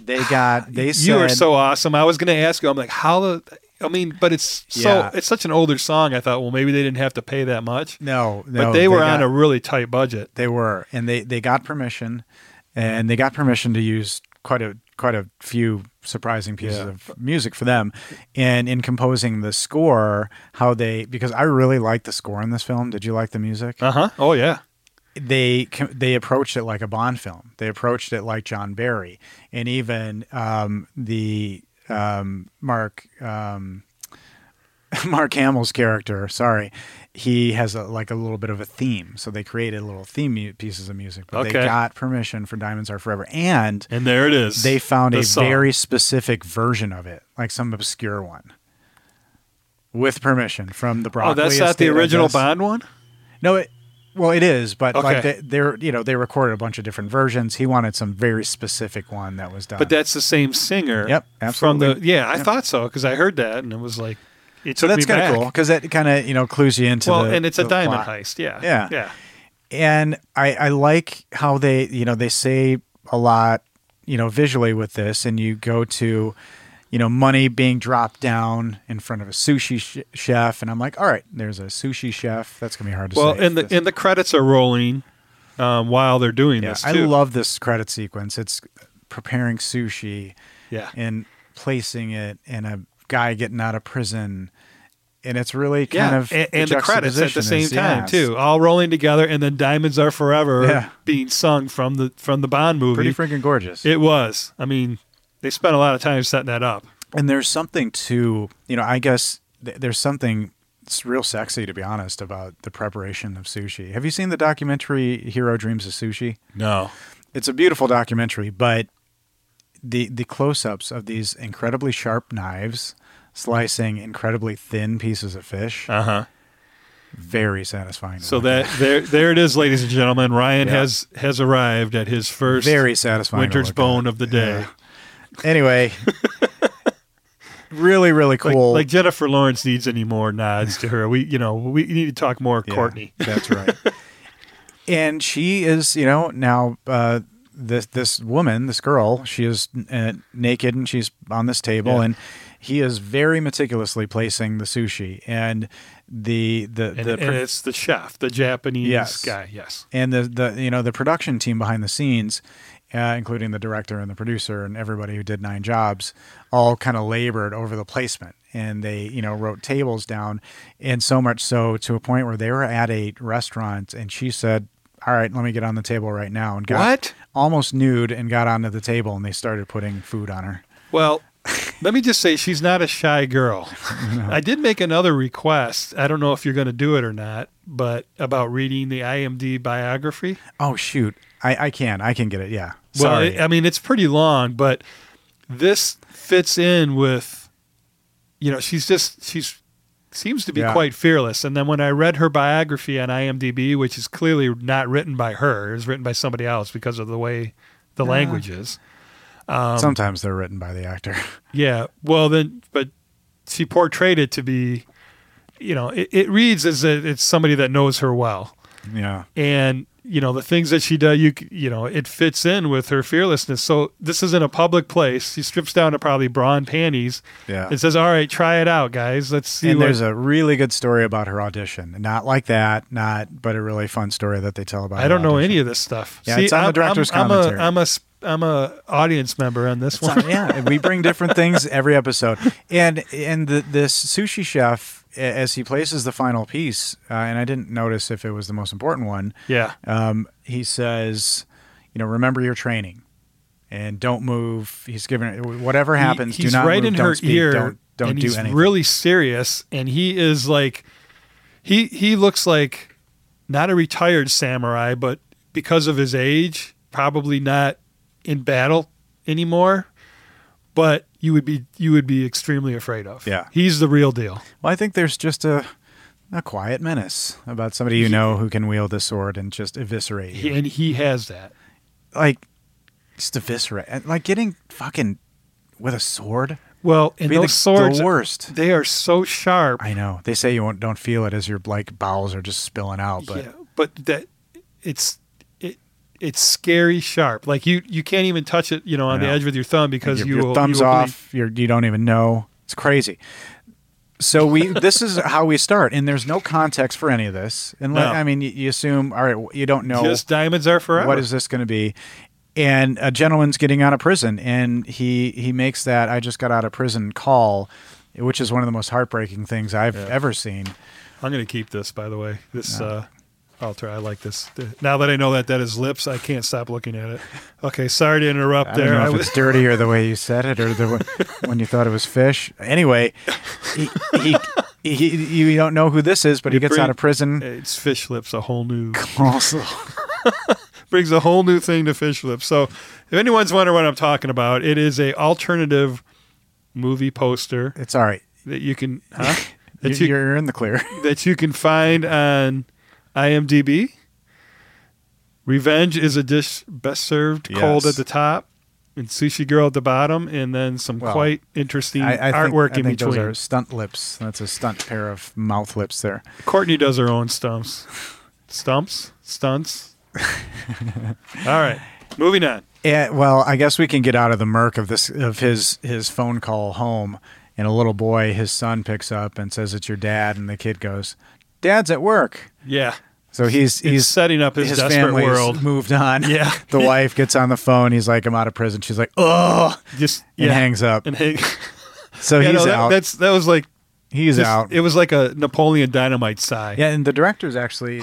[SPEAKER 2] They
[SPEAKER 1] [sighs]
[SPEAKER 2] got they said
[SPEAKER 1] you are so awesome. I was going to ask you, I'm like, how the, I mean, but it's so,
[SPEAKER 2] Yeah.
[SPEAKER 1] it's such an older song. I thought, well, maybe they didn't have to pay that much.
[SPEAKER 2] no, no
[SPEAKER 1] But they were
[SPEAKER 2] got-
[SPEAKER 1] on a really tight budget.
[SPEAKER 2] They were, and they they got permission, and they got permission to use quite a quite a few surprising pieces
[SPEAKER 1] Yeah.
[SPEAKER 2] of music for them. And in composing the score, how they because I really liked the score in this film. Did you like the music?
[SPEAKER 1] Uh huh. Oh, yeah.
[SPEAKER 2] They com- they approached it like a Bond film. They approached it like John Barry, and even um, the um, Mark. Um, [laughs] Mark Hamill's character, sorry, he has a, like a little bit of a theme. So they created little theme mu- pieces of music, but
[SPEAKER 1] Okay.
[SPEAKER 2] they got permission for Diamonds Are Forever. And
[SPEAKER 1] And there it is.
[SPEAKER 2] they found
[SPEAKER 1] The
[SPEAKER 2] a
[SPEAKER 1] song.
[SPEAKER 2] very specific version of it, like some obscure one. With permission from the Broccoli.
[SPEAKER 1] Oh, that's not the
[SPEAKER 2] estate, I
[SPEAKER 1] original
[SPEAKER 2] guess.
[SPEAKER 1] Bond one?
[SPEAKER 2] No, it, well, it is, but like
[SPEAKER 1] Okay.
[SPEAKER 2] they, they're you know they recorded a bunch of different versions. He wanted some very specific one that was done.
[SPEAKER 1] But that's the same singer.
[SPEAKER 2] Uh, Yep,
[SPEAKER 1] From the
[SPEAKER 2] absolutely.
[SPEAKER 1] yeah, I
[SPEAKER 2] Yep.
[SPEAKER 1] thought so because I heard that and it was like it
[SPEAKER 2] so
[SPEAKER 1] took
[SPEAKER 2] that's
[SPEAKER 1] me
[SPEAKER 2] kind
[SPEAKER 1] back.
[SPEAKER 2] of cool because that kind of you know clues you into
[SPEAKER 1] Well,
[SPEAKER 2] the-
[SPEAKER 1] and it's a
[SPEAKER 2] the
[SPEAKER 1] diamond
[SPEAKER 2] plot.
[SPEAKER 1] heist. Yeah,
[SPEAKER 2] Yeah.
[SPEAKER 1] yeah.
[SPEAKER 2] and I, I like how they you know they say a lot you know visually with this and you go to you know money being dropped down in front of a sushi sh- chef and i'm like all right there's a sushi chef that's gonna be hard to
[SPEAKER 1] Well,
[SPEAKER 2] say
[SPEAKER 1] and the and the credits are rolling um, while they're doing
[SPEAKER 2] yeah,
[SPEAKER 1] this
[SPEAKER 2] i
[SPEAKER 1] too.
[SPEAKER 2] love this credit sequence it's preparing sushi
[SPEAKER 1] yeah.
[SPEAKER 2] and placing it in a guy getting out of prison and it's really kind of
[SPEAKER 1] and, and the credits at the
[SPEAKER 2] juxtaposition
[SPEAKER 1] same
[SPEAKER 2] is-
[SPEAKER 1] time
[SPEAKER 2] yeah,
[SPEAKER 1] too, all rolling together, and then "Diamonds Are Forever"
[SPEAKER 2] Yeah.
[SPEAKER 1] being sung from the from the Bond movie.
[SPEAKER 2] pretty freaking gorgeous
[SPEAKER 1] it was. I mean, they spent a lot of time setting that up.
[SPEAKER 2] and there's something to you know i guess th- there's something it's real sexy to be honest about the preparation of sushi have you seen the documentary hero dreams of sushi
[SPEAKER 1] No,
[SPEAKER 2] it's a beautiful documentary but the the close-ups of these incredibly sharp knives slicing incredibly thin pieces of fish
[SPEAKER 1] uh huh.
[SPEAKER 2] very satisfying to
[SPEAKER 1] So
[SPEAKER 2] look at.
[SPEAKER 1] that there there it is, ladies and gentlemen. Ryan
[SPEAKER 2] Yeah.
[SPEAKER 1] has has arrived at his first
[SPEAKER 2] very satisfying to
[SPEAKER 1] winter's
[SPEAKER 2] look at.
[SPEAKER 1] bone of the day. [laughs]
[SPEAKER 2] anyway really really
[SPEAKER 1] Like,
[SPEAKER 2] cool
[SPEAKER 1] like Jennifer Lawrence needs any more nods to her. We you know we need to talk more
[SPEAKER 2] Yeah,
[SPEAKER 1] Courtney.
[SPEAKER 2] [laughs] That's right. and she is, you know, now uh, this this woman, this girl, she is uh, naked and she's on this table,
[SPEAKER 1] Yeah.
[SPEAKER 2] and he is very meticulously placing the sushi and the the
[SPEAKER 1] And,
[SPEAKER 2] the
[SPEAKER 1] and it's the chef, the Japanese
[SPEAKER 2] Yes.
[SPEAKER 1] guy. Yes.
[SPEAKER 2] and the the you know the production team behind the scenes, uh, including the director and the producer and everybody who did nine jobs, all kind of labored over the placement, and they you know wrote tables down, and so much so to a point where they were at a restaurant, and she said, "All right, let me get on the table right now," and got
[SPEAKER 1] What?
[SPEAKER 2] almost nude and got onto the table, and they started putting food on her. [laughs]
[SPEAKER 1] Well, let me just say she's not a shy girl. I did make another request. I don't know if you're going to do it or not, but about reading the IMD biography.
[SPEAKER 2] Oh shoot, I I can I can get it. Yeah,
[SPEAKER 1] Well,
[SPEAKER 2] sorry.
[SPEAKER 1] it, I mean, it's pretty long, but this fits in with, you know, she's just, she's, seems to be
[SPEAKER 2] Yeah.
[SPEAKER 1] quite fearless. And then when I read her biography on IMDb, which is clearly not written by her, it's written by somebody else because of the way the language is. um,
[SPEAKER 2] Sometimes they're written by the actor. [laughs]
[SPEAKER 1] Yeah. Well, then, but she portrayed it to be, you know, it, it reads as if it's somebody that knows her well,
[SPEAKER 2] yeah,
[SPEAKER 1] and you know the things that she does. You c- you know, it fits in with her fearlessness. So this is in a public place. She strips down to probably bra and panties.
[SPEAKER 2] yeah.
[SPEAKER 1] It says, "All right, try it out, guys. Let's see."
[SPEAKER 2] and
[SPEAKER 1] what-
[SPEAKER 2] there's a really good story about her audition. Not like that, not but a really fun story that they tell about.
[SPEAKER 1] I don't know any of this stuff.
[SPEAKER 2] Yeah, it's on the director's
[SPEAKER 1] I'm, I'm
[SPEAKER 2] commentary.
[SPEAKER 1] a I'm a s- I'm a audience member on this one.
[SPEAKER 2] yeah, we bring different things every episode, and and the, this sushi chef a- as he places the final piece, uh, and I didn't notice if it was the most important one.
[SPEAKER 1] [laughs] yeah.
[SPEAKER 2] Um, he says, you know, remember your training, and don't move. He's given whatever
[SPEAKER 1] He-
[SPEAKER 2] happens.
[SPEAKER 1] he's
[SPEAKER 2] do not
[SPEAKER 1] right
[SPEAKER 2] move,
[SPEAKER 1] in
[SPEAKER 2] don't
[SPEAKER 1] her
[SPEAKER 2] speak,
[SPEAKER 1] ear.
[SPEAKER 2] Don't don't
[SPEAKER 1] and
[SPEAKER 2] do
[SPEAKER 1] he's
[SPEAKER 2] anything.
[SPEAKER 1] Really serious, and he is like, he he looks like not a retired samurai, but because of his age, probably not in battle anymore. But you would be you would be extremely afraid of.
[SPEAKER 2] Yeah.
[SPEAKER 1] he's the real deal.
[SPEAKER 2] Well, I think there's just a a quiet menace about somebody you know who can wield a sword and just eviscerate
[SPEAKER 1] He,
[SPEAKER 2] you.
[SPEAKER 1] and he has that.
[SPEAKER 2] Like just eviscerate. and, Like getting fucking with a sword.
[SPEAKER 1] Well, and
[SPEAKER 2] Be the-
[SPEAKER 1] those swords,
[SPEAKER 2] the worst.
[SPEAKER 1] they are so sharp.
[SPEAKER 2] I know. They say you won't don't feel it as your like bowels are just spilling out, but
[SPEAKER 1] yeah, but that it's it it's scary sharp. Like you you can't even touch it, you know, on
[SPEAKER 2] I
[SPEAKER 1] the
[SPEAKER 2] know.
[SPEAKER 1] edge with your thumb because
[SPEAKER 2] your,
[SPEAKER 1] you
[SPEAKER 2] your
[SPEAKER 1] will,
[SPEAKER 2] thumbs
[SPEAKER 1] you will bleed.
[SPEAKER 2] off, your you don't even know. It's crazy. So we [laughs] this is how we start and there's no context for any of this. And like,
[SPEAKER 1] No.
[SPEAKER 2] I mean you, you assume all right, you don't know
[SPEAKER 1] Just diamonds are forever.
[SPEAKER 2] What is this going to be? And a gentleman's getting out of prison, and he he makes that I just got out of prison call, which is one of the most heartbreaking things I've ever seen.
[SPEAKER 1] I'm going to keep this, by the way. This uh, altar, I like this. Now that I know that that is lips, I can't stop looking at it. Okay, sorry to interrupt
[SPEAKER 2] I
[SPEAKER 1] there.
[SPEAKER 2] don't know
[SPEAKER 1] I
[SPEAKER 2] if
[SPEAKER 1] was, [laughs]
[SPEAKER 2] it's dirty or the way you said it or the way, when you thought it was fish. Anyway, he, he, he, you don't know who this is, but he
[SPEAKER 1] You
[SPEAKER 2] gets
[SPEAKER 1] bring-
[SPEAKER 2] out
[SPEAKER 1] [laughs]
[SPEAKER 2] of prison.
[SPEAKER 1] it's fish lips, a whole new
[SPEAKER 2] Also,
[SPEAKER 1] brings a whole new thing to fish lips. So, if anyone's wondering what I'm talking about, it is a alternative movie poster
[SPEAKER 2] it's all right.
[SPEAKER 1] that you can huh?
[SPEAKER 2] [laughs] You-
[SPEAKER 1] that you
[SPEAKER 2] You're in the
[SPEAKER 1] [laughs]
[SPEAKER 2] clear.
[SPEAKER 1] that you can find on IMDb. Revenge is a dish best served cold
[SPEAKER 2] Yes.
[SPEAKER 1] at the top, and sushi girl at the bottom, and then some
[SPEAKER 2] Well,
[SPEAKER 1] quite interesting
[SPEAKER 2] I, I think,
[SPEAKER 1] artwork
[SPEAKER 2] I
[SPEAKER 1] in
[SPEAKER 2] think those
[SPEAKER 1] between.
[SPEAKER 2] are stunt lips. That's a stunt pair of mouth lips there.
[SPEAKER 1] Courtney does her own stumps. Stumps?
[SPEAKER 2] [laughs]
[SPEAKER 1] Stunts? All right. Moving on.
[SPEAKER 2] Yeah, well, I guess we can get out of the murk of this of his his phone call home, and a little boy, his son, picks up and says it's your dad, and the kid goes, "Dad's at work."
[SPEAKER 1] Yeah.
[SPEAKER 2] So he's
[SPEAKER 1] He's
[SPEAKER 2] he's
[SPEAKER 1] setting up his,
[SPEAKER 2] his
[SPEAKER 1] desperate
[SPEAKER 2] family's
[SPEAKER 1] world.
[SPEAKER 2] moved on.
[SPEAKER 1] [laughs] Yeah.
[SPEAKER 2] [laughs] the wife gets on the phone. He's like, "I'm out of prison." She's like, "Oh,"
[SPEAKER 1] Just
[SPEAKER 2] and
[SPEAKER 1] yeah.
[SPEAKER 2] hangs up.
[SPEAKER 1] And hang-
[SPEAKER 2] [laughs]
[SPEAKER 1] [laughs]
[SPEAKER 2] so
[SPEAKER 1] Yeah,
[SPEAKER 2] he's
[SPEAKER 1] no, that,
[SPEAKER 2] out.
[SPEAKER 1] That's that was like
[SPEAKER 2] he's
[SPEAKER 1] just-
[SPEAKER 2] out.
[SPEAKER 1] It was like a Napoleon Dynamite sigh.
[SPEAKER 2] Yeah, and the
[SPEAKER 1] [sighs]
[SPEAKER 2] directors actually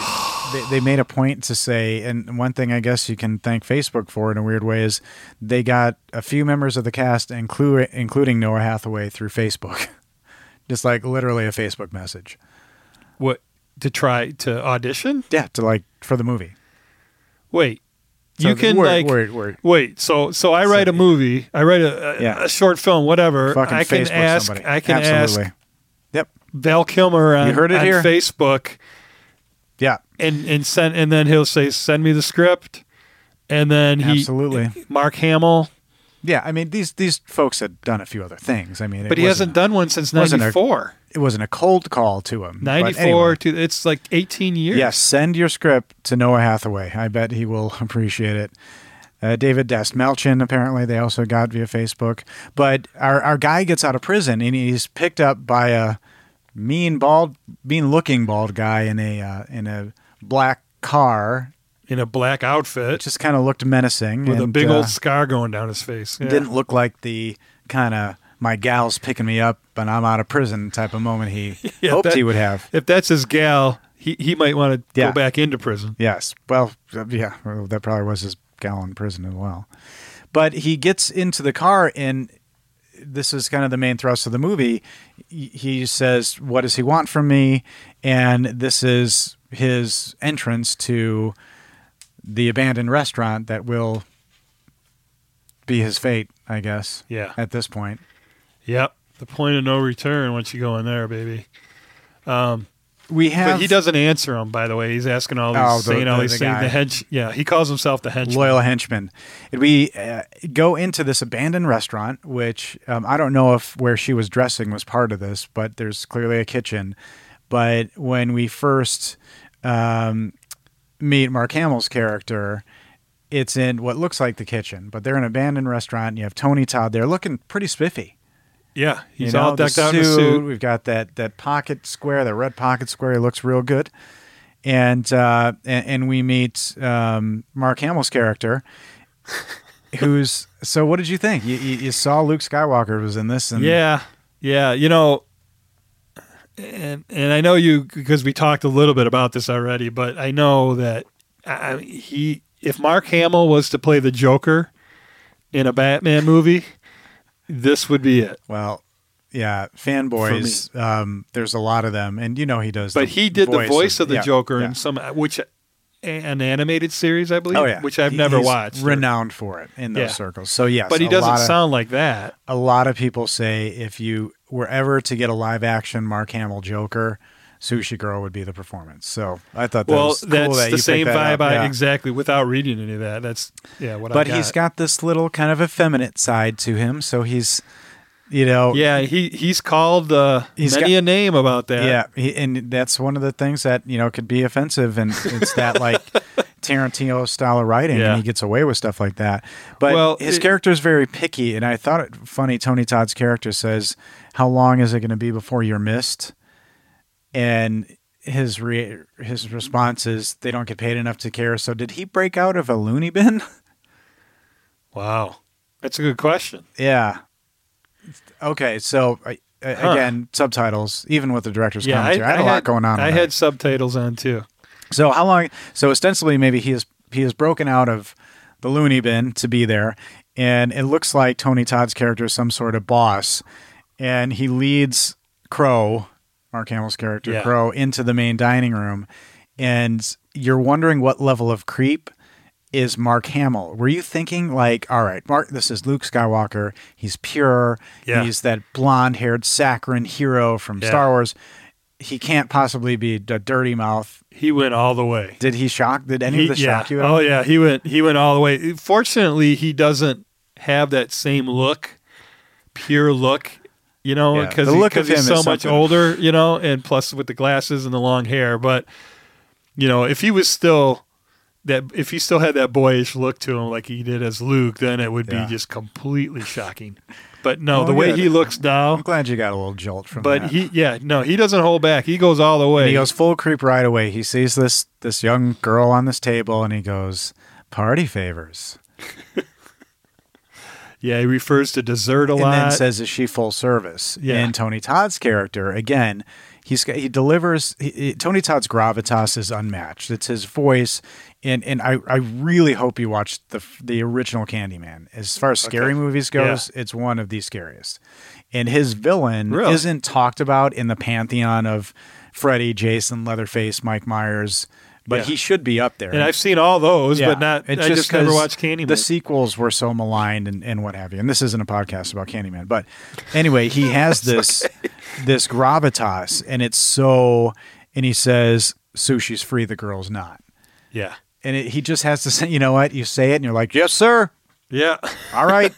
[SPEAKER 2] they, they made a point to say, and one thing I guess you can thank Facebook for in a weird way is they got a few members of the cast, inclu- including Noah Hathaway, through Facebook, [laughs] just like literally a Facebook message.
[SPEAKER 1] What to try to audition?
[SPEAKER 2] Yeah, to like for the movie.
[SPEAKER 1] Wait.
[SPEAKER 2] So
[SPEAKER 1] you
[SPEAKER 2] the-
[SPEAKER 1] can
[SPEAKER 2] word,
[SPEAKER 1] like
[SPEAKER 2] word, word.
[SPEAKER 1] Wait, so so I write a movie, I write a, a,
[SPEAKER 2] Yeah.
[SPEAKER 1] a short film, whatever.
[SPEAKER 2] Fucking
[SPEAKER 1] I can
[SPEAKER 2] Facebook
[SPEAKER 1] ask,
[SPEAKER 2] somebody.
[SPEAKER 1] I can
[SPEAKER 2] Absolutely.
[SPEAKER 1] ask
[SPEAKER 2] Yep.
[SPEAKER 1] Val Kilmer on,
[SPEAKER 2] You heard it
[SPEAKER 1] on
[SPEAKER 2] here.
[SPEAKER 1] Facebook,
[SPEAKER 2] Yeah.
[SPEAKER 1] and and send and then he'll say, "Send me the script," and then he
[SPEAKER 2] Absolutely.
[SPEAKER 1] Mark Hamill,
[SPEAKER 2] Yeah. I mean, these these folks had done a few other things. I mean, it
[SPEAKER 1] but he
[SPEAKER 2] wasn't
[SPEAKER 1] hasn't done one since
[SPEAKER 2] wasn't a-
[SPEAKER 1] '94.
[SPEAKER 2] It wasn't a cold call to him. But
[SPEAKER 1] '94
[SPEAKER 2] anyway.
[SPEAKER 1] to it's like 18 years.
[SPEAKER 2] Yes, send your script to Noah Hathaway. I bet he will appreciate it. Uh, David Dastmalchian, apparently, they also got via Facebook. But our, our guy gets out of prison and he's picked up by a mean bald, mean looking bald guy in a uh, in a black car.
[SPEAKER 1] in a black
[SPEAKER 2] It
[SPEAKER 1] outfit
[SPEAKER 2] just kind of looked menacing
[SPEAKER 1] with a
[SPEAKER 2] and,
[SPEAKER 1] big
[SPEAKER 2] uh,
[SPEAKER 1] old scar going down his face. Yeah.
[SPEAKER 2] Didn't look like the kind of my gal's picking me up and I'm out of prison type of moment he
[SPEAKER 1] [laughs] Yeah,
[SPEAKER 2] hoped
[SPEAKER 1] that-
[SPEAKER 2] he would have.
[SPEAKER 1] if that's his gal, he he might want to
[SPEAKER 2] Yeah.
[SPEAKER 1] go back into prison.
[SPEAKER 2] Yes. Well, yeah, well, that probably was his gal in prison as well. But he gets into the car, and this is kind of the main thrust of the movie. He- He says, What does he want from me? And this is his entrance to the abandoned restaurant that will be his fate, I guess,
[SPEAKER 1] Yeah.
[SPEAKER 2] at this point.
[SPEAKER 1] Yep. The point of no return once you go in there, baby.
[SPEAKER 2] We have
[SPEAKER 1] But he doesn't answer him. By the way, he's asking all these,
[SPEAKER 2] Oh, the-
[SPEAKER 1] saying all
[SPEAKER 2] the-
[SPEAKER 1] these
[SPEAKER 2] the
[SPEAKER 1] things.
[SPEAKER 2] guy.
[SPEAKER 1] The hench, yeah, he calls himself the henchman.
[SPEAKER 2] loyal henchman. We uh, go into this abandoned restaurant, which um, I don't know if where she was dressing was part of this, but there's clearly a kitchen. But when we first um, meet Mark Hamill's character, it's in what looks like the kitchen, but they're in an abandoned restaurant. And you have Tony Todd there looking pretty spiffy.
[SPEAKER 1] Yeah,
[SPEAKER 2] You
[SPEAKER 1] he's
[SPEAKER 2] know,
[SPEAKER 1] all
[SPEAKER 2] the
[SPEAKER 1] decked out in a suit.
[SPEAKER 2] We've got that that pocket square, that red pocket square. He looks real good. And uh, and, and we meet um, Mark
[SPEAKER 1] [laughs]
[SPEAKER 2] Hamill's character, who's so. What did you think? You, you, you saw Luke Skywalker was in this, and
[SPEAKER 1] Yeah, yeah. You know, and and I know you because we talked a little bit about this already, but I know that I, I- he, if Mark Hamill was to play the Joker in a Batman movie, this would be it.
[SPEAKER 2] well, yeah, fanboys. Um, there's a lot of them, and you know he does.
[SPEAKER 1] But
[SPEAKER 2] the
[SPEAKER 1] he did the voice of the
[SPEAKER 2] yeah,
[SPEAKER 1] Joker
[SPEAKER 2] yeah.
[SPEAKER 1] in some uh, which an animated series, I believe.
[SPEAKER 2] Oh yeah,
[SPEAKER 1] which I've
[SPEAKER 2] He-
[SPEAKER 1] never
[SPEAKER 2] he's
[SPEAKER 1] watched.
[SPEAKER 2] Renowned for it in those
[SPEAKER 1] Yeah.
[SPEAKER 2] circles. So yes,
[SPEAKER 1] but he
[SPEAKER 2] a
[SPEAKER 1] doesn't
[SPEAKER 2] lot of-
[SPEAKER 1] sound like that.
[SPEAKER 2] a lot of people say if you were ever to get a live action Mark Hamill Joker, Sushi Girl would be the performance. So I thought that
[SPEAKER 1] well,
[SPEAKER 2] was cool
[SPEAKER 1] that's
[SPEAKER 2] that you
[SPEAKER 1] the
[SPEAKER 2] picked
[SPEAKER 1] same
[SPEAKER 2] that
[SPEAKER 1] vibe
[SPEAKER 2] up.
[SPEAKER 1] I
[SPEAKER 2] Yeah.
[SPEAKER 1] exactly without reading any of that. That's yeah, what I
[SPEAKER 2] But he's got this little kind of effeminate side to him, so he's you know
[SPEAKER 1] Yeah, he he's called uh,
[SPEAKER 2] He's
[SPEAKER 1] many
[SPEAKER 2] got-
[SPEAKER 1] a name about that.
[SPEAKER 2] yeah he, and that's one of the things that you know could be offensive and
[SPEAKER 1] [laughs]
[SPEAKER 2] it's that like Tarantino style of writing
[SPEAKER 1] Yeah.
[SPEAKER 2] and he gets away with stuff like that but
[SPEAKER 1] Well,
[SPEAKER 2] his
[SPEAKER 1] it-
[SPEAKER 2] character is very picky and I thought it funny Tony Todd's character says how long is it going to be before you're missed and his re- his response is they don't get paid enough to care so did he break out of a loony bin [laughs]
[SPEAKER 1] Wow, that's a good question.
[SPEAKER 2] yeah okay so I, I-
[SPEAKER 1] Huh.
[SPEAKER 2] Again, subtitles, even with the director's
[SPEAKER 1] yeah,
[SPEAKER 2] commentary. I, had a lot going on.
[SPEAKER 1] I
[SPEAKER 2] in
[SPEAKER 1] had subtitles on too.
[SPEAKER 2] So how long? So ostensibly, maybe he is he has broken out of the loony bin to be there, and it looks like Tony Todd's character is some sort of boss, and he leads Crow, Mark Hamill's character
[SPEAKER 1] Yeah.
[SPEAKER 2] Crow, into the main dining room, and you're wondering what level of creep is Mark Hamill. Were you thinking like, all right, Mark, this is Luke Skywalker. He's pure.
[SPEAKER 1] Yeah.
[SPEAKER 2] He's that blonde-haired saccharine hero from
[SPEAKER 1] Yeah.
[SPEAKER 2] Star Wars. He can't possibly be a dirty mouth
[SPEAKER 1] He went all the way.
[SPEAKER 2] did he shock? Did any
[SPEAKER 1] He-
[SPEAKER 2] of this
[SPEAKER 1] yeah.
[SPEAKER 2] shock you at all?
[SPEAKER 1] Oh yeah, he went he went all the way. Fortunately, he doesn't have that same look, pure look. You know,
[SPEAKER 2] Yeah,
[SPEAKER 1] because
[SPEAKER 2] the look of
[SPEAKER 1] he's
[SPEAKER 2] him
[SPEAKER 1] so
[SPEAKER 2] is
[SPEAKER 1] much
[SPEAKER 2] something.
[SPEAKER 1] older. You know, and plus with the glasses and the long hair. But you know, if he was still that, if he still had that boyish look to him like he did as Luke, then it would
[SPEAKER 2] Yeah.
[SPEAKER 1] be just completely shocking. But no,
[SPEAKER 2] Oh,
[SPEAKER 1] the way
[SPEAKER 2] good.
[SPEAKER 1] he looks now,
[SPEAKER 2] I'm glad you got a little jolt from
[SPEAKER 1] but
[SPEAKER 2] that.
[SPEAKER 1] he, yeah, no, he doesn't hold back. He goes all the way.
[SPEAKER 2] he goes full creep right away. He sees this this young girl on this table, and he goes, "Party favors,"
[SPEAKER 1] yeah, he refers to dessert a
[SPEAKER 2] and then
[SPEAKER 1] lot.
[SPEAKER 2] says, "Is she full service?"
[SPEAKER 1] Yeah.
[SPEAKER 2] And Tony Todd's character again. He's got- he delivers. He, he- Tony Todd's gravitas is unmatched. It's his voice, and and I, I really hope you watched the f- the original Candyman. As far as scary movies goes, it's one of the scariest. And his villain
[SPEAKER 1] Really?
[SPEAKER 2] isn't talked about in the pantheon of Freddy, Jason, Leatherface, Mike Myers, but
[SPEAKER 1] Yeah.
[SPEAKER 2] he should be up there.
[SPEAKER 1] and I've seen all those,
[SPEAKER 2] Yeah.
[SPEAKER 1] but not.
[SPEAKER 2] It's
[SPEAKER 1] I just never
[SPEAKER 2] 'cause
[SPEAKER 1] watched Candyman.
[SPEAKER 2] The sequels were so maligned and, and what have you. And this isn't a podcast about Candyman, but anyway,
[SPEAKER 1] [laughs]
[SPEAKER 2] he has this this gravitas, and it's so. And he says, "Sushi's free, the girl's not."
[SPEAKER 1] yeah,
[SPEAKER 2] And it, he just has to say, you know what? You say it, and you're like, "Yes, sir.
[SPEAKER 1] yeah. [laughs]
[SPEAKER 2] All right."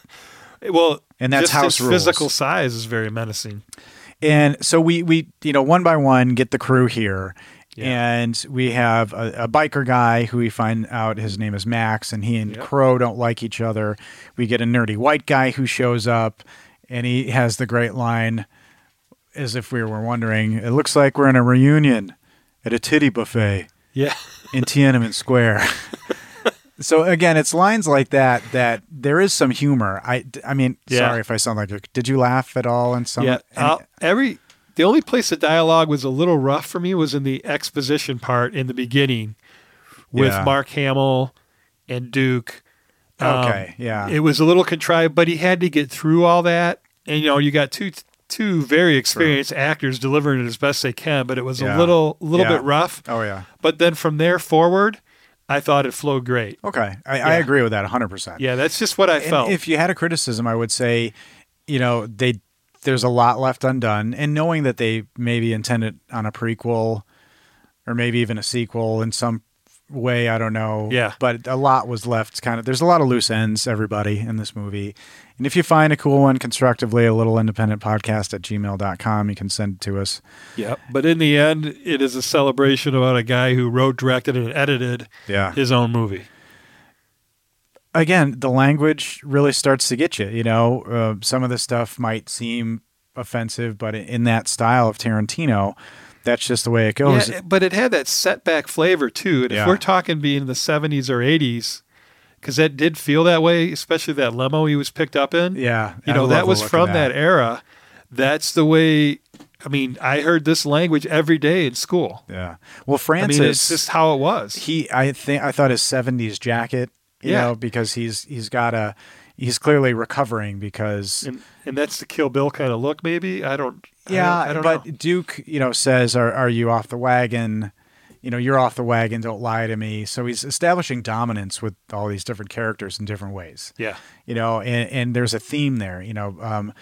[SPEAKER 1] Well,
[SPEAKER 2] And that's
[SPEAKER 1] just
[SPEAKER 2] house
[SPEAKER 1] his
[SPEAKER 2] rules.
[SPEAKER 1] physical size is very menacing.
[SPEAKER 2] And so we we you know one by one get the crew here,
[SPEAKER 1] Yeah.
[SPEAKER 2] and we have a, a biker guy who we find out his name is Max, and he and
[SPEAKER 1] Yep.
[SPEAKER 2] Crow don't like each other. We get a nerdy white guy who shows up, and he has the great line, as if we were wondering. It looks like we're in a reunion at a titty buffet
[SPEAKER 1] Yeah,
[SPEAKER 2] in Tiananmen Square. [laughs] so again, it's lines like that that there is some humor. I, I mean,
[SPEAKER 1] Yeah.
[SPEAKER 2] sorry if I sound like a- did you laugh at all? Um, And some
[SPEAKER 1] yeah. Uh,
[SPEAKER 2] any-
[SPEAKER 1] I'll- every the only place the dialogue was a little rough for me was in the exposition part in the beginning with
[SPEAKER 2] Yeah.
[SPEAKER 1] Mark Hamill and Duke. Um,
[SPEAKER 2] Okay, yeah.
[SPEAKER 1] it was a little contrived, but he had to get through all that. And you know, you got two two very experienced actors delivering it as best they can, but it was a
[SPEAKER 2] Yeah.
[SPEAKER 1] little little
[SPEAKER 2] Yeah.
[SPEAKER 1] bit rough.
[SPEAKER 2] oh yeah.
[SPEAKER 1] But then from there forward, I thought it flowed great.
[SPEAKER 2] Okay. I, I
[SPEAKER 1] Yeah.
[SPEAKER 2] agree with that 100%.
[SPEAKER 1] Yeah, that's just what I
[SPEAKER 2] And
[SPEAKER 1] felt.
[SPEAKER 2] if you had a criticism, I would say, you know, they there's a lot left undone and knowing that they maybe intended on a prequel or maybe even a sequel in some way, I don't know.
[SPEAKER 1] Yeah.
[SPEAKER 2] But a lot was left kind of there's a lot of loose ends everybody in this movie. And if you find a cool one constructively, a little independent podcast at gmail.com, you can send it to us.
[SPEAKER 1] Yep. But in the end, it is a celebration about a guy who wrote, directed, and edited
[SPEAKER 2] Yeah.
[SPEAKER 1] his own movie.
[SPEAKER 2] again, the language really starts to get you. You know, uh, some of the stuff might seem offensive, but in that style of Tarantino, that's just the way it goes.
[SPEAKER 1] Yeah, but it had that setback flavor too. And
[SPEAKER 2] Yeah.
[SPEAKER 1] if we're talking being in the 70s or 80s, because that did feel that way, especially that limo he was picked up in.
[SPEAKER 2] Yeah,
[SPEAKER 1] You
[SPEAKER 2] I
[SPEAKER 1] know,
[SPEAKER 2] love
[SPEAKER 1] that
[SPEAKER 2] the
[SPEAKER 1] was
[SPEAKER 2] look of
[SPEAKER 1] from that. era. That's the way, I mean, I heard this language every day in school.
[SPEAKER 2] Yeah. Well,
[SPEAKER 1] I
[SPEAKER 2] Francis,
[SPEAKER 1] mean, it's just how it was.
[SPEAKER 2] he, I think, I thought his '70s jacket. You
[SPEAKER 1] Yeah.
[SPEAKER 2] know, because he's he's got a he's clearly recovering because
[SPEAKER 1] And, and that's the Kill Bill kind of look, maybe. I don't. I
[SPEAKER 2] Yeah,
[SPEAKER 1] don't- I don't,
[SPEAKER 2] but
[SPEAKER 1] know.
[SPEAKER 2] Duke, you know, says, "Are are you off the wagon? You know, you're off the wagon. Don't lie to me." So he's establishing dominance with all these different characters in different ways.
[SPEAKER 1] Yeah.
[SPEAKER 2] You know, and and there's a theme there. You know, um,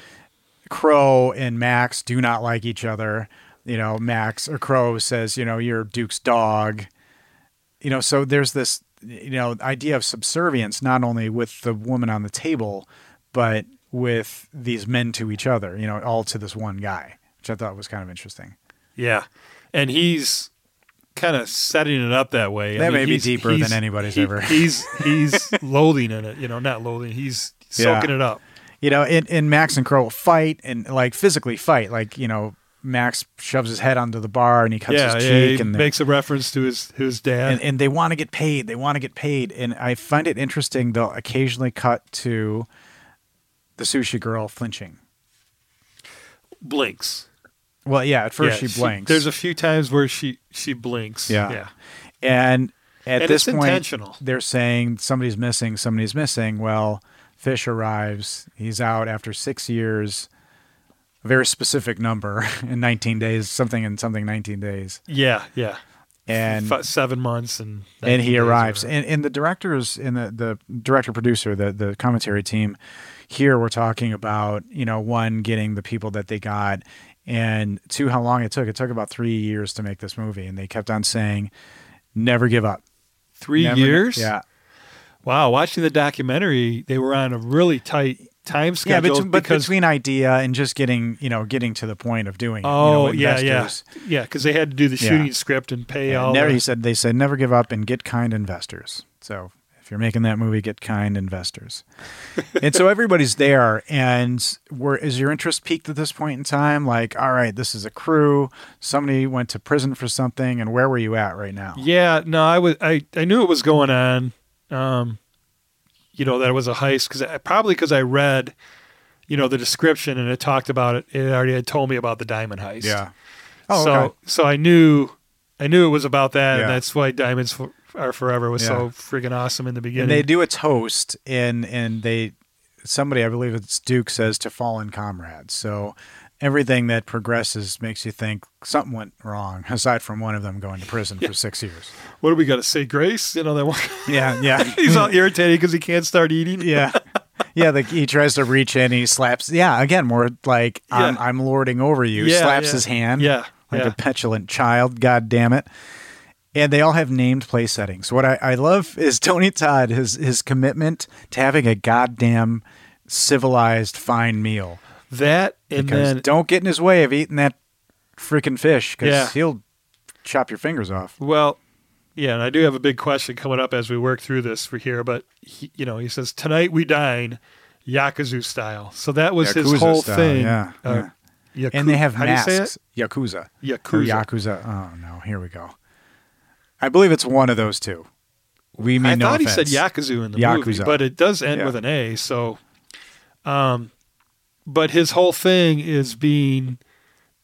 [SPEAKER 2] Crow and Max do not like each other. You know, Max or Crow says, "You know, you're Duke's dog." You know, so there's this you know idea of subservience not only with the woman on the table, but with these men to each other. You know, all to this one guy, which I thought was kind of interesting.
[SPEAKER 1] Yeah, and he's kind of setting it up that way. I
[SPEAKER 2] That
[SPEAKER 1] mean,
[SPEAKER 2] may be
[SPEAKER 1] he's-
[SPEAKER 2] deeper than
[SPEAKER 1] he's-
[SPEAKER 2] anybody's
[SPEAKER 1] he- [laughs]
[SPEAKER 2] ever-
[SPEAKER 1] He's
[SPEAKER 2] [laughs]
[SPEAKER 1] he's loathing in it, you know, not loathing. He's
[SPEAKER 2] Yeah.
[SPEAKER 1] soaking it up.
[SPEAKER 2] You know, and, and Max and Crow will fight and like physically fight. Like you know, Max shoves his head onto the bar and he cuts
[SPEAKER 1] yeah,
[SPEAKER 2] his
[SPEAKER 1] yeah.
[SPEAKER 2] cheek
[SPEAKER 1] He
[SPEAKER 2] and the-
[SPEAKER 1] makes a reference to his his dad.
[SPEAKER 2] and, and they want to get paid. They want to get paid, and I find it interesting. They'll occasionally cut to the sushi girl flinching.
[SPEAKER 1] blinks
[SPEAKER 2] Well, yeah, at first
[SPEAKER 1] Yeah,
[SPEAKER 2] she blinks.
[SPEAKER 1] there's a few times where she she blinks.
[SPEAKER 2] Yeah.
[SPEAKER 1] yeah,
[SPEAKER 2] and at
[SPEAKER 1] And
[SPEAKER 2] this
[SPEAKER 1] it's
[SPEAKER 2] point,
[SPEAKER 1] intentional.
[SPEAKER 2] they're saying somebody's missing. Somebody's missing. Well, Fish arrives. He's out after six years. A very specific number [laughs] in 19 days, something in something 19 days,
[SPEAKER 1] yeah, yeah.
[SPEAKER 2] and
[SPEAKER 1] Fi- seven months and
[SPEAKER 2] and
[SPEAKER 1] 19
[SPEAKER 2] he
[SPEAKER 1] days or
[SPEAKER 2] arrives
[SPEAKER 1] whatever.
[SPEAKER 2] and, and the directors and the, the director producer the, the commentary team here we're talking about you know one getting the people that they got and two how long it took it took about three years to make this movie and they kept on saying never give up
[SPEAKER 1] three
[SPEAKER 2] Never-
[SPEAKER 1] years.
[SPEAKER 2] yeah
[SPEAKER 1] Wow, watching the documentary, they were on a really tight time
[SPEAKER 2] Yeah,
[SPEAKER 1] schedules
[SPEAKER 2] but, but
[SPEAKER 1] because
[SPEAKER 2] between idea and just getting, you know, getting to the point of doing it. you know,
[SPEAKER 1] oh yeah yeah
[SPEAKER 2] investors-
[SPEAKER 1] yeah because they had to do the
[SPEAKER 2] Yeah.
[SPEAKER 1] shooting script and pay all.
[SPEAKER 2] Never,
[SPEAKER 1] the-
[SPEAKER 2] he said they said never give up and get kind investors. So if you're making that movie, get kind investors. and so everybody's there, and where is your interest peaked at this point in time? Like, all right, this is a crew. Somebody went to prison for something, and where were you at right now?
[SPEAKER 1] Yeah, no, I was I, I knew it was going on. Um, you know that it was a heist because I, probably because I read, you know, the description and it talked about it. It already had told me about the diamond heist.
[SPEAKER 2] Yeah. Oh,
[SPEAKER 1] so
[SPEAKER 2] okay.
[SPEAKER 1] so I knew I knew it was about that,
[SPEAKER 2] Yeah.
[SPEAKER 1] and that's why Diamonds for, Are Forever was so
[SPEAKER 2] Yeah.
[SPEAKER 1] freaking awesome in the
[SPEAKER 2] And they
[SPEAKER 1] beginning.
[SPEAKER 2] do a toast, and and they somebody I believe it's Duke says to fallen comrades. So everything that progresses makes you think something went wrong, aside from one of them going to prison for six years.
[SPEAKER 1] what do we got to say, Grace? You know that one. [laughs]
[SPEAKER 2] Yeah, yeah.
[SPEAKER 1] He's all irritated because he can't start eating.
[SPEAKER 2] [laughs] Yeah. Yeah, like he tries to reach in, he slaps. Yeah, again, more like I'm,
[SPEAKER 1] Yeah.
[SPEAKER 2] I'm lording over you.
[SPEAKER 1] Yeah,
[SPEAKER 2] slaps
[SPEAKER 1] yeah.
[SPEAKER 2] his hand.
[SPEAKER 1] Yeah,
[SPEAKER 2] like
[SPEAKER 1] yeah.
[SPEAKER 2] a petulant child. God damn it! And they all have named play settings. What I, I love is Tony Todd his his commitment to having a goddamn civilized fine meal.
[SPEAKER 1] That and
[SPEAKER 2] Because
[SPEAKER 1] then
[SPEAKER 2] don't get in his way of eating that freaking fish because
[SPEAKER 1] Yeah.
[SPEAKER 2] he'll chop your fingers off.
[SPEAKER 1] Well, yeah, and I do have a big question coming up as we work through this for here, but he, you know, he says tonight we dine yakuza style. So that was
[SPEAKER 2] Yakuza
[SPEAKER 1] his whole
[SPEAKER 2] style,
[SPEAKER 1] thing.
[SPEAKER 2] yeah,
[SPEAKER 1] Uh, Yaku-
[SPEAKER 2] And they have
[SPEAKER 1] how
[SPEAKER 2] masks.
[SPEAKER 1] do you say it?
[SPEAKER 2] Yakuza. Or
[SPEAKER 1] Yakuza.
[SPEAKER 2] Yakuza. Oh no, here we go. I believe it's one of those two. We mean
[SPEAKER 1] I
[SPEAKER 2] no
[SPEAKER 1] thought
[SPEAKER 2] offense.
[SPEAKER 1] he said yakuza in the movie,
[SPEAKER 2] Yakuza.
[SPEAKER 1] but it does end
[SPEAKER 2] Yeah.
[SPEAKER 1] with an A. So, um, but his whole thing is being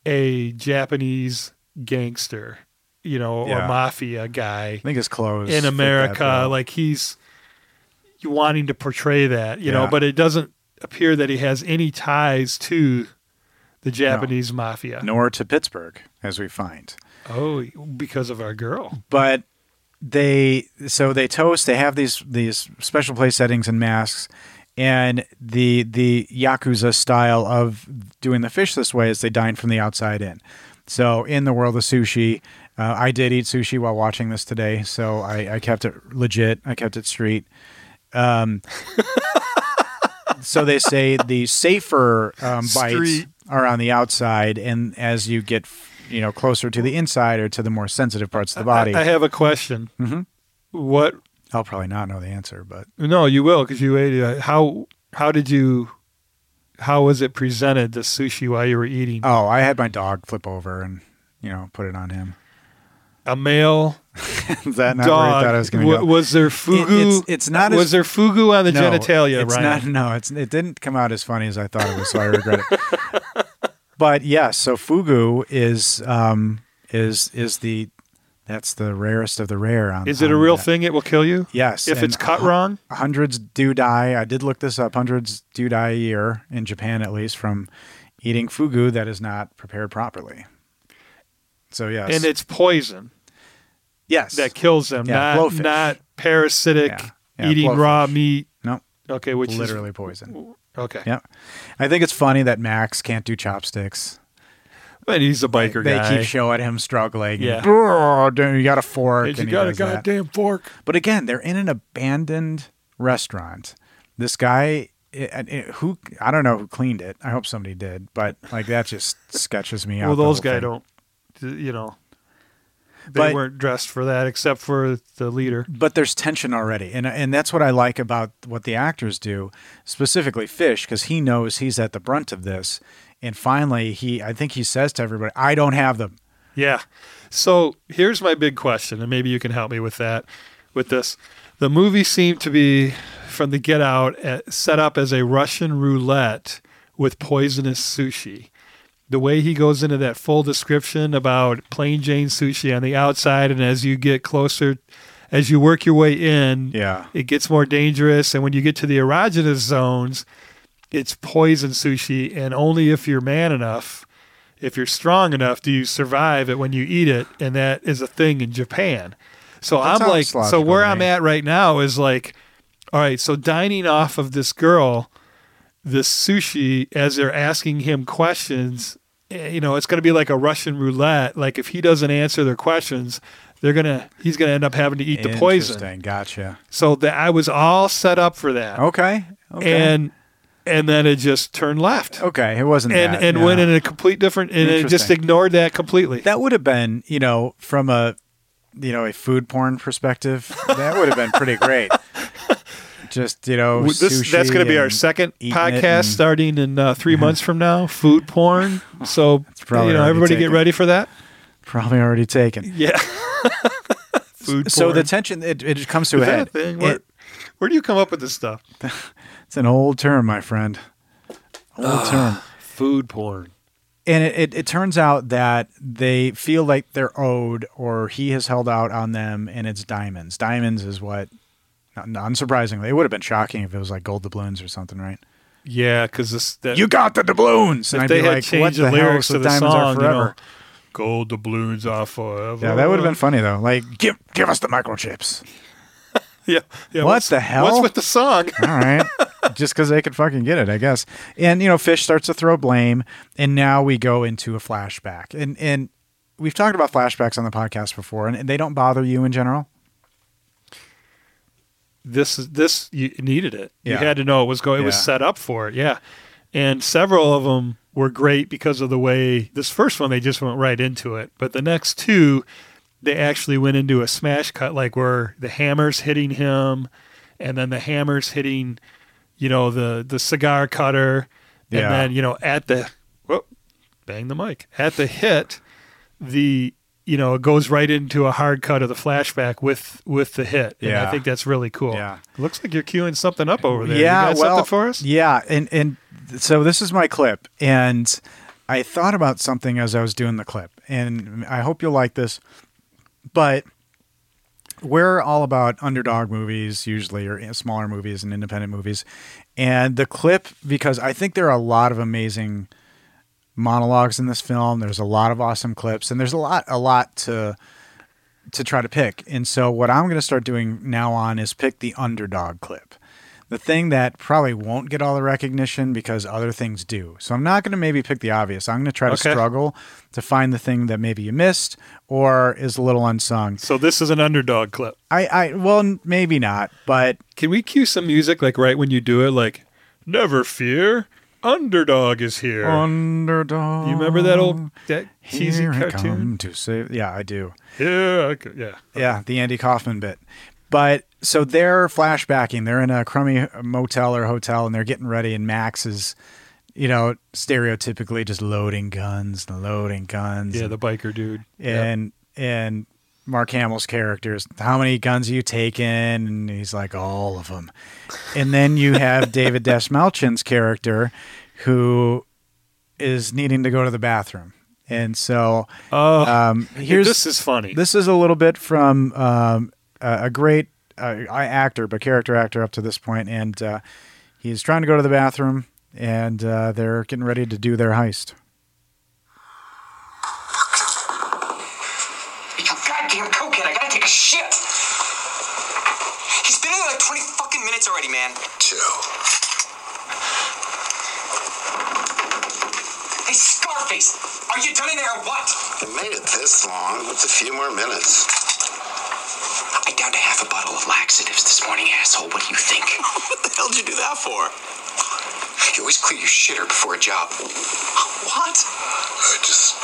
[SPEAKER 1] a Japanese gangster, you know,
[SPEAKER 2] Yeah.
[SPEAKER 1] or mafia guy.
[SPEAKER 2] I think his clothes fit
[SPEAKER 1] in
[SPEAKER 2] that
[SPEAKER 1] America.
[SPEAKER 2] bill.
[SPEAKER 1] Like he's wanting to portray that, you know,
[SPEAKER 2] Yeah.
[SPEAKER 1] but it doesn't appear that he has any ties to the Japanese mafia.
[SPEAKER 2] nor to Pittsburgh, as we find.
[SPEAKER 1] Oh, because of our girl.
[SPEAKER 2] But they so they toast. They have these these special place settings and masks, and the the yakuza style of doing the fish this way is they dine from the outside in. So in the world of sushi, uh, I did eat sushi while watching this today. So I, I kept it legit. I kept it street. Um, [laughs] so they say the safer um, bites
[SPEAKER 1] Street.
[SPEAKER 2] are on the outside, and as you get you know closer to the inside or to the more sensitive parts of the body,
[SPEAKER 1] I, I have a question.
[SPEAKER 2] Mhm.
[SPEAKER 1] What?
[SPEAKER 2] I'll probably not know the answer, but
[SPEAKER 1] No, you will because you ate it. How? How did you? How was it presented the sushi while you were eating?
[SPEAKER 2] oh, I had my dog flip over and you know put it on
[SPEAKER 1] [laughs]
[SPEAKER 2] him.
[SPEAKER 1] a male
[SPEAKER 2] Is that not where I
[SPEAKER 1] dog.
[SPEAKER 2] thought I was going to
[SPEAKER 1] wa-
[SPEAKER 2] go?
[SPEAKER 1] was there fugu?
[SPEAKER 2] it's- it's not
[SPEAKER 1] Was
[SPEAKER 2] as-
[SPEAKER 1] there fugu on the
[SPEAKER 2] No,
[SPEAKER 1] genitalia,
[SPEAKER 2] it's
[SPEAKER 1] Ryan?
[SPEAKER 2] not- no, it's it didn't come out as funny as I thought it was, so I regret it. [laughs] But yes, so fugu is um is is the that's the rarest of the rare. On
[SPEAKER 1] Is it a
[SPEAKER 2] on
[SPEAKER 1] real
[SPEAKER 2] that.
[SPEAKER 1] thing? It will kill you
[SPEAKER 2] Yes.
[SPEAKER 1] if
[SPEAKER 2] and
[SPEAKER 1] it's cut wrong.
[SPEAKER 2] hundreds do die. I did look this up. Hundreds do die a year in Japan, at least, from eating fugu that is not prepared properly. So yes,
[SPEAKER 1] and it's poison
[SPEAKER 2] yes,
[SPEAKER 1] that kills them,
[SPEAKER 2] Yeah,
[SPEAKER 1] not
[SPEAKER 2] blowfish.
[SPEAKER 1] not parasitic
[SPEAKER 2] Yeah, yeah,
[SPEAKER 1] eating
[SPEAKER 2] blowfish.
[SPEAKER 1] raw meat.
[SPEAKER 2] no,
[SPEAKER 1] Okay, which
[SPEAKER 2] literally poison.
[SPEAKER 1] Is, okay,
[SPEAKER 2] Yep. I think it's funny that Max can't do chopsticks.
[SPEAKER 1] but he's a biker
[SPEAKER 2] they
[SPEAKER 1] guy.
[SPEAKER 2] keep showing him struggling.
[SPEAKER 1] Yeah.
[SPEAKER 2] and, "Brr, dude, you got a fork.
[SPEAKER 1] Hey,
[SPEAKER 2] and
[SPEAKER 1] you
[SPEAKER 2] he
[SPEAKER 1] got a
[SPEAKER 2] does that.
[SPEAKER 1] goddamn fork.
[SPEAKER 2] But again, they're in an abandoned restaurant. This guy, it, it- who I don't know who cleaned it. I hope somebody did, but like that
[SPEAKER 1] [laughs]
[SPEAKER 2] just sketches me out.
[SPEAKER 1] well,
[SPEAKER 2] the
[SPEAKER 1] those
[SPEAKER 2] whole
[SPEAKER 1] guys
[SPEAKER 2] thing.
[SPEAKER 1] don't. You know, they
[SPEAKER 2] But-
[SPEAKER 1] weren't dressed for that except for the leader.
[SPEAKER 2] But there's tension already, and and that's what I like about what the actors do, specifically Fish, because he knows he's at the brunt of this, and finally he, I think he says to everybody, "I don't have them."
[SPEAKER 1] Yeah. So here's my big question, and maybe you can help me with that. With this, the movie seemed to be from the get out at, set up as a Russian roulette with poisonous sushi. The way he goes into that full description about plain Jane sushi on the outside, and as you get closer, as you work your way in,
[SPEAKER 2] Yeah.
[SPEAKER 1] it gets more dangerous. And when you get to the erogenous zones, it's poison sushi, and only if you're man enough, if you're strong enough, do you survive it when you eat it? And that is a thing in Japan. So
[SPEAKER 2] That
[SPEAKER 1] I'm like,
[SPEAKER 2] sounds
[SPEAKER 1] so where
[SPEAKER 2] logical to
[SPEAKER 1] I'm
[SPEAKER 2] me.
[SPEAKER 1] at right now is like, all right, so dining off of this girl, this sushi, as they're asking him questions, eh, you know, it's going to be like a Russian roulette. Like if he doesn't answer their questions, they're gonna, he's gonna end up having to eat the poison.
[SPEAKER 2] Interesting. Gotcha.
[SPEAKER 1] So that I was all set up for that.
[SPEAKER 2] Oh, Okay. okay.
[SPEAKER 1] And and then it just turned left
[SPEAKER 2] Okay, it wasn't
[SPEAKER 1] and
[SPEAKER 2] that,
[SPEAKER 1] and
[SPEAKER 2] yeah.
[SPEAKER 1] went in a complete different and it just
[SPEAKER 2] Interesting.
[SPEAKER 1] ignored that completely.
[SPEAKER 2] that would have been, you know, from a you know, a food porn perspective, that would have been pretty great.
[SPEAKER 1] [laughs]
[SPEAKER 2] Just, you know,
[SPEAKER 1] W- this, that's
[SPEAKER 2] sushi
[SPEAKER 1] going to be our
[SPEAKER 2] and-
[SPEAKER 1] second
[SPEAKER 2] eating it
[SPEAKER 1] podcast
[SPEAKER 2] and-
[SPEAKER 1] starting in uh, three months from now. Food porn.
[SPEAKER 2] [laughs]
[SPEAKER 1] So
[SPEAKER 2] probably
[SPEAKER 1] you know,
[SPEAKER 2] already
[SPEAKER 1] everybody get
[SPEAKER 2] taken.
[SPEAKER 1] ready for that.
[SPEAKER 2] Probably already taken. [laughs]
[SPEAKER 1] Yeah. Food porn.
[SPEAKER 2] So the tension it, it comes to
[SPEAKER 1] Is
[SPEAKER 2] a
[SPEAKER 1] that
[SPEAKER 2] head.
[SPEAKER 1] a thing? Where,
[SPEAKER 2] It-
[SPEAKER 1] where do you come up with this stuff?
[SPEAKER 2] it's an old term, my friend. Old term.
[SPEAKER 1] Food porn.
[SPEAKER 2] and it, it, it turns out that they feel like they're owed or he has held out on them and it's diamonds diamonds is what not, unsurprisingly it would have been shocking if it was like gold doubloons or something right
[SPEAKER 1] Yeah, because this that,
[SPEAKER 2] you got the doubloons and
[SPEAKER 1] if
[SPEAKER 2] i'd
[SPEAKER 1] they
[SPEAKER 2] be
[SPEAKER 1] had
[SPEAKER 2] like what
[SPEAKER 1] changed
[SPEAKER 2] the,
[SPEAKER 1] the,
[SPEAKER 2] hell
[SPEAKER 1] lyrics
[SPEAKER 2] so
[SPEAKER 1] to the
[SPEAKER 2] diamonds
[SPEAKER 1] song,
[SPEAKER 2] are
[SPEAKER 1] you know,
[SPEAKER 2] forever
[SPEAKER 1] gold doubloons are forever.
[SPEAKER 2] yeah that would have been funny though like give give us the microchips
[SPEAKER 1] Yeah, yeah.
[SPEAKER 2] What
[SPEAKER 1] what's-
[SPEAKER 2] the hell?
[SPEAKER 1] What's with the song?
[SPEAKER 2] all right just because they could fucking get it i guess and you know fish starts to throw blame and now we go into a flashback and and we've talked about flashbacks on the podcast before and they don't bother you in general
[SPEAKER 1] this is this you needed it.
[SPEAKER 2] Yeah.
[SPEAKER 1] You had to know it was going. It was
[SPEAKER 2] Yeah.
[SPEAKER 1] set up for it. Yeah, and several of them were great because of the way this first one they just went right into it. But the next two, they actually went into a smash cut, like where the hammers hitting him, and then the hammers hitting, you know, the the cigar cutter,
[SPEAKER 2] Yeah.
[SPEAKER 1] and then you know at the, whoop, bang the mic at the hit, the you know it goes right into a hard cut of the flashback with with the hit. And
[SPEAKER 2] Yeah.
[SPEAKER 1] I think that's really cool.
[SPEAKER 2] Yeah.
[SPEAKER 1] Looks like you're queuing something up over there.
[SPEAKER 2] Yeah,
[SPEAKER 1] you got
[SPEAKER 2] well,
[SPEAKER 1] something for us?
[SPEAKER 2] Yeah, and and th- so this is my clip, and I thought about something as I was doing the clip, and I hope you'll like this, but we're all about underdog movies usually or eh, smaller movies and independent movies and the clip because i think there are a lot of amazing monologues in this film there's a lot of awesome clips and there's a lot a lot to to try to pick and so what i'm going to start doing now on is pick the underdog clip the thing that probably won't get all the recognition because other things do so i'm not going to maybe pick the obvious i'm going to try to
[SPEAKER 1] Okay.
[SPEAKER 2] struggle to find the thing that maybe you missed or is a little unsung
[SPEAKER 1] So this is an underdog clip.
[SPEAKER 2] I, I, well, n- maybe not, but
[SPEAKER 1] Can we cue some music like right when you do it? Like, never fear, underdog is here.
[SPEAKER 2] underdog.
[SPEAKER 1] you remember that old that cheesy
[SPEAKER 2] Here I
[SPEAKER 1] cartoon?
[SPEAKER 2] come to save. Yeah, I do.
[SPEAKER 1] Yeah, I c- yeah.
[SPEAKER 2] Yeah, the Andy Kaufman bit. But so they're flashbacking. They're in a crummy motel or hotel, and they're getting ready. And Max is, you know, stereotypically just loading guns, loading guns.
[SPEAKER 1] Yeah,
[SPEAKER 2] and
[SPEAKER 1] the biker dude. Yeah.
[SPEAKER 2] and and Mark Hamill's characters. How many guns you taken? And he's like, all of them. And then
[SPEAKER 1] [laughs]
[SPEAKER 2] you have David Desmalchin's character, who is needing to go to the bathroom. And so
[SPEAKER 1] Oh,
[SPEAKER 2] um, here's
[SPEAKER 1] this is funny.
[SPEAKER 2] this is a little bit from um, a, a great uh, I- actor, but character actor up to this point, and uh, he's trying to go to the bathroom, and uh, they're getting ready to do their heist.
[SPEAKER 4] You goddamn cokehead, I gotta take a shit. He's been in there like 20 fucking minutes already, man. Chill. Hey, Scarface, are you done in there or what?
[SPEAKER 5] I made it this long. What's a few more minutes?
[SPEAKER 4] I downed a half a bottle of laxatives this morning, asshole. What do you think? [laughs] what the hell did you do that for? You always clear your shitter before a job. What?
[SPEAKER 5] I just.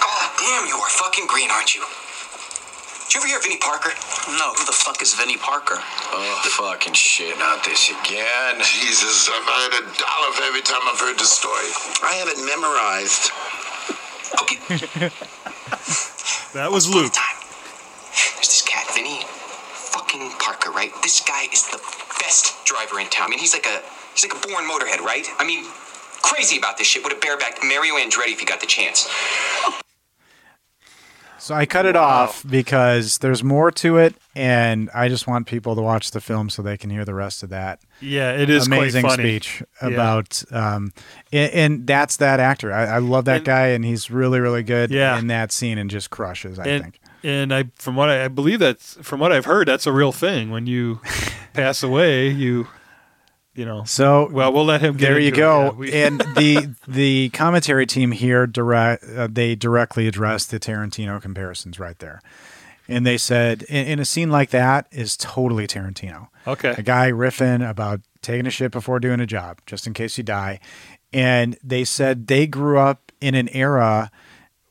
[SPEAKER 4] God damn, you are fucking green, aren't you? Did you ever hear of Vinnie Parker? No, who the fuck is Vinnie Parker?
[SPEAKER 6] Oh, fucking shit, not this again.
[SPEAKER 5] Jesus, I've had a dollar for every time I've heard the story. I have it memorized.
[SPEAKER 4] Okay,
[SPEAKER 1] that was Luke.
[SPEAKER 4] time. There's this cat, Vinny fucking Parker, right? This guy is the best driver in town. I mean, he's like a he's like a born motorhead, right? I mean, crazy about this shit. Would have barebacked Mario Andretti if he got the chance.
[SPEAKER 2] So I cut it off because there's more to it, and I just want people to watch the film so they can hear the rest of that
[SPEAKER 1] Yeah, it is
[SPEAKER 2] amazing
[SPEAKER 1] quite funny.
[SPEAKER 2] speech
[SPEAKER 1] Yeah.
[SPEAKER 2] about. Um, and, and that's that actor. I, I love that
[SPEAKER 1] And-
[SPEAKER 2] guy, and he's really, really good
[SPEAKER 1] Yeah.
[SPEAKER 2] in that scene, and just crushes. I
[SPEAKER 1] and,
[SPEAKER 2] think.
[SPEAKER 1] And I, from what I, I believe that's from what I've heard, that's a real thing. When
[SPEAKER 2] [laughs]
[SPEAKER 1] you pass away, you, you know.
[SPEAKER 2] So
[SPEAKER 1] Well, we'll let him. Get
[SPEAKER 2] there you
[SPEAKER 1] into it.
[SPEAKER 2] go.
[SPEAKER 1] Yeah, we- [laughs]
[SPEAKER 2] and the the commentary team here direct uh, they directly address the Tarantino comparisons right there. And they said, in, in a scene like that is totally Tarantino. A
[SPEAKER 1] Okay.
[SPEAKER 2] guy riffing about taking a shit before doing a job, just in case you die. And they said they grew up in an era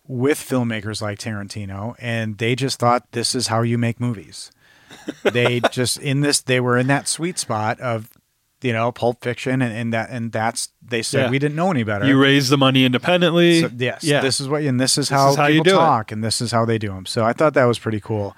[SPEAKER 2] with filmmakers like Tarantino, and they just thought this is how you
[SPEAKER 1] [laughs]
[SPEAKER 2] make movies. they just in this they were in that sweet spot of you know Pulp Fiction, and, and that and that's they said
[SPEAKER 1] Yeah.
[SPEAKER 2] we didn't know any better.
[SPEAKER 1] You raise the money independently.
[SPEAKER 2] So, yes.
[SPEAKER 1] Yeah.
[SPEAKER 2] This is what, and this is how,
[SPEAKER 1] is how you
[SPEAKER 2] people
[SPEAKER 1] do it.
[SPEAKER 2] talk, and this is how they do them. So I thought that was pretty cool.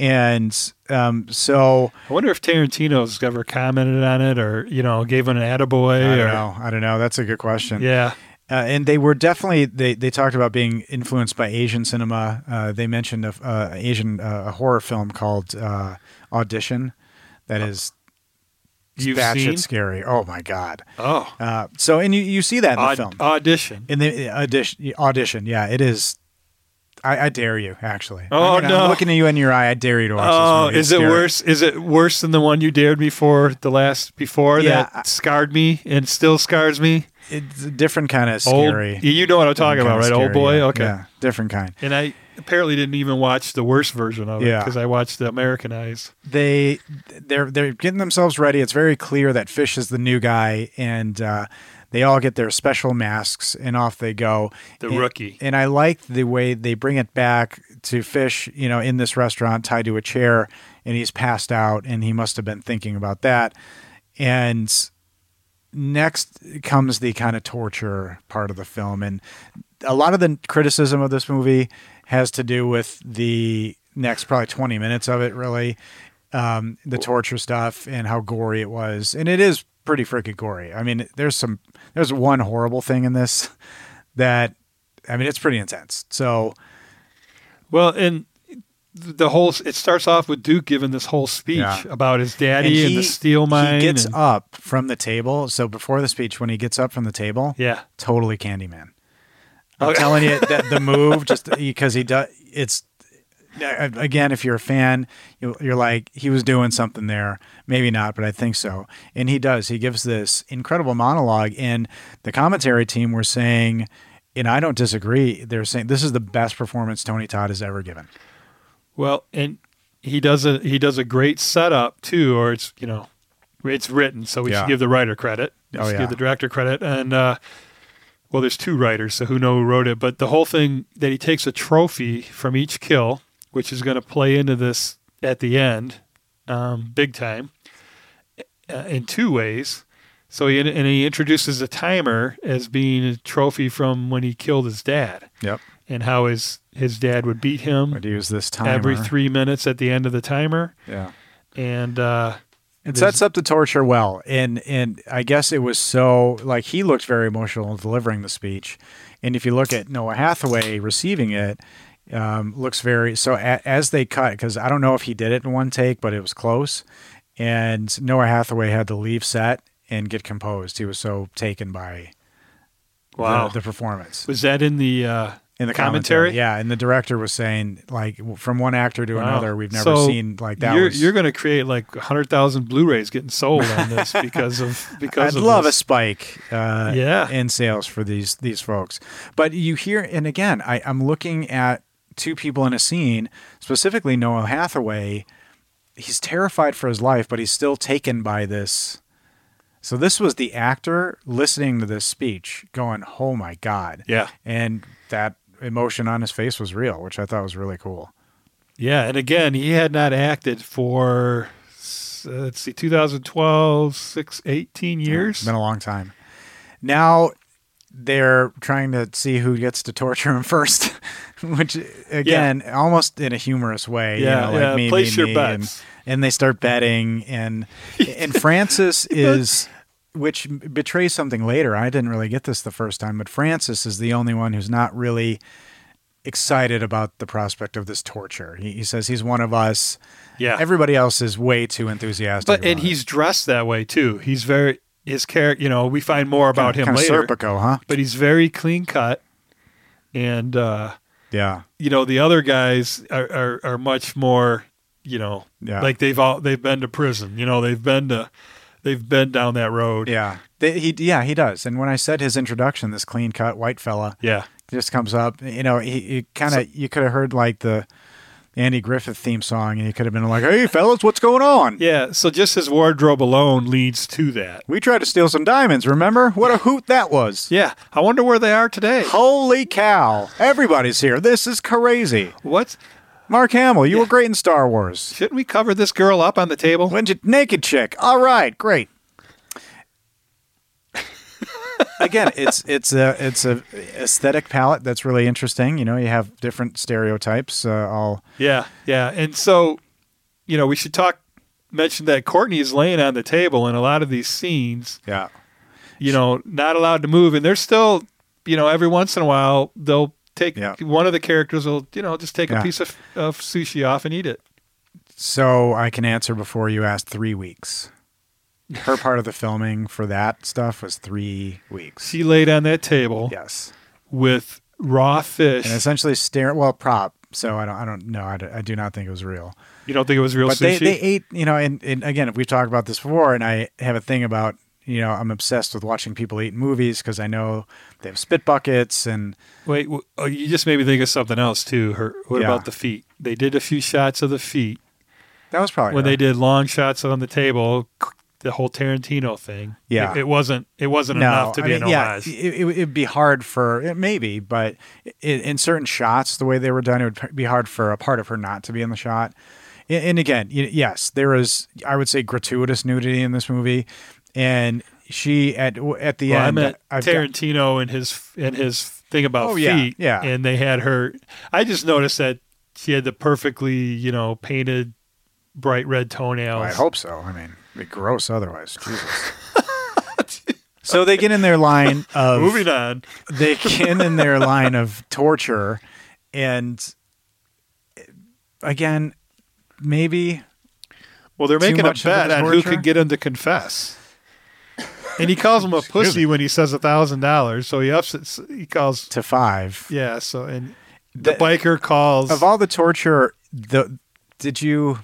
[SPEAKER 2] And um, so
[SPEAKER 1] I wonder if Tarantino's ever commented on it or, you know, gave it an attaboy
[SPEAKER 2] I
[SPEAKER 1] or.
[SPEAKER 2] don't know. I don't know. That's a good question.
[SPEAKER 1] Yeah.
[SPEAKER 2] Uh, and they were definitely they, they talked about being influenced by Asian cinema. Uh, they mentioned a f- uh, Asian uh, a horror film called uh, Audition that is
[SPEAKER 1] Uh, You've
[SPEAKER 2] that
[SPEAKER 1] seen?
[SPEAKER 2] shit's scary. Oh my god.
[SPEAKER 1] Oh.
[SPEAKER 2] Uh, so and you, you see that in the
[SPEAKER 1] Aud-
[SPEAKER 2] film.
[SPEAKER 1] Audition.
[SPEAKER 2] In the audition, audition, yeah, it is. I, I dare you, actually.
[SPEAKER 1] Oh,
[SPEAKER 2] I'm gonna-
[SPEAKER 1] no.
[SPEAKER 2] I'm looking at you in your eye. I dare you to watch
[SPEAKER 1] Oh,
[SPEAKER 2] this movie. It's
[SPEAKER 1] is it
[SPEAKER 2] scary.
[SPEAKER 1] worse? Is it worse than the one you dared me for the last before
[SPEAKER 2] Yeah, I-
[SPEAKER 1] that scarred me and still scars me?
[SPEAKER 2] It's a different kind of
[SPEAKER 1] Old-
[SPEAKER 2] scary.
[SPEAKER 1] you know what I'm talking
[SPEAKER 2] different
[SPEAKER 1] about, right?
[SPEAKER 2] kind of
[SPEAKER 1] Old
[SPEAKER 2] scary,
[SPEAKER 1] boy.
[SPEAKER 2] yeah.
[SPEAKER 1] Okay.
[SPEAKER 2] Yeah, different kind.
[SPEAKER 1] And I apparently didn't even watch the worst version of it
[SPEAKER 2] Yeah.
[SPEAKER 1] because I watched the Americanized.
[SPEAKER 2] They they're they're getting themselves ready. It's very clear that Fish is the new guy, and uh, they all get their special masks, and off they go.
[SPEAKER 1] The
[SPEAKER 2] And-
[SPEAKER 1] rookie.
[SPEAKER 2] And I like the way they bring it back to Fish, you know, in this restaurant tied to a chair and he's passed out and he must have been thinking about that. And next comes the kind of torture part of the film and a lot of the criticism of this movie has to do with the next probably 20 minutes of it really um, the torture stuff and how gory it was and it is pretty freaking gory i mean there's some there's one horrible thing in this [laughs] that i mean it's pretty intense so
[SPEAKER 1] Well, and the whole it starts off with Duke giving this whole speech
[SPEAKER 2] Yeah.
[SPEAKER 1] about his daddy and, the steel mine.
[SPEAKER 2] he gets
[SPEAKER 1] and-
[SPEAKER 2] up from the table so before the speech when he gets up from the table
[SPEAKER 1] Yeah.
[SPEAKER 2] totally Candyman. I'm telling you that the
[SPEAKER 1] [laughs]
[SPEAKER 2] move just because he does it's again if you're a fan you- you're like he was doing something there maybe not but I think so and he does he gives this incredible monologue and the commentary team were saying and I don't disagree they're saying this is the best performance Tony Todd has ever given
[SPEAKER 1] Well, and he does a he does a great setup too, or it's you know, it's written, so we
[SPEAKER 2] Yeah.
[SPEAKER 1] should give the writer credit. We
[SPEAKER 2] Oh,
[SPEAKER 1] should
[SPEAKER 2] yeah.
[SPEAKER 1] give the director credit, and uh, well, there's two writers, so who know who wrote it? But the whole thing that he takes a trophy from each kill, which is going to play into this at the end, um, big time, uh, in two ways. So he and he introduces a timer as being a trophy from when he killed his dad,
[SPEAKER 2] yep
[SPEAKER 1] and how his his dad would beat him
[SPEAKER 2] would use this time
[SPEAKER 1] every three minutes at the end of the timer.
[SPEAKER 2] yeah
[SPEAKER 1] And uh,
[SPEAKER 2] It sets up the torture well, and and I guess it was so like he looked very emotional delivering the speech, and if you look at Noah Hathaway receiving it, um, looks very so a, as they cut because I don't know if he did it in one take, but it was close, and Noah Hathaway had to leave set and get composed. He was so taken by the-
[SPEAKER 1] wow,
[SPEAKER 2] the, performance
[SPEAKER 1] was that in the uh,
[SPEAKER 2] in the commentary. Yeah, and the director was saying like from one actor to
[SPEAKER 1] Wow.
[SPEAKER 2] another, we've never
[SPEAKER 1] So
[SPEAKER 2] seen like that.
[SPEAKER 1] You're,
[SPEAKER 2] was-
[SPEAKER 1] you're going to create like hundred thousand Blu-rays getting sold on
[SPEAKER 2] [laughs]
[SPEAKER 1] this because of because
[SPEAKER 2] I'd
[SPEAKER 1] of
[SPEAKER 2] love a
[SPEAKER 1] this.
[SPEAKER 2] spike uh,
[SPEAKER 1] Yeah.
[SPEAKER 2] in sales for these these folks. But you hear, and again, I, I'm looking at two people in a scene, specifically Noah Hathaway. He's terrified for his life, but he's still taken by this. So this was the actor listening to this speech, going, "Oh my god!"
[SPEAKER 1] Yeah,
[SPEAKER 2] and that emotion on his face was real, which I thought was really cool.
[SPEAKER 1] yeah, and again, he had not acted for s- uh, let's see, 2012, six, 18
[SPEAKER 2] It's
[SPEAKER 1] years.
[SPEAKER 2] been a long time. Now they're trying to see who gets to torture him [laughs] first, which again, almost in a humorous way. you
[SPEAKER 1] Yeah,
[SPEAKER 2] know, like
[SPEAKER 1] yeah,
[SPEAKER 2] me,
[SPEAKER 1] place
[SPEAKER 2] me,
[SPEAKER 1] your
[SPEAKER 2] me,
[SPEAKER 1] bets.
[SPEAKER 2] And, and they start betting, and and
[SPEAKER 1] [laughs]
[SPEAKER 2] Francis is. Which betrays something later. I didn't really get this the first time, but Francis is the only one who's not really excited about the prospect of this torture. He, he says he's one of us.
[SPEAKER 1] yeah,
[SPEAKER 2] Everybody else is way too enthusiastic.
[SPEAKER 1] but and
[SPEAKER 2] about it.
[SPEAKER 1] he's dressed that way too. He's very his character. You know, we find more about him
[SPEAKER 2] Kinda
[SPEAKER 1] later,
[SPEAKER 2] Serpico, huh?
[SPEAKER 1] but he's very clean cut and. uh
[SPEAKER 2] Yeah.
[SPEAKER 1] you know the other guys are are, are much more you know
[SPEAKER 2] Yeah.
[SPEAKER 1] like they've all they've been to prison you know they've been to they've been down that road
[SPEAKER 2] Yeah. They, he yeah, he does. And when I said his introduction, this clean cut white fella
[SPEAKER 1] yeah
[SPEAKER 2] just comes up, you know, he, he kind of you could have heard like the Andy Griffith theme song, and he could have been like, "Hey fellas, what's going on?
[SPEAKER 1] Yeah, so just his wardrobe alone leads to that.
[SPEAKER 2] We tried to steal some diamonds. Remember what a hoot that was."
[SPEAKER 1] Yeah, I wonder where they are today.
[SPEAKER 2] Holy cow! Everybody's here. This is crazy.
[SPEAKER 1] What?
[SPEAKER 2] Mark Hamill, you were great in Star Wars.
[SPEAKER 1] Shouldn't we cover this girl up on the table?
[SPEAKER 2] When's it naked chick? All right, great. Again, it's it's a it's a aesthetic palette that's really interesting. You know, you have different stereotypes. Uh, all
[SPEAKER 1] Yeah, yeah. And so, you know, we should talk, mention that Courtney is laying on the table in a lot of these scenes,
[SPEAKER 2] yeah,
[SPEAKER 1] you know, not allowed to move. And they're still, you know, every once in a while, they'll take
[SPEAKER 2] Yeah.
[SPEAKER 1] one of the characters will, you know, just take
[SPEAKER 2] Yeah.
[SPEAKER 1] a piece of, of sushi off and eat it.
[SPEAKER 2] So I can answer before you ask three weeks. Her part of the filming for that stuff was three weeks.
[SPEAKER 1] She laid on that table
[SPEAKER 2] Yes.
[SPEAKER 1] with raw fish.
[SPEAKER 2] And essentially stare well prop. So I don't I don't know I, do- I do not think it was real.
[SPEAKER 1] you don't think it was real
[SPEAKER 2] But they,
[SPEAKER 1] sushi?
[SPEAKER 2] they ate you know and, and again we've talked about this before and I have a thing about you know I'm obsessed with watching people eat in movies because I know they have spit buckets and
[SPEAKER 1] Wait, w- oh, you just made me think of something else too. Her, what
[SPEAKER 2] Yeah.
[SPEAKER 1] about the feet? They did a few shots of the feet
[SPEAKER 2] that was probably
[SPEAKER 1] when
[SPEAKER 2] her.
[SPEAKER 1] they did long shots on the table. The whole Tarantino thing.
[SPEAKER 2] Yeah.
[SPEAKER 1] it, it wasn't. It wasn't enough to
[SPEAKER 2] I
[SPEAKER 1] be
[SPEAKER 2] mean,
[SPEAKER 1] an
[SPEAKER 2] yeah,
[SPEAKER 1] homage.
[SPEAKER 2] It, it, would be hard for it maybe, but in, in certain shots, the way they were done, it would be hard for a part of her not to be in the shot. And, and again, y- yes, there is, I would say, gratuitous nudity in this movie, and she at at the
[SPEAKER 1] Well, I
[SPEAKER 2] end.
[SPEAKER 1] meant
[SPEAKER 2] uh, I've got-
[SPEAKER 1] Tarantino and his and his thing about
[SPEAKER 2] Oh, yeah,
[SPEAKER 1] feet.
[SPEAKER 2] yeah.
[SPEAKER 1] and they had her. I just noticed that she had the perfectly you know painted bright red toenails.
[SPEAKER 2] I hope so. I mean, it'd be gross otherwise. Jesus.
[SPEAKER 1] [laughs]
[SPEAKER 2] so they get in their line of
[SPEAKER 1] Moving on.
[SPEAKER 2] they can in their line of torture and again maybe
[SPEAKER 1] Well, they're
[SPEAKER 2] Too
[SPEAKER 1] making a
[SPEAKER 2] much of the
[SPEAKER 1] bet on who
[SPEAKER 2] torture?
[SPEAKER 1] can get him to confess. And he calls him a pussy when he says a thousand dollars. So he ups it. He calls,
[SPEAKER 2] to five
[SPEAKER 1] yeah. So and the,
[SPEAKER 2] The-
[SPEAKER 1] biker calls.
[SPEAKER 2] of all the torture the did you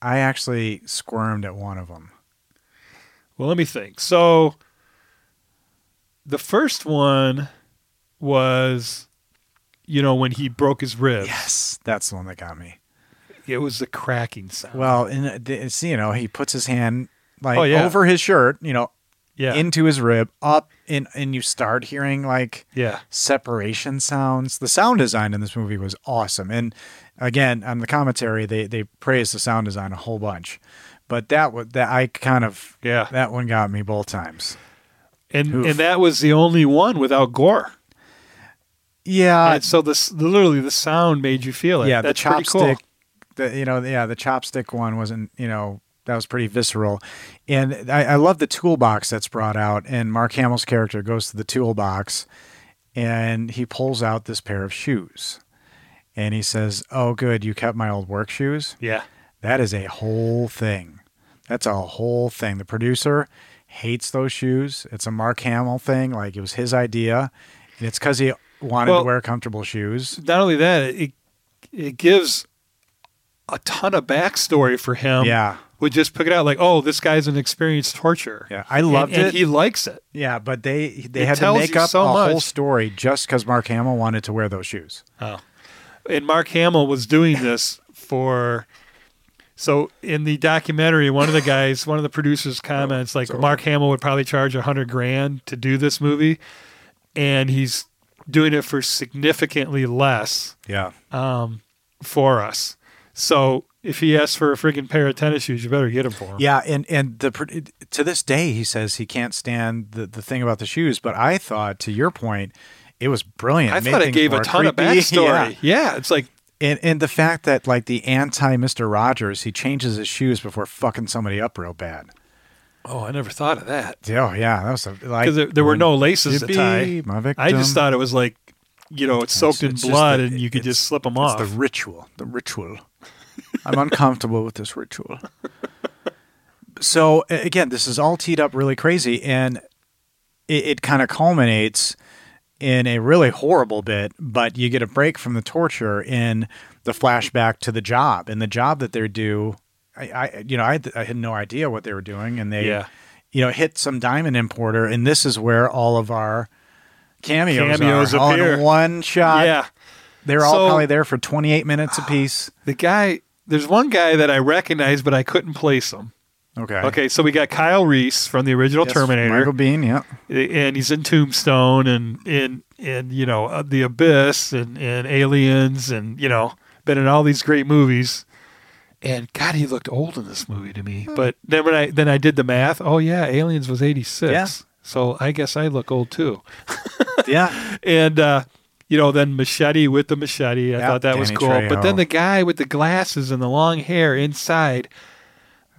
[SPEAKER 2] i actually squirmed at one of them
[SPEAKER 1] well, let me think. So the first one was, you know, when he broke his ribs.
[SPEAKER 2] yes that's the one that got me
[SPEAKER 1] It was the cracking sound.
[SPEAKER 2] well and it's you know he puts his hand like
[SPEAKER 1] Oh, yeah.
[SPEAKER 2] over his shirt you know
[SPEAKER 1] yeah,
[SPEAKER 2] into his rib up in and you start hearing like
[SPEAKER 1] yeah.
[SPEAKER 2] separation sounds. The sound design in this movie was awesome. And again, on the commentary, they they praised the sound design a whole bunch. But that was that I kind of
[SPEAKER 1] Yeah.
[SPEAKER 2] that one got me both times.
[SPEAKER 1] And
[SPEAKER 2] Oof.
[SPEAKER 1] and that was the only one without gore.
[SPEAKER 2] Yeah,
[SPEAKER 1] and so this literally the sound made you feel it.
[SPEAKER 2] Uh, yeah. The
[SPEAKER 1] That's pretty cool.
[SPEAKER 2] chopstick, the you know, yeah, the chopstick one wasn't you know that was pretty visceral, and I, I love the toolbox that's brought out. And Mark Hamill's character goes to the toolbox, and he pulls out this pair of shoes, and he says, "Oh, good, you kept my old work shoes."
[SPEAKER 1] Yeah.
[SPEAKER 2] That is a whole thing. That's a whole thing. The producer hates those shoes. It's a Mark Hamill thing. Like it was his idea, and it's because he wanted
[SPEAKER 1] Well-
[SPEAKER 2] to wear comfortable shoes.
[SPEAKER 1] not only that, it it gives a ton of backstory for him.
[SPEAKER 2] Yeah.
[SPEAKER 1] would just pick it out like, oh, this guy's an experienced torturer.
[SPEAKER 2] Yeah, I loved
[SPEAKER 1] and,
[SPEAKER 2] it.
[SPEAKER 1] And he likes it.
[SPEAKER 2] yeah, but they they
[SPEAKER 1] It
[SPEAKER 2] had to
[SPEAKER 1] tells
[SPEAKER 2] make
[SPEAKER 1] you
[SPEAKER 2] up
[SPEAKER 1] so
[SPEAKER 2] a whole
[SPEAKER 1] much.
[SPEAKER 2] story just because Mark Hamill wanted to wear those shoes.
[SPEAKER 1] And Mark Hamill was doing this for. So in the documentary, one of the guys, one of the producers comments like Mark Hamill would probably charge a hundred grand to do this movie, and he's doing it for significantly less
[SPEAKER 2] Yeah,
[SPEAKER 1] Uh-huh. for us. So if he asks for a friggin' pair of tennis shoes, you better get them for him.
[SPEAKER 2] yeah, and and the pro- to this day he says he can't stand the the thing about the shoes. But I thought, to your point, it was brilliant.
[SPEAKER 1] I
[SPEAKER 2] made
[SPEAKER 1] thought it
[SPEAKER 2] things
[SPEAKER 1] gave a
[SPEAKER 2] more
[SPEAKER 1] ton of
[SPEAKER 2] creepy. [laughs]
[SPEAKER 1] backstory.
[SPEAKER 2] Yeah.
[SPEAKER 1] Yeah. it's like
[SPEAKER 2] And and the fact that like the anti Mister Rogers, he changes his shoes before fucking somebody up real bad.
[SPEAKER 1] oh, I never thought of that
[SPEAKER 2] Oh yeah, that was a, like
[SPEAKER 1] because there, there were no laces
[SPEAKER 2] You
[SPEAKER 1] to
[SPEAKER 2] be
[SPEAKER 1] tie.
[SPEAKER 2] my
[SPEAKER 1] I
[SPEAKER 2] victim.
[SPEAKER 1] just thought it was like, um, you know, it's soaked
[SPEAKER 2] it's
[SPEAKER 1] in
[SPEAKER 2] just
[SPEAKER 1] blood
[SPEAKER 2] the-
[SPEAKER 1] and you could
[SPEAKER 2] it's-
[SPEAKER 1] just slip them
[SPEAKER 2] It's
[SPEAKER 1] off.
[SPEAKER 2] the ritual. The ritual. [laughs] I'm uncomfortable with this ritual. So a- again, this is all teed up really crazy, and it, it kind of culminates in a really horrible bit. But you get a break from the torture in the flashback to the job and the job that they do. I, I you know, I, had- I had no idea what they were doing, and they,
[SPEAKER 1] Yeah.
[SPEAKER 2] you know, hit some diamond importer, and this is where all of our cameos,
[SPEAKER 1] Cameos
[SPEAKER 2] are, all
[SPEAKER 1] appear.
[SPEAKER 2] in one shot
[SPEAKER 1] yeah,
[SPEAKER 2] They're all
[SPEAKER 1] So-
[SPEAKER 2] probably there for
[SPEAKER 1] [sighs]
[SPEAKER 2] 28 minutes apiece.
[SPEAKER 1] The guy, there's one guy that I recognize, but I couldn't place him.
[SPEAKER 2] Okay.
[SPEAKER 1] Okay, so we got Kyle Reese from the original
[SPEAKER 2] Yes,
[SPEAKER 1] Terminator.
[SPEAKER 2] Michael Bean, yeah.
[SPEAKER 1] and he's in Tombstone and in and you know uh, the Abyss and and Aliens and you know been in all these great movies. And God, he looked old in this movie to
[SPEAKER 2] Hmm.
[SPEAKER 1] me. But then when I then I did the math, oh yeah, Aliens was eighty six.
[SPEAKER 2] Yeah.
[SPEAKER 1] So I guess I look old too.
[SPEAKER 2] Yeah.
[SPEAKER 1] And uh, you know then Machete with the machete, I
[SPEAKER 2] Yeah,
[SPEAKER 1] thought that was
[SPEAKER 2] Danny
[SPEAKER 1] cool. But then
[SPEAKER 2] Trejo.
[SPEAKER 1] the guy with the glasses and the long hair inside.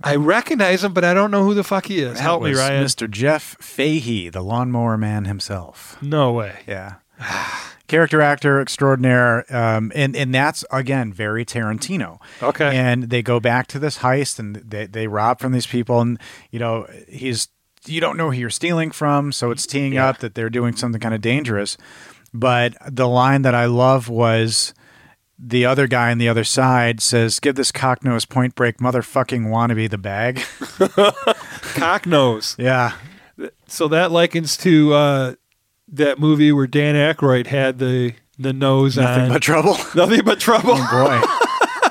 [SPEAKER 1] I recognize him, but I don't know who the fuck he is. [laughs]
[SPEAKER 2] That
[SPEAKER 1] Help me,
[SPEAKER 2] was
[SPEAKER 1] Ryan.
[SPEAKER 2] Mr. Jeff Fahey, the lawnmower man himself.
[SPEAKER 1] No
[SPEAKER 2] [laughs]
[SPEAKER 1] way.
[SPEAKER 2] Yeah. Character actor extraordinaire. Um, and, and that's, again, very Tarantino.
[SPEAKER 1] Okay.
[SPEAKER 2] And they go back to this heist and they, they rob from these people. And, you know, he's, you don't know who you're stealing from. So it's teeing up that they're doing something kind of dangerous. But the line that I love was the other guy on the other side says, Give this cocknose point break motherfucking wannabe
[SPEAKER 1] [laughs]
[SPEAKER 2] the bag.
[SPEAKER 1] Cock nose.
[SPEAKER 2] yeah.
[SPEAKER 1] So that likens to uh, that movie where Dan Aykroyd had the the nose
[SPEAKER 2] [laughs] Nothing
[SPEAKER 1] on
[SPEAKER 2] but trouble.
[SPEAKER 1] [laughs] nothing but
[SPEAKER 2] [laughs]
[SPEAKER 1] trouble.
[SPEAKER 2] Boy,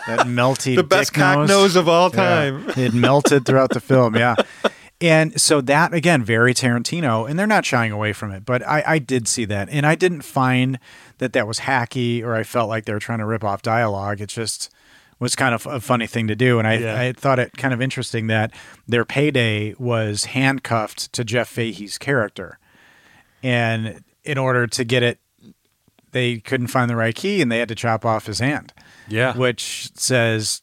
[SPEAKER 2] that melty
[SPEAKER 1] the best
[SPEAKER 2] dick
[SPEAKER 1] cock nose of all
[SPEAKER 2] Yeah.
[SPEAKER 1] time.
[SPEAKER 2] [laughs] it melted throughout the film. Yeah. And so that again, very Tarantino, and they're not shying away from it. But I, I did see that, and I didn't find that that was hacky, or I felt like they were trying to rip off dialogue. It just was kind of a funny thing to do, and I,
[SPEAKER 1] Yeah.
[SPEAKER 2] I thought it kind of interesting that their payday was handcuffed to Jeff Fahey's character, and in order to get it, they couldn't find the right key, and they had to chop off his hand,
[SPEAKER 1] Yeah.
[SPEAKER 2] which says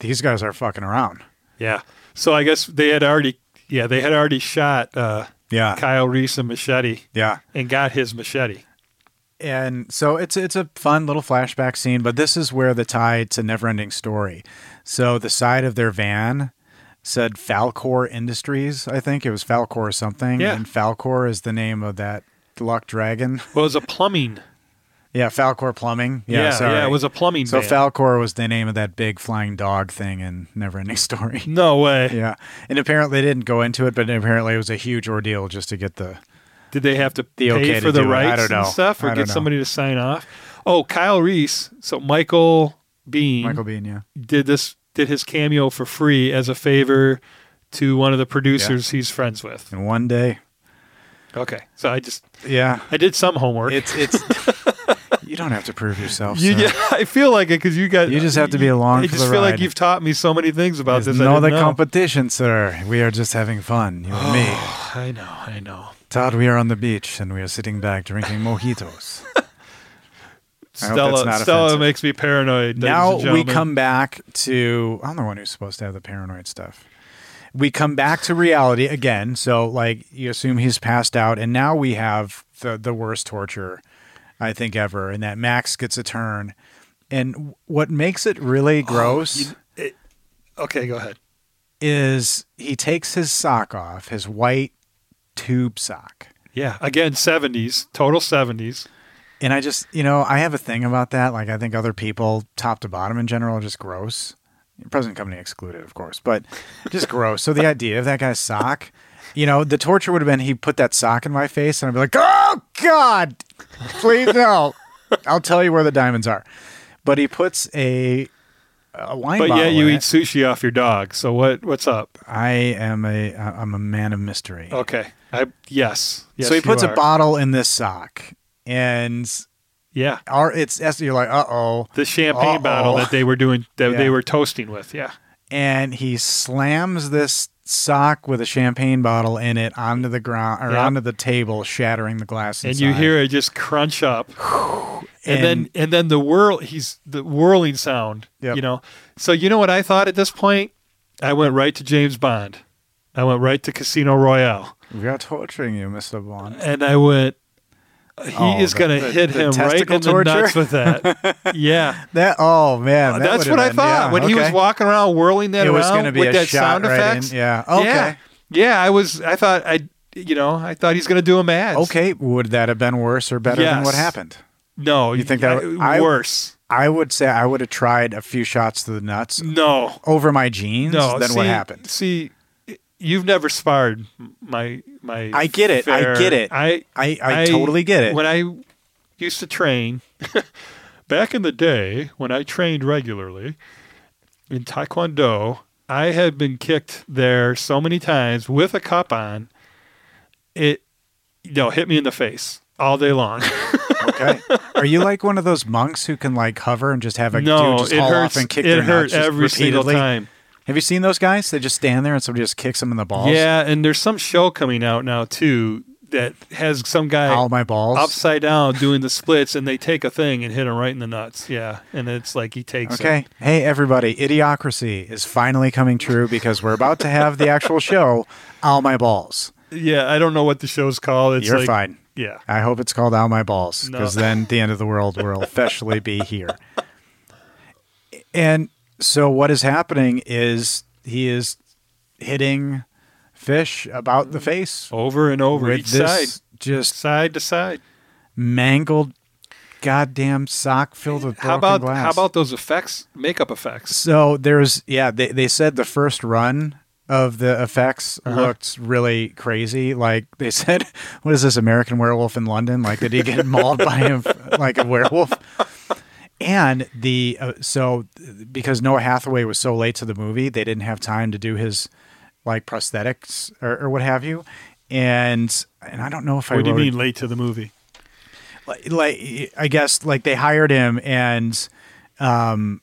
[SPEAKER 2] these guys are fucking around.
[SPEAKER 1] Yeah. So I guess they had already yeah, they had already shot uh,
[SPEAKER 2] Yeah.
[SPEAKER 1] Kyle Reese and machete
[SPEAKER 2] Yeah.
[SPEAKER 1] and got his machete.
[SPEAKER 2] And so it's it's a fun little flashback scene, but this is where the tie to Neverending Story. So the side of their van said Falcor Industries, I think it was Falcor or something,
[SPEAKER 1] Yeah.
[SPEAKER 2] and Falcor is the name of that luck dragon. [laughs]
[SPEAKER 1] Well, it was a plumbing.
[SPEAKER 2] Yeah, Falcor Plumbing. Yeah,
[SPEAKER 1] Yeah,
[SPEAKER 2] sorry.
[SPEAKER 1] yeah, it was a plumbing.
[SPEAKER 2] so
[SPEAKER 1] van.
[SPEAKER 2] Falcor was the name of that big flying dog thing in Neverending [laughs] Story.
[SPEAKER 1] No way.
[SPEAKER 2] yeah, and apparently they didn't go into it, but apparently it was a huge ordeal just to get the
[SPEAKER 1] Did they have to
[SPEAKER 2] The
[SPEAKER 1] pay
[SPEAKER 2] okay to
[SPEAKER 1] for the
[SPEAKER 2] do it. I
[SPEAKER 1] rights
[SPEAKER 2] don't
[SPEAKER 1] and
[SPEAKER 2] know.
[SPEAKER 1] stuff,
[SPEAKER 2] I
[SPEAKER 1] or
[SPEAKER 2] don't
[SPEAKER 1] get
[SPEAKER 2] know.
[SPEAKER 1] somebody to sign off? Oh, Kyle Reese. So Michael Bean.
[SPEAKER 2] Michael Bean. Yeah,
[SPEAKER 1] did this did his cameo for free as a favor to one of the producers he's friends with.
[SPEAKER 2] in one day.
[SPEAKER 1] Okay. So I just
[SPEAKER 2] Yeah,
[SPEAKER 1] I did some homework.
[SPEAKER 2] It's it's. [laughs] you don't have to prove
[SPEAKER 1] [laughs]
[SPEAKER 2] yourself.
[SPEAKER 1] you,
[SPEAKER 2] sir.
[SPEAKER 1] yeah, I feel like it cuz you got
[SPEAKER 2] You just have to be along
[SPEAKER 1] I
[SPEAKER 2] for
[SPEAKER 1] just
[SPEAKER 2] the
[SPEAKER 1] feel like
[SPEAKER 2] ride.
[SPEAKER 1] you've taught me so many things about
[SPEAKER 2] There's
[SPEAKER 1] this.
[SPEAKER 2] no
[SPEAKER 1] I
[SPEAKER 2] other
[SPEAKER 1] didn't know.
[SPEAKER 2] competition, sir. We are just having fun, you and [gasps] me.
[SPEAKER 1] I know. I know.
[SPEAKER 2] Todd, we are on the beach and we are sitting back drinking [laughs] mojitos. I hope that's
[SPEAKER 1] Stella
[SPEAKER 2] not
[SPEAKER 1] Stella
[SPEAKER 2] offensive.
[SPEAKER 1] makes me paranoid. ladies
[SPEAKER 2] now
[SPEAKER 1] and
[SPEAKER 2] we
[SPEAKER 1] gentlemen.
[SPEAKER 2] come back to. I'm the one who's supposed to have the paranoid stuff. We come back to reality again. So, like, you assume he's passed out, and now we have the the worst torture I think ever, and that Max gets a turn. And what makes it really gross?
[SPEAKER 1] Okay, go ahead.
[SPEAKER 2] is he takes his sock off, his white tube sock.
[SPEAKER 1] Yeah, again 70s, total 70s.
[SPEAKER 2] And I just, you know, I have a thing about that. Like, I think other people, top to bottom in general, are just gross. Present company excluded, of course, but just gross. So the idea of that guy's sock, you know, the torture would have been he put that sock in my face and I'd be like, oh, God, please no. I'll tell you where the diamonds are. But he puts a, a wine
[SPEAKER 1] But
[SPEAKER 2] bottle
[SPEAKER 1] yet you
[SPEAKER 2] in
[SPEAKER 1] eat
[SPEAKER 2] it.
[SPEAKER 1] sushi off your dog. So what what's up?
[SPEAKER 2] I am a, I'm a man of mystery.
[SPEAKER 1] Okay. I yes. yes
[SPEAKER 2] so he
[SPEAKER 1] you
[SPEAKER 2] puts a
[SPEAKER 1] are.
[SPEAKER 2] bottle in this sock, and
[SPEAKER 1] Yeah.
[SPEAKER 2] our it's as- you're like, uh oh,
[SPEAKER 1] the champagne
[SPEAKER 2] Uh-oh.
[SPEAKER 1] bottle that they were doing that
[SPEAKER 2] Yeah.
[SPEAKER 1] they were toasting with. Yeah.
[SPEAKER 2] and he slams this sock with a champagne bottle in it onto the ground or
[SPEAKER 1] Yeah.
[SPEAKER 2] onto the table, shattering the glass.
[SPEAKER 1] And you
[SPEAKER 2] inside.
[SPEAKER 1] hear it just crunch up. And,
[SPEAKER 2] And-
[SPEAKER 1] then and then the whirl he's the whirling sound.
[SPEAKER 2] Yep.
[SPEAKER 1] You know. So you know what I thought at this point? I went right to James Bond. I went right to Casino Royale.
[SPEAKER 2] we are torturing you, Mister Bond.
[SPEAKER 1] And I went he
[SPEAKER 2] Oh,
[SPEAKER 1] is
[SPEAKER 2] the-
[SPEAKER 1] going to
[SPEAKER 2] the-
[SPEAKER 1] hit
[SPEAKER 2] the
[SPEAKER 1] him right
[SPEAKER 2] testicle
[SPEAKER 1] in the nuts
[SPEAKER 2] torture?
[SPEAKER 1] with
[SPEAKER 2] [laughs]
[SPEAKER 1] that. yeah.
[SPEAKER 2] That oh man, that
[SPEAKER 1] That's
[SPEAKER 2] would've
[SPEAKER 1] what I
[SPEAKER 2] been-
[SPEAKER 1] thought
[SPEAKER 2] yeah,
[SPEAKER 1] when he was
[SPEAKER 2] okay.
[SPEAKER 1] walking around whirling that
[SPEAKER 2] It was
[SPEAKER 1] around
[SPEAKER 2] gonna be
[SPEAKER 1] with
[SPEAKER 2] a
[SPEAKER 1] that
[SPEAKER 2] shot
[SPEAKER 1] sound
[SPEAKER 2] right in.
[SPEAKER 1] effects.
[SPEAKER 2] Yeah.
[SPEAKER 1] yeah,
[SPEAKER 2] Okay.
[SPEAKER 1] yeah. I was. I thought I. You know, I thought he's gonna do him ads.
[SPEAKER 2] Okay, would that have been worse or better than
[SPEAKER 1] Yes.
[SPEAKER 2] what happened?
[SPEAKER 1] No, you
[SPEAKER 2] think that- I-
[SPEAKER 1] worse?
[SPEAKER 2] I would say I would have tried a few shots to the nuts
[SPEAKER 1] No,
[SPEAKER 2] over my jeans
[SPEAKER 1] no.
[SPEAKER 2] than
[SPEAKER 1] see,
[SPEAKER 2] what happened.
[SPEAKER 1] See, you've never sparred my my.
[SPEAKER 2] I get it. I
[SPEAKER 1] fair-
[SPEAKER 2] get it.
[SPEAKER 1] I
[SPEAKER 2] I- I totally get it.
[SPEAKER 1] When I used to train, [laughs] Back in the day when I trained regularly in Taekwondo, I had been kicked there so many times with a cup on. It, you know, hit me in the face all day long. [laughs]
[SPEAKER 2] Okay. Are you like one of those monks who can [laughs] like hover and just have a
[SPEAKER 1] no,
[SPEAKER 2] dude just
[SPEAKER 1] it
[SPEAKER 2] haul
[SPEAKER 1] hurts.
[SPEAKER 2] off and kick
[SPEAKER 1] It
[SPEAKER 2] their
[SPEAKER 1] hurt
[SPEAKER 2] nuts just
[SPEAKER 1] every single
[SPEAKER 2] repeatedly?
[SPEAKER 1] time.
[SPEAKER 2] Have you seen those guys? They just stand there and somebody just kicks them in the balls.
[SPEAKER 1] Yeah, and there's some show coming out now too that has some guy
[SPEAKER 2] All my balls.
[SPEAKER 1] upside down doing the splits, and they take a thing and hit him right in the nuts. Yeah, and it's like he takes. it.
[SPEAKER 2] Okay. Hey, everybody. Idiocracy is finally coming true because we're about to have the actual show, All My Balls.
[SPEAKER 1] Yeah, I don't know what the show's called. It's
[SPEAKER 2] You're
[SPEAKER 1] like-
[SPEAKER 2] fine.
[SPEAKER 1] Yeah.
[SPEAKER 2] I hope it's called All My Balls because
[SPEAKER 1] No.
[SPEAKER 2] then the end of the world
[SPEAKER 1] [laughs]
[SPEAKER 2] will officially be here. And so what is happening is he is hitting fish about the face
[SPEAKER 1] Over and over
[SPEAKER 2] with
[SPEAKER 1] each
[SPEAKER 2] this
[SPEAKER 1] side,
[SPEAKER 2] just
[SPEAKER 1] side to side.
[SPEAKER 2] mangled goddamn sock filled with broken
[SPEAKER 1] How about
[SPEAKER 2] glass.
[SPEAKER 1] how about those effects, makeup effects?
[SPEAKER 2] So there's yeah, they they said the first run of the effects
[SPEAKER 1] Uh-huh.
[SPEAKER 2] looked really crazy. Like they [laughs] said, what is this American Werewolf in London? Like did
[SPEAKER 1] [laughs]
[SPEAKER 2] he get mauled by him like a werewolf? And the uh, so because Noah Hathaway was so late to the movie, they didn't have time to do his like prosthetics or, or what have you. And and I don't know if I
[SPEAKER 1] What do you
[SPEAKER 2] wrote it
[SPEAKER 1] mean late to the movie?
[SPEAKER 2] like, like I guess like they hired him and um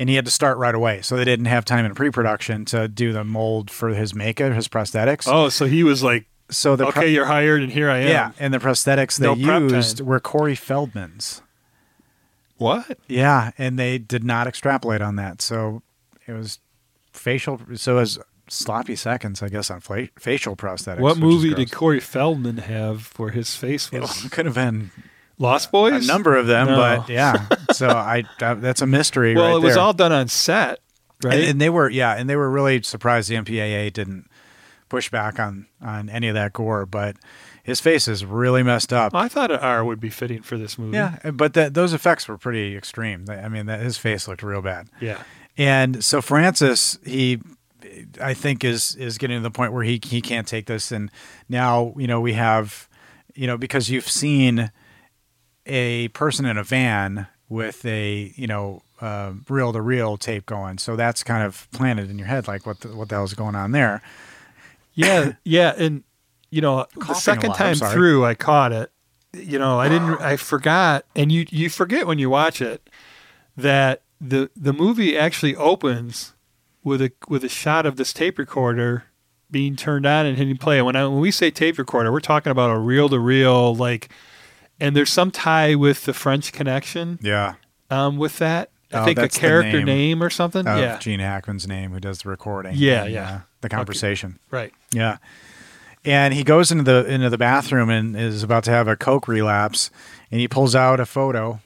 [SPEAKER 2] and he had to start right away. So they didn't have time in pre-production to do the mold for his makeup, his prosthetics.
[SPEAKER 1] Oh, so he was like,
[SPEAKER 2] so the
[SPEAKER 1] okay,
[SPEAKER 2] pro-
[SPEAKER 1] you're hired, and here I am.
[SPEAKER 2] yeah. and the prosthetics they
[SPEAKER 1] No prep
[SPEAKER 2] used
[SPEAKER 1] time.
[SPEAKER 2] were Corey Feldman's.
[SPEAKER 1] What?
[SPEAKER 2] Yeah, and they did not extrapolate on that. So it was facial so it was sloppy seconds I guess on fla- facial prosthetics.
[SPEAKER 1] What
[SPEAKER 2] which is
[SPEAKER 1] movie did
[SPEAKER 2] gross.
[SPEAKER 1] Corey Feldman have for his face? Was?
[SPEAKER 2] it could have been
[SPEAKER 1] [laughs] Lost Boys.
[SPEAKER 2] a number of them,
[SPEAKER 1] No.
[SPEAKER 2] but yeah. So I, I that's a mystery
[SPEAKER 1] Well,
[SPEAKER 2] right
[SPEAKER 1] it was
[SPEAKER 2] there.
[SPEAKER 1] all done on set, right?
[SPEAKER 2] And, and they were, yeah, and they were really surprised the MPAA didn't push back on on any of that gore. But his face is really messed up.
[SPEAKER 1] I thought an R would be fitting for this movie.
[SPEAKER 2] Yeah, but that those effects were pretty extreme. They- I mean, that, his face looked real bad.
[SPEAKER 1] Yeah.
[SPEAKER 2] And so Francis, he, I think, is is getting to the point where he he can't take this, and now you know we have, you know, because you've seen a person in a van with a you know reel to reel tape going, so that's kind of planted in your head, like what the, what the hell's going on there?
[SPEAKER 1] Yeah. Yeah. And, you know, the
[SPEAKER 2] Coughing a
[SPEAKER 1] second
[SPEAKER 2] lot, I'm
[SPEAKER 1] time
[SPEAKER 2] sorry.
[SPEAKER 1] through, I caught it. You know, I didn't, I forgot. And you, you forget when you watch it that the, the movie actually opens with a, with a shot of this tape recorder being turned on and hitting play. And when I, when we say tape recorder, we're talking about a reel to reel, like, and there's some tie with the French connection
[SPEAKER 2] Yeah,
[SPEAKER 1] um, with that. I
[SPEAKER 2] Oh,
[SPEAKER 1] think a
[SPEAKER 2] that's the
[SPEAKER 1] character
[SPEAKER 2] name
[SPEAKER 1] name. or something.
[SPEAKER 2] of
[SPEAKER 1] yeah.
[SPEAKER 2] Gene Hackman's name, who does the recording.
[SPEAKER 1] Yeah,
[SPEAKER 2] and,
[SPEAKER 1] yeah.
[SPEAKER 2] uh, the conversation.
[SPEAKER 1] Right.
[SPEAKER 2] Yeah. And he goes into the into the bathroom and is about to have a coke relapse and he pulls out a photo,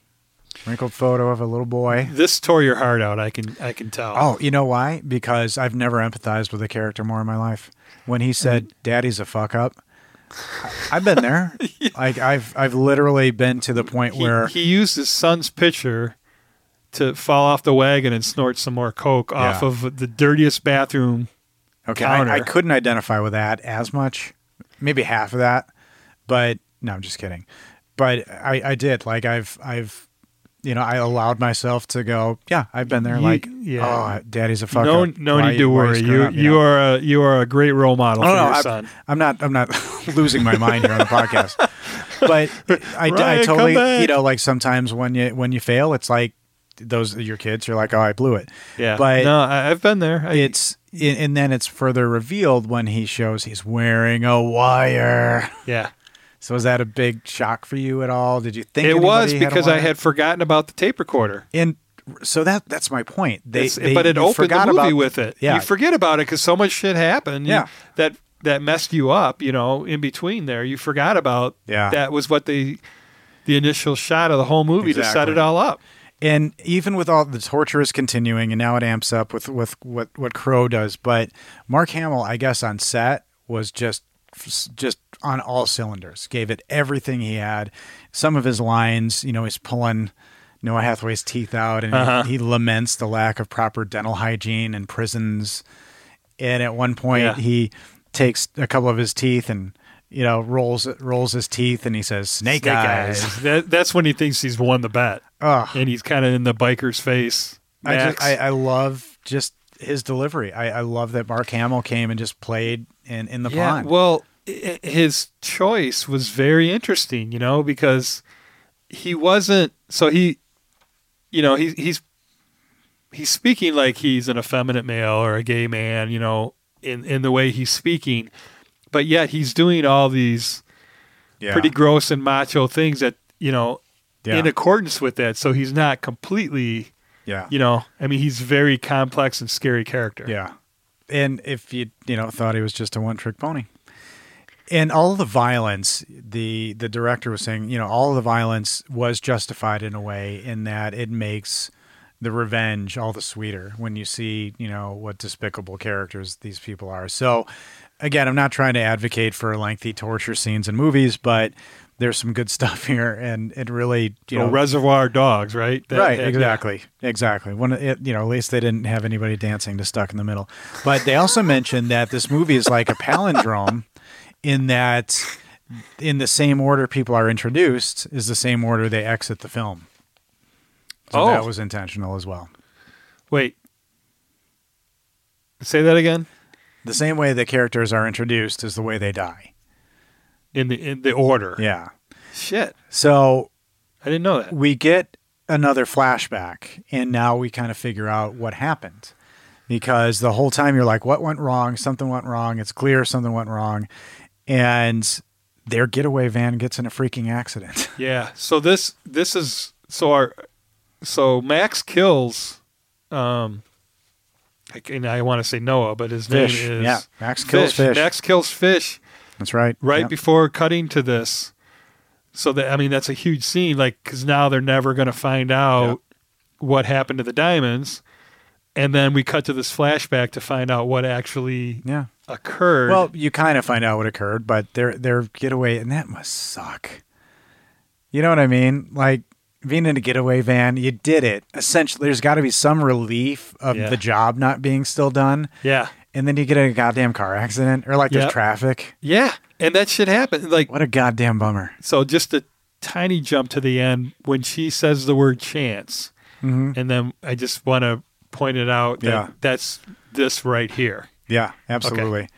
[SPEAKER 2] wrinkled photo of a little boy.
[SPEAKER 1] This tore your heart out. I can, I can tell.
[SPEAKER 2] Oh, you know why? Because I've never empathized with a character more in my life. When he said, "Daddy's a fuck up," I- I've been there. Like I've I've literally been to the point
[SPEAKER 1] he,
[SPEAKER 2] where
[SPEAKER 1] he used his son's picture to fall off the wagon and snort some more coke off
[SPEAKER 2] Yeah.
[SPEAKER 1] of the dirtiest bathroom.
[SPEAKER 2] Okay, I, I
[SPEAKER 1] counter.
[SPEAKER 2] couldn't identify with that as much, maybe half of that, but no, I'm just kidding. But I, I did like I've I've you know I allowed myself to go. Yeah, I've been there.
[SPEAKER 1] You-
[SPEAKER 2] like,
[SPEAKER 1] yeah.
[SPEAKER 2] oh, daddy's a fuck.
[SPEAKER 1] no,
[SPEAKER 2] up.
[SPEAKER 1] no
[SPEAKER 2] Why-
[SPEAKER 1] need to
[SPEAKER 2] why
[SPEAKER 1] worry.
[SPEAKER 2] screwing
[SPEAKER 1] You,
[SPEAKER 2] up,
[SPEAKER 1] you
[SPEAKER 2] know?
[SPEAKER 1] are a, you are a great role model
[SPEAKER 2] I
[SPEAKER 1] for
[SPEAKER 2] don't know.
[SPEAKER 1] your
[SPEAKER 2] I'm-
[SPEAKER 1] son.
[SPEAKER 2] I'm not. I'm not [laughs] losing my mind here on the podcast. But I,
[SPEAKER 1] Ryan,
[SPEAKER 2] I
[SPEAKER 1] come
[SPEAKER 2] totally,
[SPEAKER 1] back.
[SPEAKER 2] you know, like sometimes when you when you fail, it's like those your kids. You're like, oh, I blew it.
[SPEAKER 1] Yeah,
[SPEAKER 2] But
[SPEAKER 1] no, I, I've been there. I,
[SPEAKER 2] it's and and then it's further revealed when he shows he's wearing a wire.
[SPEAKER 1] yeah,
[SPEAKER 2] So was that a big shock for you at all? Did you think
[SPEAKER 1] it
[SPEAKER 2] anybody
[SPEAKER 1] was
[SPEAKER 2] had a
[SPEAKER 1] because I
[SPEAKER 2] wire?
[SPEAKER 1] had forgotten about the tape recorder.
[SPEAKER 2] and so that that's my point. They,
[SPEAKER 1] It's-
[SPEAKER 2] they-
[SPEAKER 1] but it
[SPEAKER 2] you
[SPEAKER 1] opened the
[SPEAKER 2] forgot
[SPEAKER 1] movie
[SPEAKER 2] about,
[SPEAKER 1] with it.
[SPEAKER 2] Yeah,
[SPEAKER 1] you forget about it because so much shit happened. you-
[SPEAKER 2] Yeah.
[SPEAKER 1] that that messed you up. You know, in between there, you forgot about.
[SPEAKER 2] Yeah.
[SPEAKER 1] that was what they, the initial shot of the whole movie to set
[SPEAKER 2] Exactly.
[SPEAKER 1] it all up.
[SPEAKER 2] and even with all the torture is continuing, and now it amps up with with what what Crow does. But Mark Hamill, I guess, on set was just just on all cylinders. Gave it everything he had. Some of his lines, you know, he's pulling. Noah Hathaway's teeth out, and he- he laments the lack of proper dental hygiene in prisons. and at one point
[SPEAKER 1] Yeah.
[SPEAKER 2] he takes a couple of his teeth and you know rolls rolls his teeth and he says snake, eyes.
[SPEAKER 1] That, that's when he thinks he's won the bet.
[SPEAKER 2] Ugh.
[SPEAKER 1] and he's kind of in the biker's face.
[SPEAKER 2] I,
[SPEAKER 1] Max,
[SPEAKER 2] just, I, I love just his delivery. I, I love that Mark Hamill came and just played in, in the pond.
[SPEAKER 1] Well, i- i- his choice was very interesting, you know, because he wasn't. So he, you know, he, he's he's speaking like he's an effeminate male or a gay man, you know, in in the way he's speaking, but yet he's doing all these
[SPEAKER 2] yeah.
[SPEAKER 1] pretty gross and macho things that you know.
[SPEAKER 2] Yeah.
[SPEAKER 1] In accordance with that, so he's not completely,
[SPEAKER 2] yeah.
[SPEAKER 1] you know. I mean, he's very complex and scary character.
[SPEAKER 2] Yeah. And if you you know thought he was just a one trick pony. And all the violence, the the director was saying, you know, all the violence was justified in a way in that it makes the revenge all the sweeter when you see, you know, what despicable characters these people are. So again, I'm not trying to advocate for lengthy torture scenes in movies, but there's some good [laughs] stuff here and it really you
[SPEAKER 1] you know,
[SPEAKER 2] know
[SPEAKER 1] Reservoir Dogs, right? That-
[SPEAKER 2] right,
[SPEAKER 1] that-
[SPEAKER 2] exactly, exactly. When it, you know, at least they didn't have anybody dancing to stuck in the middle. But they also mentioned that this movie is like a palindrome, in that, in the same order people are introduced is the same order they exit the film. So
[SPEAKER 1] Oh.
[SPEAKER 2] that was intentional as well.
[SPEAKER 1] Wait. Say that again.
[SPEAKER 2] The same way the characters are introduced is the way they die.
[SPEAKER 1] In the in the order.
[SPEAKER 2] Yeah.
[SPEAKER 1] Shit.
[SPEAKER 2] So
[SPEAKER 1] I didn't know that.
[SPEAKER 2] we get another flashback and now we kind of figure out what happened because the whole time you're like what went wrong something went wrong it's clear something went wrong and their getaway van gets in a freaking accident [laughs]
[SPEAKER 1] Yeah. So this this is so our so Max kills um I can, I want to say Noah, but his
[SPEAKER 2] Fish.
[SPEAKER 1] name is
[SPEAKER 2] Yeah. Max kills Fish.
[SPEAKER 1] Max kills fish
[SPEAKER 2] that's right
[SPEAKER 1] right
[SPEAKER 2] Yep.
[SPEAKER 1] before cutting to this. So that I mean that's a huge scene like cuz now they're never going to find out what happened to the diamonds. And then we cut to this flashback to find out what actually
[SPEAKER 2] yeah
[SPEAKER 1] occurred.
[SPEAKER 2] well you kind of find out what occurred but their their getaway and that must suck you know what i mean like being in a getaway van you did it essentially there's got to be some relief of
[SPEAKER 1] Yeah.
[SPEAKER 2] the job not being still done
[SPEAKER 1] yeah,
[SPEAKER 2] and then you get in a goddamn car accident or like
[SPEAKER 1] Yep.
[SPEAKER 2] there's traffic.
[SPEAKER 1] yeah, and that shit happened. Like,
[SPEAKER 2] What a goddamn bummer.
[SPEAKER 1] so just a tiny jump to the end when she says the word chance,
[SPEAKER 2] Mhm.
[SPEAKER 1] and then I just want to point it out that
[SPEAKER 2] Yeah.
[SPEAKER 1] that's this right here.
[SPEAKER 2] Yeah, absolutely.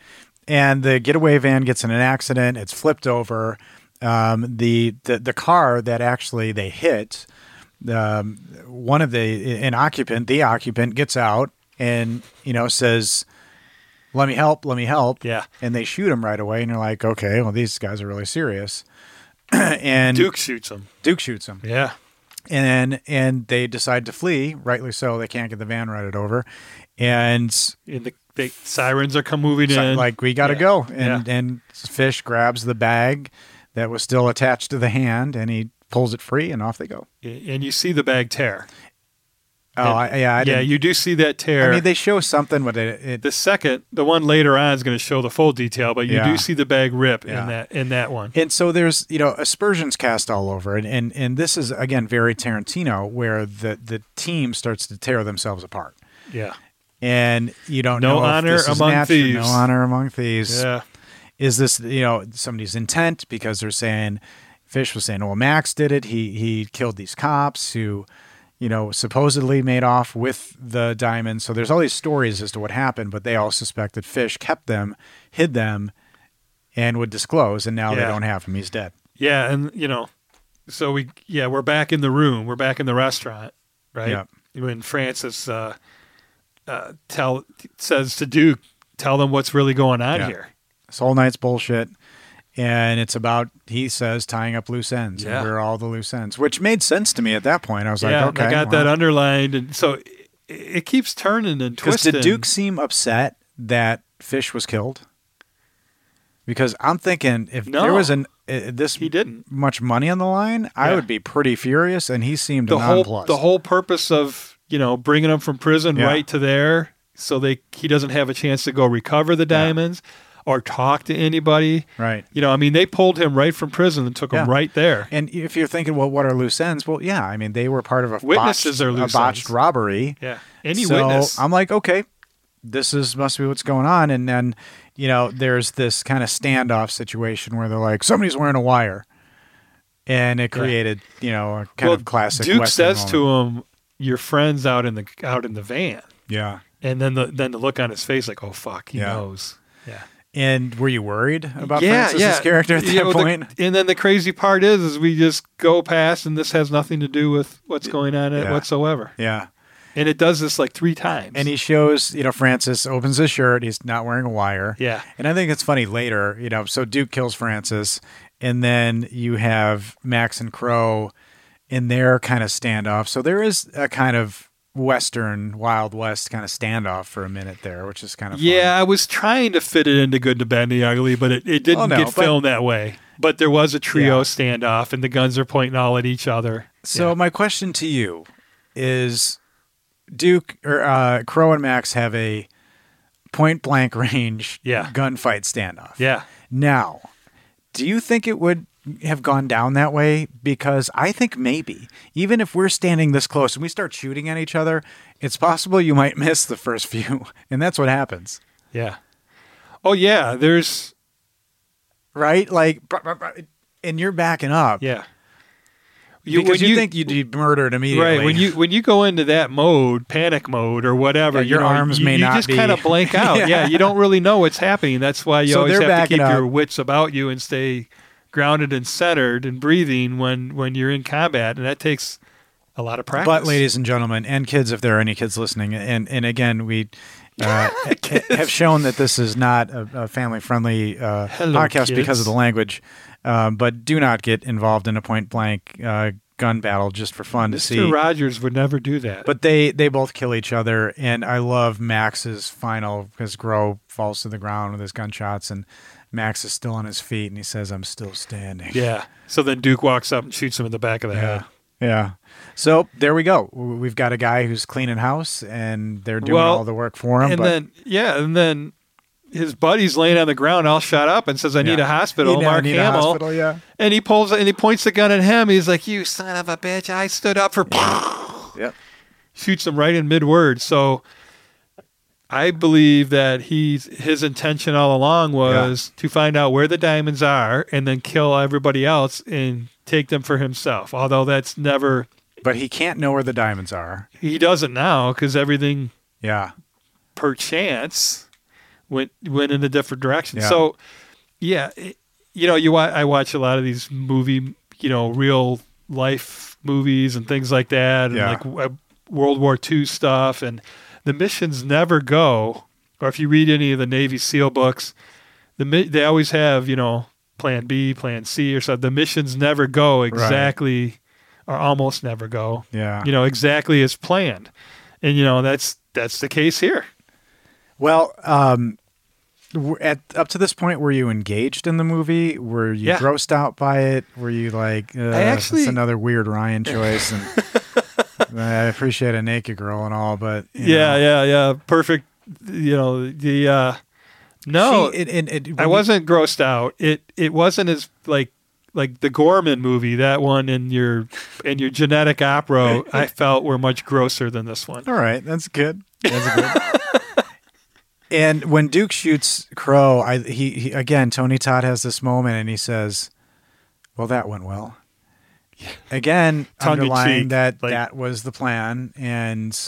[SPEAKER 2] And the getaway van gets in an accident. It's flipped over. Um, the, the the car that actually they hit, um, one of the an occupant, the occupant gets out and you know says, "Let me help, let me help."
[SPEAKER 1] Yeah.
[SPEAKER 2] and they shoot him right away. And you're like, "Okay, well these guys are really serious." [clears throat] and
[SPEAKER 1] Duke shoots him.
[SPEAKER 2] Duke shoots him.
[SPEAKER 1] Yeah,
[SPEAKER 2] and and they decide to flee. Rightly so, they can't get the van routed over, and so-
[SPEAKER 1] and the, the sirens are come moving in.
[SPEAKER 2] like we got to
[SPEAKER 1] Yeah.
[SPEAKER 2] go. And
[SPEAKER 1] Yeah.
[SPEAKER 2] and Fish grabs the bag that was still attached to the hand, and he pulls it free, and off they go.
[SPEAKER 1] and you see the bag tear.
[SPEAKER 2] Oh, I, yeah, I
[SPEAKER 1] yeah,
[SPEAKER 2] didn't,
[SPEAKER 1] you do see that tear.
[SPEAKER 2] I mean, they show something, but it, it
[SPEAKER 1] the second, the one later on is going to show the full detail, but you
[SPEAKER 2] Yeah.
[SPEAKER 1] do see the bag rip
[SPEAKER 2] Yeah.
[SPEAKER 1] in that in that one.
[SPEAKER 2] And so there's you know aspersions cast all over, and and and this is again very Tarantino, where the the team starts to tear themselves apart,
[SPEAKER 1] Yeah,
[SPEAKER 2] and you don't
[SPEAKER 1] No
[SPEAKER 2] know if
[SPEAKER 1] honor
[SPEAKER 2] this is
[SPEAKER 1] among
[SPEAKER 2] natural-
[SPEAKER 1] thieves.
[SPEAKER 2] no honor among thieves,
[SPEAKER 1] yeah,
[SPEAKER 2] is this you know somebody's intent because they're saying fish was saying well max did it he he killed these cops who you know supposedly made off with the diamonds so there's all these stories as to what happened but they all suspect that fish kept them hid them and would disclose and now they
[SPEAKER 1] Yeah.
[SPEAKER 2] don't have him he's dead
[SPEAKER 1] yeah, and you know, so we yeah we're back in the room we're back in the restaurant right
[SPEAKER 2] Yeah.
[SPEAKER 1] when francis uh, uh, tell says to duke tell them what's really going on
[SPEAKER 2] Yeah.
[SPEAKER 1] here
[SPEAKER 2] this whole night's bullshit and it's about he says tying up loose ends
[SPEAKER 1] Yeah.
[SPEAKER 2] and we're all the loose ends which made sense to me at that point i was
[SPEAKER 1] yeah
[SPEAKER 2] like okay
[SPEAKER 1] i got that
[SPEAKER 2] well.
[SPEAKER 1] underlined and so it, it keeps turning and
[SPEAKER 2] Because
[SPEAKER 1] twisting
[SPEAKER 2] did Duke seem upset that Fish was killed? Because I'm thinking if
[SPEAKER 1] No.
[SPEAKER 2] there was an uh, this
[SPEAKER 1] He didn't.
[SPEAKER 2] much money on the line, I
[SPEAKER 1] Yeah.
[SPEAKER 2] would be pretty furious. And he seemed
[SPEAKER 1] the whole
[SPEAKER 2] nonplussed.
[SPEAKER 1] the whole purpose of you know bringing them from prison
[SPEAKER 2] Yeah.
[SPEAKER 1] right to there so they he doesn't have a chance to go recover the diamonds or talk to anybody
[SPEAKER 2] right.
[SPEAKER 1] you know i mean they pulled him right from prison and took him
[SPEAKER 2] Yeah.
[SPEAKER 1] right there
[SPEAKER 2] And if you're thinking, well, what are loose ends? Well, yeah, I mean they were part of a
[SPEAKER 1] Witnesses
[SPEAKER 2] botched,
[SPEAKER 1] are
[SPEAKER 2] a
[SPEAKER 1] loose
[SPEAKER 2] botched
[SPEAKER 1] ends.
[SPEAKER 2] robbery.
[SPEAKER 1] yeah any
[SPEAKER 2] so
[SPEAKER 1] witness
[SPEAKER 2] I'm like, okay, this is must be what's going on. And then you know there's this kind of standoff situation where they're like, somebody's wearing a wire. and it created you know a kind of classic.
[SPEAKER 1] Duke
[SPEAKER 2] Western
[SPEAKER 1] says
[SPEAKER 2] moment.
[SPEAKER 1] to him, "Your friend's out in the out in the van,"
[SPEAKER 2] "Yeah."
[SPEAKER 1] and then the then the look on his face, like, "Oh fuck, he
[SPEAKER 2] Yeah.
[SPEAKER 1] knows." Yeah.
[SPEAKER 2] And were you worried about Francis's character at that
[SPEAKER 1] Yeah, well, the-
[SPEAKER 2] point?
[SPEAKER 1] and then the crazy part is, is we just go past, and this has nothing to do with what's going on
[SPEAKER 2] Yeah.
[SPEAKER 1] whatsoever.
[SPEAKER 2] yeah.
[SPEAKER 1] And it does this like three times.
[SPEAKER 2] And he shows, you know, Francis opens his shirt. He's not wearing a wire.
[SPEAKER 1] Yeah.
[SPEAKER 2] And I think it's funny later, you know, so Duke kills Francis. And then you have Max and Crow in their kind of standoff. So there is a kind of Western, Wild West kind of standoff for a minute there, which is kind of
[SPEAKER 1] yeah, I was trying to fit it into Good to Bad and the Ugly, but it, it didn't
[SPEAKER 2] Oh, no,
[SPEAKER 1] get
[SPEAKER 2] but-
[SPEAKER 1] filmed that way. But there was a trio
[SPEAKER 2] Yeah.
[SPEAKER 1] standoff, and the guns are pointing all at each other.
[SPEAKER 2] So my question to you is Duke or uh, Crow and Max have a point blank range
[SPEAKER 1] Yeah.
[SPEAKER 2] gunfight standoff.
[SPEAKER 1] Yeah.
[SPEAKER 2] Now, do you think it would have gone down that way? Because I think maybe, even if we're standing this close and we start shooting at each other, it's possible you might [laughs] miss the first few. And that's what happens,
[SPEAKER 1] Yeah. Oh yeah, there's
[SPEAKER 2] right? Like, br- br- br- and you're backing up.
[SPEAKER 1] yeah.
[SPEAKER 2] because
[SPEAKER 1] when
[SPEAKER 2] you, think you'd be murdered immediately.
[SPEAKER 1] right when you when you go into that mode, panic mode or whatever,
[SPEAKER 2] Yeah, your
[SPEAKER 1] you know,
[SPEAKER 2] arms
[SPEAKER 1] you,
[SPEAKER 2] may
[SPEAKER 1] you
[SPEAKER 2] not
[SPEAKER 1] just
[SPEAKER 2] be-
[SPEAKER 1] kind of blank
[SPEAKER 2] [laughs]
[SPEAKER 1] out. yeah.
[SPEAKER 2] Yeah.
[SPEAKER 1] you don't really know what's happening. That's why you
[SPEAKER 2] So
[SPEAKER 1] always
[SPEAKER 2] they're
[SPEAKER 1] have to keep
[SPEAKER 2] backing
[SPEAKER 1] your
[SPEAKER 2] up.
[SPEAKER 1] wits about you and stay grounded and centered and breathing when when you're in combat, and that takes a lot of practice.
[SPEAKER 2] But, ladies and gentlemen, and kids, if there are any kids listening, and and again, we [laughs] uh, have shown that this is not a, a family-friendly uh,
[SPEAKER 1] Hello,
[SPEAKER 2] podcast because
[SPEAKER 1] kids.
[SPEAKER 2] of the language. Um, but do not get involved in a point-blank uh, gun battle just for fun to see.
[SPEAKER 1] Mr. Rogers would never do that.
[SPEAKER 2] But they they both kill each other, and I love Max's final because Gro falls to the ground with his gunshots, and Max is still on his feet, and he says, "I'm still standing."
[SPEAKER 1] yeah. So then Duke walks up and shoots him in the back of the head.
[SPEAKER 2] Yeah. So there we go. We've got a guy who's cleaning house, and they're doing
[SPEAKER 1] Well,
[SPEAKER 2] all the work for him.
[SPEAKER 1] and
[SPEAKER 2] but
[SPEAKER 1] then yeah, and then his buddy's laying on the ground, all shot up, and says, "I need
[SPEAKER 2] Yeah.
[SPEAKER 1] a hospital."
[SPEAKER 2] He now
[SPEAKER 1] Mark
[SPEAKER 2] need a
[SPEAKER 1] Hamill,
[SPEAKER 2] hospital, yeah.
[SPEAKER 1] and he pulls and he points the gun at him. He's like, "You son of a bitch! I stood up for." [laughs]
[SPEAKER 2] Yep.
[SPEAKER 1] Shoots him right in mid word. So I believe that he's his intention all along was to find out where the diamonds are and then kill everybody else and take them for himself. Although that's never
[SPEAKER 2] but he can't know where the diamonds are.
[SPEAKER 1] he doesn't now because everything
[SPEAKER 2] Yeah.
[SPEAKER 1] perchance went went in a different direction.
[SPEAKER 2] Yeah.
[SPEAKER 1] So, yeah, it- you know, you wa- I watch a lot of these movie, you know, real life movies and things like that, and
[SPEAKER 2] Yeah.
[SPEAKER 1] like w- uh, World War II stuff, and the missions never go. Or if you read any of the Navy SEAL books, the mi- they always have you know Plan B, Plan C, or something. The missions never go exactly, or almost never go
[SPEAKER 2] Yeah.
[SPEAKER 1] you know exactly as planned and you know that's that's the case here
[SPEAKER 2] Well, um, w- at up to this point, were you engaged in the movie? Were you
[SPEAKER 1] Yeah.
[SPEAKER 2] grossed out by it? Were you like, uh,
[SPEAKER 1] actually-
[SPEAKER 2] it's another weird Ryan choice?
[SPEAKER 1] [laughs]
[SPEAKER 2] And I appreciate a naked girl and all, but you
[SPEAKER 1] yeah
[SPEAKER 2] know.
[SPEAKER 1] yeah yeah perfect you know the uh no
[SPEAKER 2] See, it, it, it,
[SPEAKER 1] i wasn't grossed out it it wasn't as like like the gorman movie that one and your and your genetic opera i felt were much grosser than this one
[SPEAKER 2] All right, that's good. That's good. [laughs] and when Duke shoots Crow, I he, he again Tony Todd has this moment and he says, "Well, that went well." Again,
[SPEAKER 1] [laughs] Tongue in
[SPEAKER 2] underlying
[SPEAKER 1] cheek,
[SPEAKER 2] that
[SPEAKER 1] like-
[SPEAKER 2] that was the plan and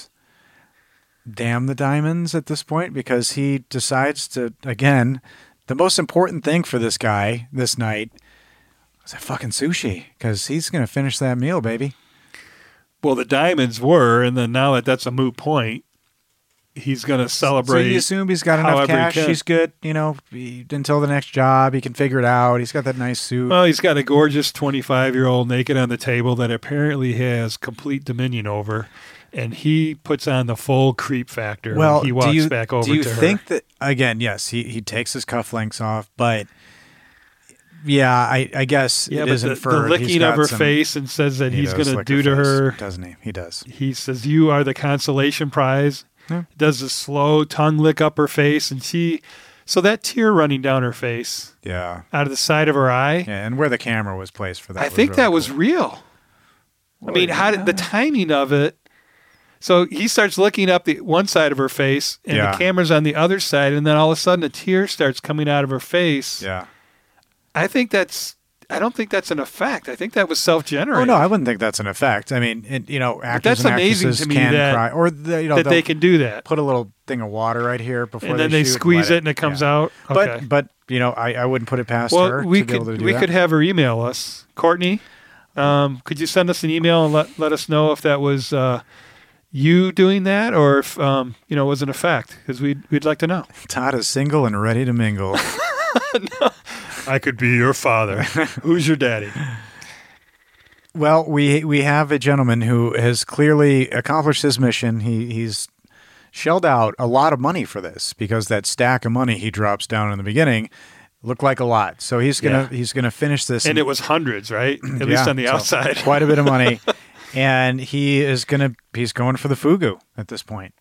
[SPEAKER 2] damn the diamonds at this point because he decides to again the most important thing for this guy this night is that fucking sushi because he's gonna finish that meal, baby.
[SPEAKER 1] well the diamonds were and then now that that's a moot point he's gonna
[SPEAKER 2] So
[SPEAKER 1] celebrate
[SPEAKER 2] you assume he's got enough
[SPEAKER 1] however he
[SPEAKER 2] cash.
[SPEAKER 1] can.
[SPEAKER 2] He's good, you know, he- until the next job. He can figure it out. He's got that nice suit.
[SPEAKER 1] Well, he's got a gorgeous 25 year old naked on the table that apparently has complete dominion over, and he puts on the full creep factor. when
[SPEAKER 2] well,
[SPEAKER 1] he walks
[SPEAKER 2] do you,
[SPEAKER 1] back over
[SPEAKER 2] do you
[SPEAKER 1] to
[SPEAKER 2] think
[SPEAKER 1] her.
[SPEAKER 2] that again? Yes, he he takes his cufflinks off, but yeah, I I guess
[SPEAKER 1] Yeah,
[SPEAKER 2] it
[SPEAKER 1] but
[SPEAKER 2] is
[SPEAKER 1] the, the
[SPEAKER 2] inferred. He's
[SPEAKER 1] licking
[SPEAKER 2] got
[SPEAKER 1] of her
[SPEAKER 2] some-
[SPEAKER 1] face and says that
[SPEAKER 2] he
[SPEAKER 1] he's
[SPEAKER 2] does
[SPEAKER 1] going to
[SPEAKER 2] lick
[SPEAKER 1] do to
[SPEAKER 2] face,
[SPEAKER 1] her.
[SPEAKER 2] doesn't he? He does.
[SPEAKER 1] He says, "You are the consolation prize." Does a slow tongue lick up her face, and she, so that tear running down her face,
[SPEAKER 2] Yeah,
[SPEAKER 1] out of the side of her eye.
[SPEAKER 2] yeah, and where the camera was placed for that?
[SPEAKER 1] I think
[SPEAKER 2] really
[SPEAKER 1] that was
[SPEAKER 2] cool.
[SPEAKER 1] real. I mean, how did the timing of it? So he starts looking up the one side of her face, and
[SPEAKER 2] Yeah.
[SPEAKER 1] the camera's on the other side, and then all of a sudden a tear starts coming out of her face.
[SPEAKER 2] yeah.
[SPEAKER 1] I think that's I don't think that's an effect. I think that was self generated.
[SPEAKER 2] Oh no, I wouldn't think that's an effect. I mean, it, you know, actors
[SPEAKER 1] that's
[SPEAKER 2] and
[SPEAKER 1] amazing
[SPEAKER 2] actresses
[SPEAKER 1] to me
[SPEAKER 2] can
[SPEAKER 1] that-
[SPEAKER 2] cry, or the, you know,
[SPEAKER 1] that they
[SPEAKER 2] they'll
[SPEAKER 1] can do that,
[SPEAKER 2] put a little thing of water right here before,
[SPEAKER 1] and then
[SPEAKER 2] they,
[SPEAKER 1] they
[SPEAKER 2] shoot and
[SPEAKER 1] squeeze
[SPEAKER 2] let
[SPEAKER 1] it and it comes
[SPEAKER 2] yeah.
[SPEAKER 1] out. Okay.
[SPEAKER 2] But but you know, I, I wouldn't put it past her
[SPEAKER 1] well, we
[SPEAKER 2] to be able to
[SPEAKER 1] could
[SPEAKER 2] do
[SPEAKER 1] we
[SPEAKER 2] that.
[SPEAKER 1] could have her email us, Courtney. Um, could you send us an email and let let us know if that was uh, you doing that or if um, you know it was an effect? Because we'd we'd like to know.
[SPEAKER 2] Todd is single and ready to mingle.
[SPEAKER 1] I could be your [laughs] father. Who's your daddy?
[SPEAKER 2] Well, we we have a gentleman who has clearly accomplished his mission. He he's shelled out a lot of money for this because that stack of money he drops down in the beginning looked like a lot. So he's gonna he's gonna finish this
[SPEAKER 1] And
[SPEAKER 2] in-
[SPEAKER 1] it was hundreds, right? At least
[SPEAKER 2] Yeah,
[SPEAKER 1] on the
[SPEAKER 2] so
[SPEAKER 1] outside. [laughs]
[SPEAKER 2] quite a bit of money. and he is gonna he's going for the fugu at this point.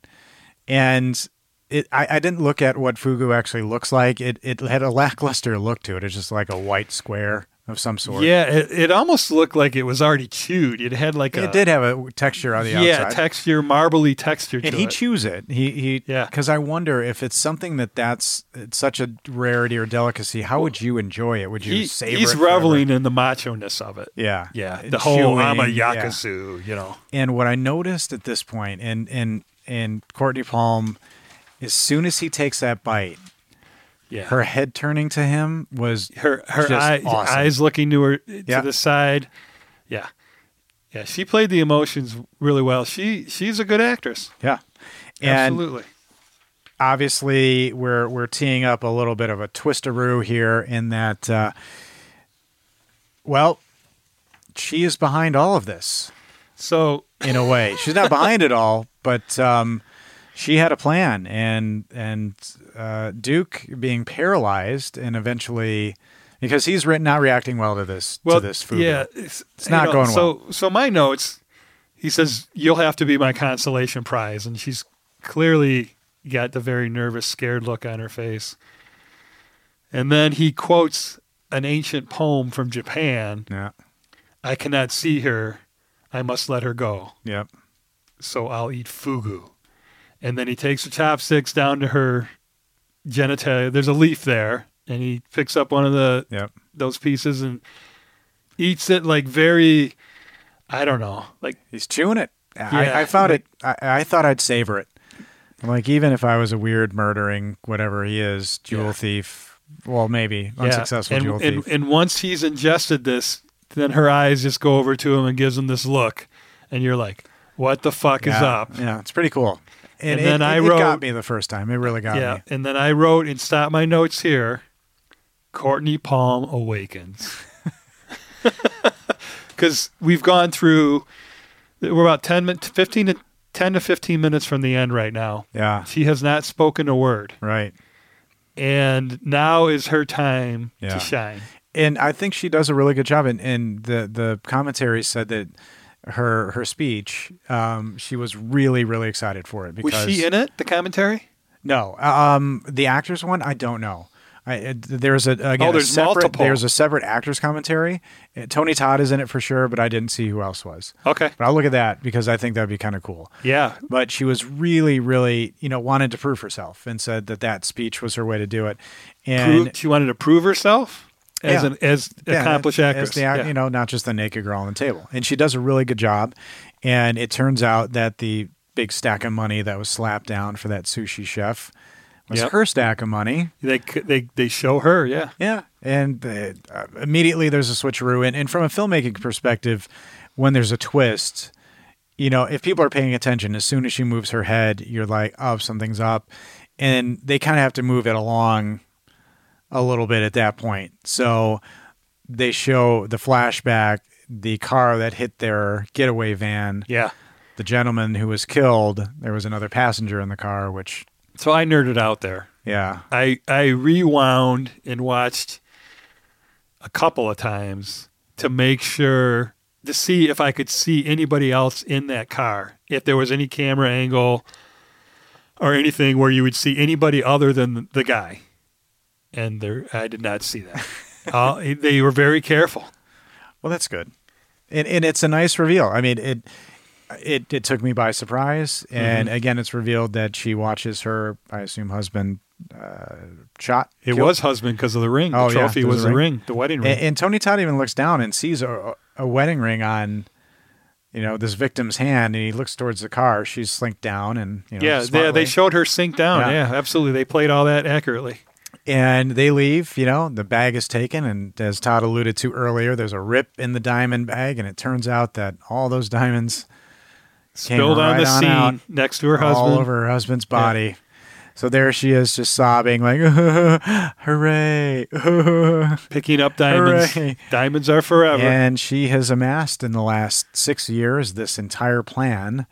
[SPEAKER 2] And it I, I didn't look at what fugu actually looks like. It it had a lackluster look to it. It's just like a white square of some sort.
[SPEAKER 1] Yeah, it, it almost looked like it was already chewed. It had like a
[SPEAKER 2] It did have a texture on the outside.
[SPEAKER 1] yeah texture, marbly texture to
[SPEAKER 2] and he
[SPEAKER 1] it.
[SPEAKER 2] chews it. He he
[SPEAKER 1] Yeah.
[SPEAKER 2] Because I wonder if it's something that that's it's such a rarity or delicacy. How would you enjoy it? Would you
[SPEAKER 1] He-
[SPEAKER 2] savor
[SPEAKER 1] he's
[SPEAKER 2] it forever?
[SPEAKER 1] reveling in the macho ness of it.
[SPEAKER 2] Yeah,
[SPEAKER 1] Yeah,
[SPEAKER 2] And
[SPEAKER 1] the whole I'm a
[SPEAKER 2] Uh, chewing, yeah.
[SPEAKER 1] yakuzu, you know.
[SPEAKER 2] And what I noticed at this point, and and and Courtney Palm, as soon as he takes that bite,
[SPEAKER 1] Yeah,
[SPEAKER 2] her head turning to him was
[SPEAKER 1] her her
[SPEAKER 2] just
[SPEAKER 1] eye,
[SPEAKER 2] awesome.
[SPEAKER 1] eyes looking to her to
[SPEAKER 2] Yeah.
[SPEAKER 1] the side. Yeah, yeah. She played the emotions really well. She she's a good actress.
[SPEAKER 2] Yeah, and
[SPEAKER 1] Absolutely.
[SPEAKER 2] obviously we're we're teeing up a little bit of a twistaroo here in that uh, well she is behind all of this
[SPEAKER 1] So
[SPEAKER 2] in a way she's not behind it all but um, she had a plan and and uh, duke being paralyzed and eventually because he's re- not reacting well to this
[SPEAKER 1] well,
[SPEAKER 2] to this food
[SPEAKER 1] yeah, it's, you
[SPEAKER 2] not going
[SPEAKER 1] so, well. So my notes, he says you'll have to be my consolation prize, and she's clearly got the very nervous, scared look on her face. And then he quotes an ancient poem from Japan.
[SPEAKER 2] yeah
[SPEAKER 1] I cannot see her. I must let her go.
[SPEAKER 2] yep
[SPEAKER 1] so I'll eat fugu. And then he takes the chopsticks down to her genitalia. There's a leaf there, and he picks up one of the
[SPEAKER 2] yep
[SPEAKER 1] those pieces and eats it like very, I don't know, like
[SPEAKER 2] He's chewing it.
[SPEAKER 1] Yeah.
[SPEAKER 2] I, I found it. I, I thought I'd savor it. I'm like, even if I was a weird murdering whatever he is, jewel
[SPEAKER 1] Yeah.
[SPEAKER 2] thief. Well, maybe
[SPEAKER 1] yeah.
[SPEAKER 2] unsuccessful
[SPEAKER 1] And,
[SPEAKER 2] jewel
[SPEAKER 1] and,
[SPEAKER 2] thief.
[SPEAKER 1] and once he's ingested this, then her eyes just go over to him and gives him this look, and you're like, what the fuck is
[SPEAKER 2] yeah,
[SPEAKER 1] up?
[SPEAKER 2] yeah, it's pretty cool. And,
[SPEAKER 1] And
[SPEAKER 2] then
[SPEAKER 1] then
[SPEAKER 2] it,
[SPEAKER 1] I
[SPEAKER 2] it
[SPEAKER 1] wrote-
[SPEAKER 2] got me the first time. It really got
[SPEAKER 1] Yeah,
[SPEAKER 2] me.
[SPEAKER 1] and then I wrote and stopped my notes here. Courtney Palm awakens. [laughs] Because we've gone through, we're about 10 minutes, 15 to 10 to 15 minutes from the end right now.
[SPEAKER 2] Yeah,
[SPEAKER 1] She has not spoken a word.
[SPEAKER 2] right.
[SPEAKER 1] And now is her time
[SPEAKER 2] Yeah.
[SPEAKER 1] to shine.
[SPEAKER 2] And I think she does a really good job. And, and the the commentary said that her her speech, um, she was really really excited for it
[SPEAKER 1] Was
[SPEAKER 2] because
[SPEAKER 1] she in it, the commentary?
[SPEAKER 2] No, um, the actors one I don't know. I, uh, there's a again
[SPEAKER 1] Oh,
[SPEAKER 2] a
[SPEAKER 1] there's
[SPEAKER 2] separate,
[SPEAKER 1] multiple.
[SPEAKER 2] There's a separate actors commentary. Uh, Tony Todd is in it for sure, but I didn't see who else was.
[SPEAKER 1] Okay.
[SPEAKER 2] But I'll look at that because I think that'd be kind of cool.
[SPEAKER 1] Yeah.
[SPEAKER 2] But she was really, really, you know, wanted to prove herself and said that that speech was her way to do it. And
[SPEAKER 1] Proved, she wanted to prove herself as
[SPEAKER 2] Yeah.
[SPEAKER 1] an as
[SPEAKER 2] yeah,
[SPEAKER 1] accomplished
[SPEAKER 2] as-
[SPEAKER 1] actress.
[SPEAKER 2] As the, ac-
[SPEAKER 1] Yeah.
[SPEAKER 2] You know, not just the naked girl on the table. And she does a really good job. And it turns out that the big stack of money that was slapped down for that sushi chef was
[SPEAKER 1] Yep.
[SPEAKER 2] her stack of money.
[SPEAKER 1] They, c- they, they show her, yeah.
[SPEAKER 2] Yeah, and uh, uh, immediately there's a switcheroo, and, and from a filmmaking perspective, when there's a twist, you know, if people are paying attention, as soon as she moves her head, you're like, oh, something's up, and they kind of have to move it along a little bit at that point. So they show the flashback, the car that hit their getaway van,
[SPEAKER 1] Yeah.
[SPEAKER 2] the gentleman who was killed. There was another passenger in the car, which
[SPEAKER 1] So I nerded out there.
[SPEAKER 2] yeah,
[SPEAKER 1] I I rewound and watched a couple of times to make sure to see if I could see anybody else in that car, if there was any camera angle or anything where you would see anybody other than the guy. And there, I did not see
[SPEAKER 2] [laughs]
[SPEAKER 1] that. uh, they were very careful.
[SPEAKER 2] Well, that's good, and and it's a nice reveal. I mean, it it, it took me by surprise. And
[SPEAKER 1] Mm-hmm.
[SPEAKER 2] again, it's revealed that she watches her, I assume, husband uh, shot.
[SPEAKER 1] It
[SPEAKER 2] killed.
[SPEAKER 1] was husband because of the ring.
[SPEAKER 2] Oh,
[SPEAKER 1] the
[SPEAKER 2] yeah,
[SPEAKER 1] trophy
[SPEAKER 2] there's
[SPEAKER 1] was
[SPEAKER 2] a
[SPEAKER 1] the
[SPEAKER 2] ring.
[SPEAKER 1] ring, the wedding
[SPEAKER 2] And,
[SPEAKER 1] ring.
[SPEAKER 2] and Tony Todd even looks down and sees a, a wedding ring on, you know, this victim's hand, and he looks towards the car. She's slinked down, and you know,
[SPEAKER 1] yeah, yeah,
[SPEAKER 2] smartly.
[SPEAKER 1] they showed her sink down.
[SPEAKER 2] Yeah.
[SPEAKER 1] Yeah. absolutely. They played all that accurately.
[SPEAKER 2] and they leave. You know, the bag is taken, and as Todd alluded to earlier, there's a rip in the diamond bag, and it turns out that all those diamonds Came
[SPEAKER 1] Spilled on
[SPEAKER 2] right
[SPEAKER 1] the
[SPEAKER 2] on
[SPEAKER 1] scene
[SPEAKER 2] out.
[SPEAKER 1] next to her
[SPEAKER 2] are all
[SPEAKER 1] husband.
[SPEAKER 2] over her husband's body. So there she is, just sobbing, like,
[SPEAKER 1] [laughs]
[SPEAKER 2] [laughs] hooray,
[SPEAKER 1] Picking up diamonds.
[SPEAKER 2] Hooray.
[SPEAKER 1] Diamonds are forever.
[SPEAKER 2] And she has amassed in the last six years this entire plan.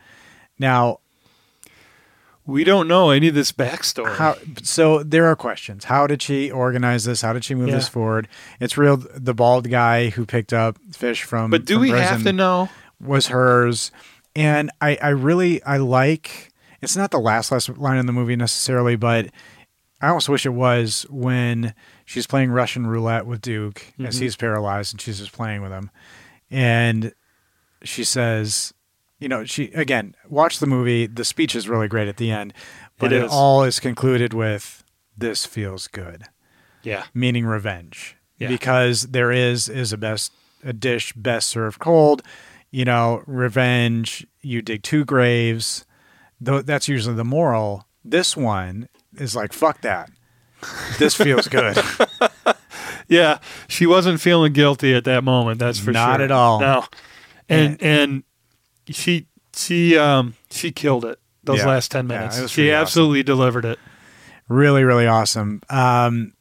[SPEAKER 2] Now,
[SPEAKER 1] We don't know any of this backstory.
[SPEAKER 2] how, so there are questions. How did she organize this? How did she move
[SPEAKER 1] Yeah.
[SPEAKER 2] this forward? It's real. The bald guy who picked up fish from.
[SPEAKER 1] but do
[SPEAKER 2] from
[SPEAKER 1] we
[SPEAKER 2] prison
[SPEAKER 1] have to know?
[SPEAKER 2] Was hers, and I, I really, I like. It's not the last last line in the movie necessarily, but I almost wish it was when she's playing Russian roulette with Duke as
[SPEAKER 1] Mm-hmm.
[SPEAKER 2] he's paralyzed and she's just playing with him. And she says, you know, she again, watch the movie. The speech is really great at the end, but
[SPEAKER 1] It
[SPEAKER 2] it,
[SPEAKER 1] is.
[SPEAKER 2] all is concluded with this feels good,
[SPEAKER 1] Yeah.
[SPEAKER 2] meaning revenge.
[SPEAKER 1] Yeah.
[SPEAKER 2] Because there is is a best a dish best served cold, you know, revenge, you dig two graves. Though that's usually the moral. This one is like fuck that. This feels good.
[SPEAKER 1] Yeah. She wasn't feeling guilty at that moment, that's for sure.
[SPEAKER 2] Not at all.
[SPEAKER 1] No. And and she she um she killed it those
[SPEAKER 2] Yeah.
[SPEAKER 1] last ten
[SPEAKER 2] Yeah,
[SPEAKER 1] minutes.
[SPEAKER 2] it was
[SPEAKER 1] she
[SPEAKER 2] pretty awesome.
[SPEAKER 1] absolutely delivered it.
[SPEAKER 2] really really awesome um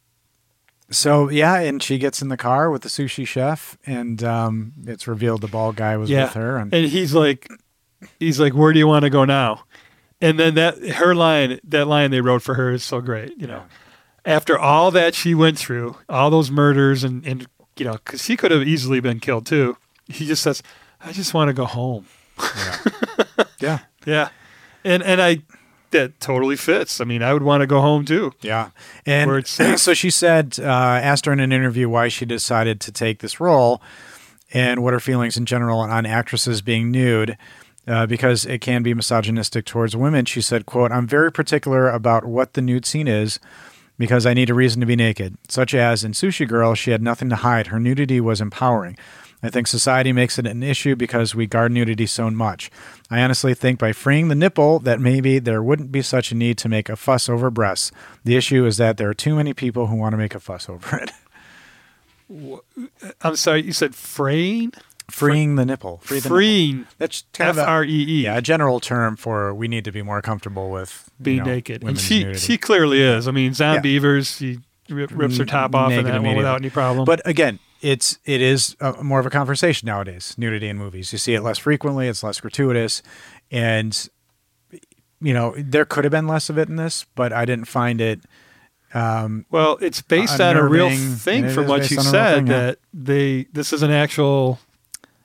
[SPEAKER 2] so yeah and she gets in the car with the sushi chef and um it's revealed the bald guy was with her and,
[SPEAKER 1] he's like he's like where do you want to go now and then that her line that line they wrote for her is so great you know after all that she went through all those murders and and you know because she could have easily been killed too he just says i just want to go home
[SPEAKER 2] yeah
[SPEAKER 1] yeah and and i that totally fits i mean i would want to go home too
[SPEAKER 2] yeah
[SPEAKER 1] Where
[SPEAKER 2] and
[SPEAKER 1] it's-
[SPEAKER 2] [clears throat] so she said uh asked her in an interview why she decided to take this role and what her feelings in general on actresses being nude uh, because it can be misogynistic towards women she said quote i'm very particular about what the nude scene is because i need a reason to be naked such as in sushi girl she had nothing to hide her nudity was empowering i think society makes it an issue because we guard nudity so much i honestly think by freeing the nipple that maybe there wouldn't be such a need to make a fuss over breasts the issue is that there are too many people who want to make a fuss over it [laughs]
[SPEAKER 1] i'm sorry you said fraying
[SPEAKER 2] freeing the nipple free the nipple.
[SPEAKER 1] freeing
[SPEAKER 2] That's kind of a-
[SPEAKER 1] f-r-e-e
[SPEAKER 2] yeah, a general term for we need to be more comfortable with you
[SPEAKER 1] be
[SPEAKER 2] know,
[SPEAKER 1] naked. And
[SPEAKER 2] women's
[SPEAKER 1] she
[SPEAKER 2] nudity.
[SPEAKER 1] she clearly is. I mean, Zombie Evers, she ri- rips her top off in
[SPEAKER 2] Naked
[SPEAKER 1] that one
[SPEAKER 2] immediately.
[SPEAKER 1] without any problem.
[SPEAKER 2] But again, it's it is uh more of a conversation nowadays. Nudity in movies, you see it less frequently. It's less gratuitous, and you know there could have been less of it in this, but I didn't find it.
[SPEAKER 1] well, it's based on a real
[SPEAKER 2] Uh, unnerving,
[SPEAKER 1] thing
[SPEAKER 2] and it
[SPEAKER 1] from
[SPEAKER 2] is
[SPEAKER 1] what
[SPEAKER 2] based
[SPEAKER 1] you
[SPEAKER 2] on a real
[SPEAKER 1] said
[SPEAKER 2] thing, yeah.
[SPEAKER 1] that they this is an actual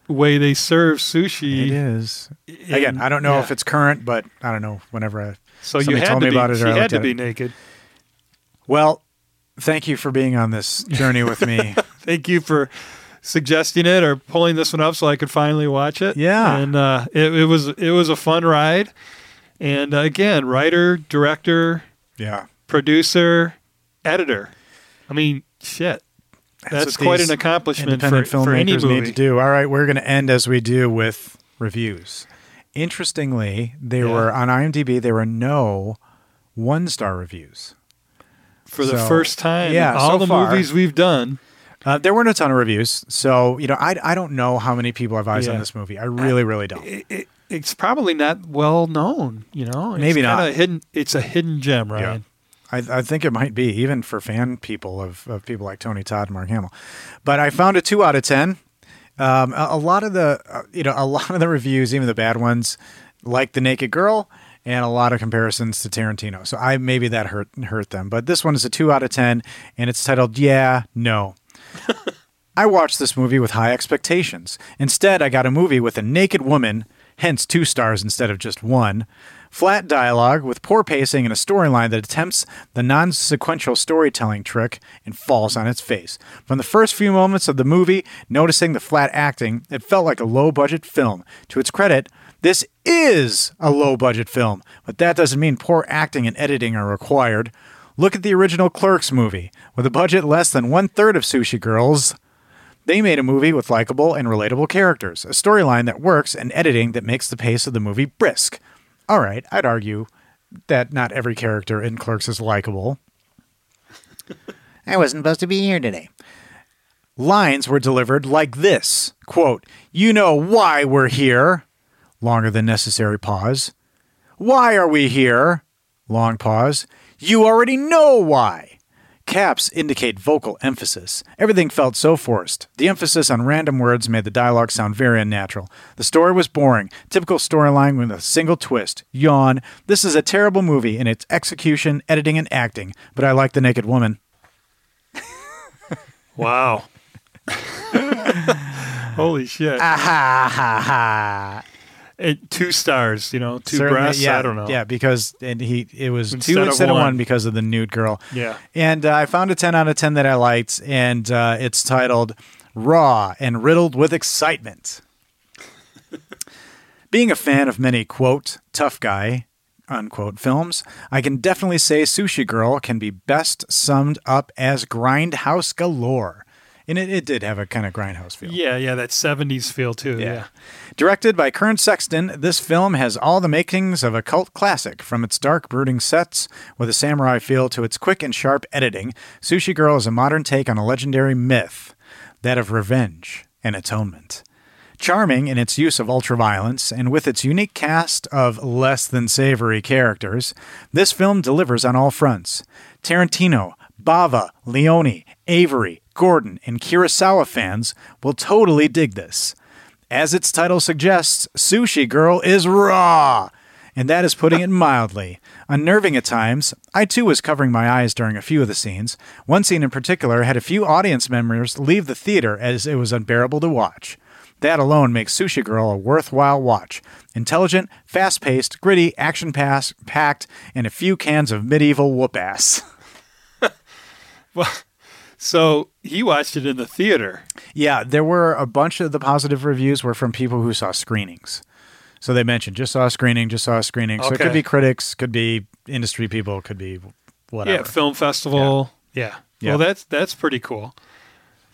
[SPEAKER 1] way they serve
[SPEAKER 2] It
[SPEAKER 1] sushi.
[SPEAKER 2] is again. I don't know
[SPEAKER 1] yeah.
[SPEAKER 2] if it's current, but I don't know. Whenever I
[SPEAKER 1] So you
[SPEAKER 2] somebody
[SPEAKER 1] had
[SPEAKER 2] told
[SPEAKER 1] to
[SPEAKER 2] me
[SPEAKER 1] be
[SPEAKER 2] about it, or
[SPEAKER 1] she
[SPEAKER 2] I
[SPEAKER 1] had
[SPEAKER 2] looked
[SPEAKER 1] to
[SPEAKER 2] at
[SPEAKER 1] be
[SPEAKER 2] it.
[SPEAKER 1] naked.
[SPEAKER 2] well, thank you for being on this journey
[SPEAKER 1] [laughs]
[SPEAKER 2] with me.
[SPEAKER 1] Thank you for suggesting it or pulling this one up so I could finally watch it.
[SPEAKER 2] Yeah.
[SPEAKER 1] And uh, it, it was it was a fun ride. And uh, again, writer, director,
[SPEAKER 2] yeah,
[SPEAKER 1] producer, editor. I mean, shit. That's,
[SPEAKER 2] what
[SPEAKER 1] quite
[SPEAKER 2] these
[SPEAKER 1] an accomplishment for,
[SPEAKER 2] independent
[SPEAKER 1] for any
[SPEAKER 2] filmmakers
[SPEAKER 1] movie.
[SPEAKER 2] need to do. All right, we're going to end as we do with reviews. Interestingly, they
[SPEAKER 1] Yeah.
[SPEAKER 2] were on IMDb. There were no one star reviews.
[SPEAKER 1] For the
[SPEAKER 2] So,
[SPEAKER 1] first time,
[SPEAKER 2] yeah,
[SPEAKER 1] in all
[SPEAKER 2] so
[SPEAKER 1] the
[SPEAKER 2] far.
[SPEAKER 1] movies we've done.
[SPEAKER 2] Uh, there weren't a ton of reviews, so you know I, I don't know how many people have eyes on
[SPEAKER 1] Yeah. Uh,
[SPEAKER 2] this movie. I really really don't.
[SPEAKER 1] It, it, it's probably not well known, you know. It's
[SPEAKER 2] Maybe not.
[SPEAKER 1] kinda Hidden, it's a hidden gem, Ryan.
[SPEAKER 2] I, I think it might be even for fan people of, of people like Tony Todd and Mark Hamill. But I found a two out of ten. Um, a, a lot of the uh, you know a lot of the reviews, even the bad ones, like the Naked Girl, and a lot of comparisons to Tarantino. So I maybe that hurt hurt them. But this one is a two out of ten, and it's titled Yeah No. I watched this movie with high expectations. Instead, I got a movie with a naked woman, hence two stars instead of just one, flat dialogue with poor pacing and a storyline that attempts the non sequential storytelling trick and falls on its face. From the first few moments of the movie, noticing the flat acting, it felt like a low budget film. To its credit, This is a low budget film, but that doesn't mean poor acting and editing are required. Look at the original Clerks movie. With a budget less than one third of Sushi Girls, they made a movie with likable and relatable characters, a storyline that works, and editing that makes the pace of the movie brisk. All right, I'd argue that not every character in Clerks is likable. [laughs] I wasn't supposed to be here today. Lines were delivered like this quote, You know why we're here. Longer than necessary pause. Why are we here? Long pause. You already know why. Caps indicate vocal emphasis. Everything felt so forced. The emphasis on random words made the dialogue sound very unnatural. The story was boring. Typical storyline with a single twist. Yawn. This is a terrible movie in its execution, editing, and acting, but I like The Naked Woman. [laughs]
[SPEAKER 1] Wow. [laughs] Holy shit.
[SPEAKER 2] ha ha ha.
[SPEAKER 1] And two stars, you know, two
[SPEAKER 2] Certainly,
[SPEAKER 1] breasts.
[SPEAKER 2] Yeah,
[SPEAKER 1] I don't know.
[SPEAKER 2] Yeah, because and he it was
[SPEAKER 1] Instead
[SPEAKER 2] two
[SPEAKER 1] of
[SPEAKER 2] instead of one.
[SPEAKER 1] one.
[SPEAKER 2] because of the nude girl.
[SPEAKER 1] Yeah.
[SPEAKER 2] and uh, I found a ten out of ten that I liked, and uh, it's titled "Raw and Riddled with Excitement." [laughs] Being a fan of many quote tough guy unquote films, I can definitely say Sushi Girl can be best summed up as grindhouse galore, and it, it did have a kind of grindhouse feel.
[SPEAKER 1] Yeah, yeah, that 70s feel too. Yeah.
[SPEAKER 2] Directed by Kern Sexton, this film has all the makings of a cult classic, from its dark, brooding sets with a samurai feel to its quick and sharp editing. Sushi Girl is a modern take on a legendary myth, that of revenge and atonement. Charming in its use of ultraviolence, and with its unique cast of less than savory characters, this film delivers on all fronts. Tarantino, Bava, Leone, Avery, Gordon, and Kurosawa fans will totally dig this. As its title suggests, Sushi Girl is raw. And that is putting it mildly. Unnerving at times, I too was covering my eyes during a few of the scenes. One scene in particular had a few audience members leave the theater as it was unbearable to watch. That alone makes Sushi Girl a worthwhile watch. Intelligent, fast paced, gritty, action pass packed, and a few cans of medieval whoop [laughs] ass.
[SPEAKER 1] So he watched it in the theater.
[SPEAKER 2] Yeah, there were a bunch of the positive reviews were from people who saw screenings. So they mentioned just saw a screening, just saw a screening. So it could
[SPEAKER 1] Okay.
[SPEAKER 2] be critics, could be industry people, could be whatever.
[SPEAKER 1] Yeah, film festival. Yeah.
[SPEAKER 2] Yeah.
[SPEAKER 1] Well, that's that's pretty cool.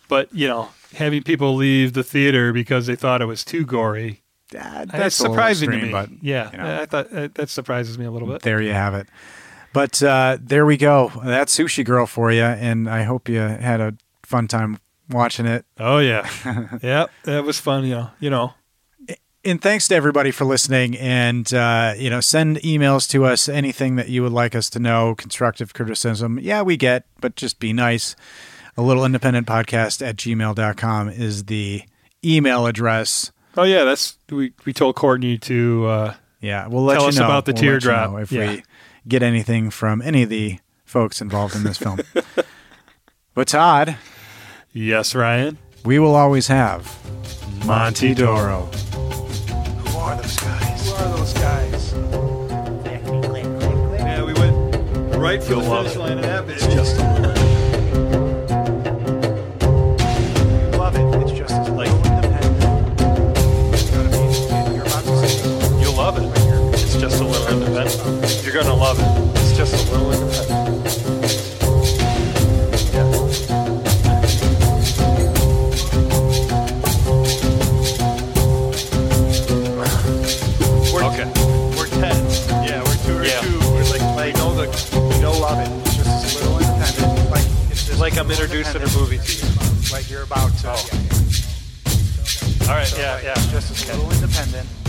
[SPEAKER 1] But, you know, having people leave the theater because they thought it was too gory,
[SPEAKER 2] That-
[SPEAKER 1] that's
[SPEAKER 2] a little
[SPEAKER 1] surprising to
[SPEAKER 2] extreme,
[SPEAKER 1] me.
[SPEAKER 2] But
[SPEAKER 1] yeah,
[SPEAKER 2] you know.
[SPEAKER 1] I thought uh, that surprises me a little bit.
[SPEAKER 2] there you have it. But uh, there we go. That's Sushi Girl for you, and I hope you had a fun time watching it.
[SPEAKER 1] Oh [laughs] yeah, yeah, that was fun. You know, you know.
[SPEAKER 2] and thanks to everybody for listening and uh, you know send emails to us anything that you would like us to know constructive criticism yeah we get but just be nice a little independent podcast at gmail.com is the email address
[SPEAKER 1] Oh yeah, that's we we told Courtney to. Uh,
[SPEAKER 2] yeah we'll let
[SPEAKER 1] Tell
[SPEAKER 2] you
[SPEAKER 1] us
[SPEAKER 2] know
[SPEAKER 1] about the
[SPEAKER 2] We'll let you
[SPEAKER 1] teardrop.
[SPEAKER 2] know if
[SPEAKER 1] Yeah.
[SPEAKER 2] we get anything from any of the folks involved in this
[SPEAKER 1] [laughs]
[SPEAKER 2] film but todd
[SPEAKER 1] yes, Ryan.
[SPEAKER 2] we will always have monty doro
[SPEAKER 5] Who are those guys?
[SPEAKER 1] Yeah, we went right for the finish line of that bitch. Just
[SPEAKER 5] Love it. It's just as like independent. You're about to say,
[SPEAKER 3] You'll love it. It's just a little independent. You're gonna love it. It's just a little independent.
[SPEAKER 5] we're,
[SPEAKER 3] Okay.
[SPEAKER 5] we're 10.
[SPEAKER 3] Yeah, we're two or
[SPEAKER 5] Yeah.
[SPEAKER 3] two. We're like
[SPEAKER 5] Like, we know the, we know love it. It's just as little independent. Like, it's just
[SPEAKER 3] like I'm introducing a movie to you.
[SPEAKER 5] Like you're about to.
[SPEAKER 3] All right.
[SPEAKER 5] So,
[SPEAKER 3] Yeah,
[SPEAKER 5] like,
[SPEAKER 3] yeah.
[SPEAKER 5] Just as little independent.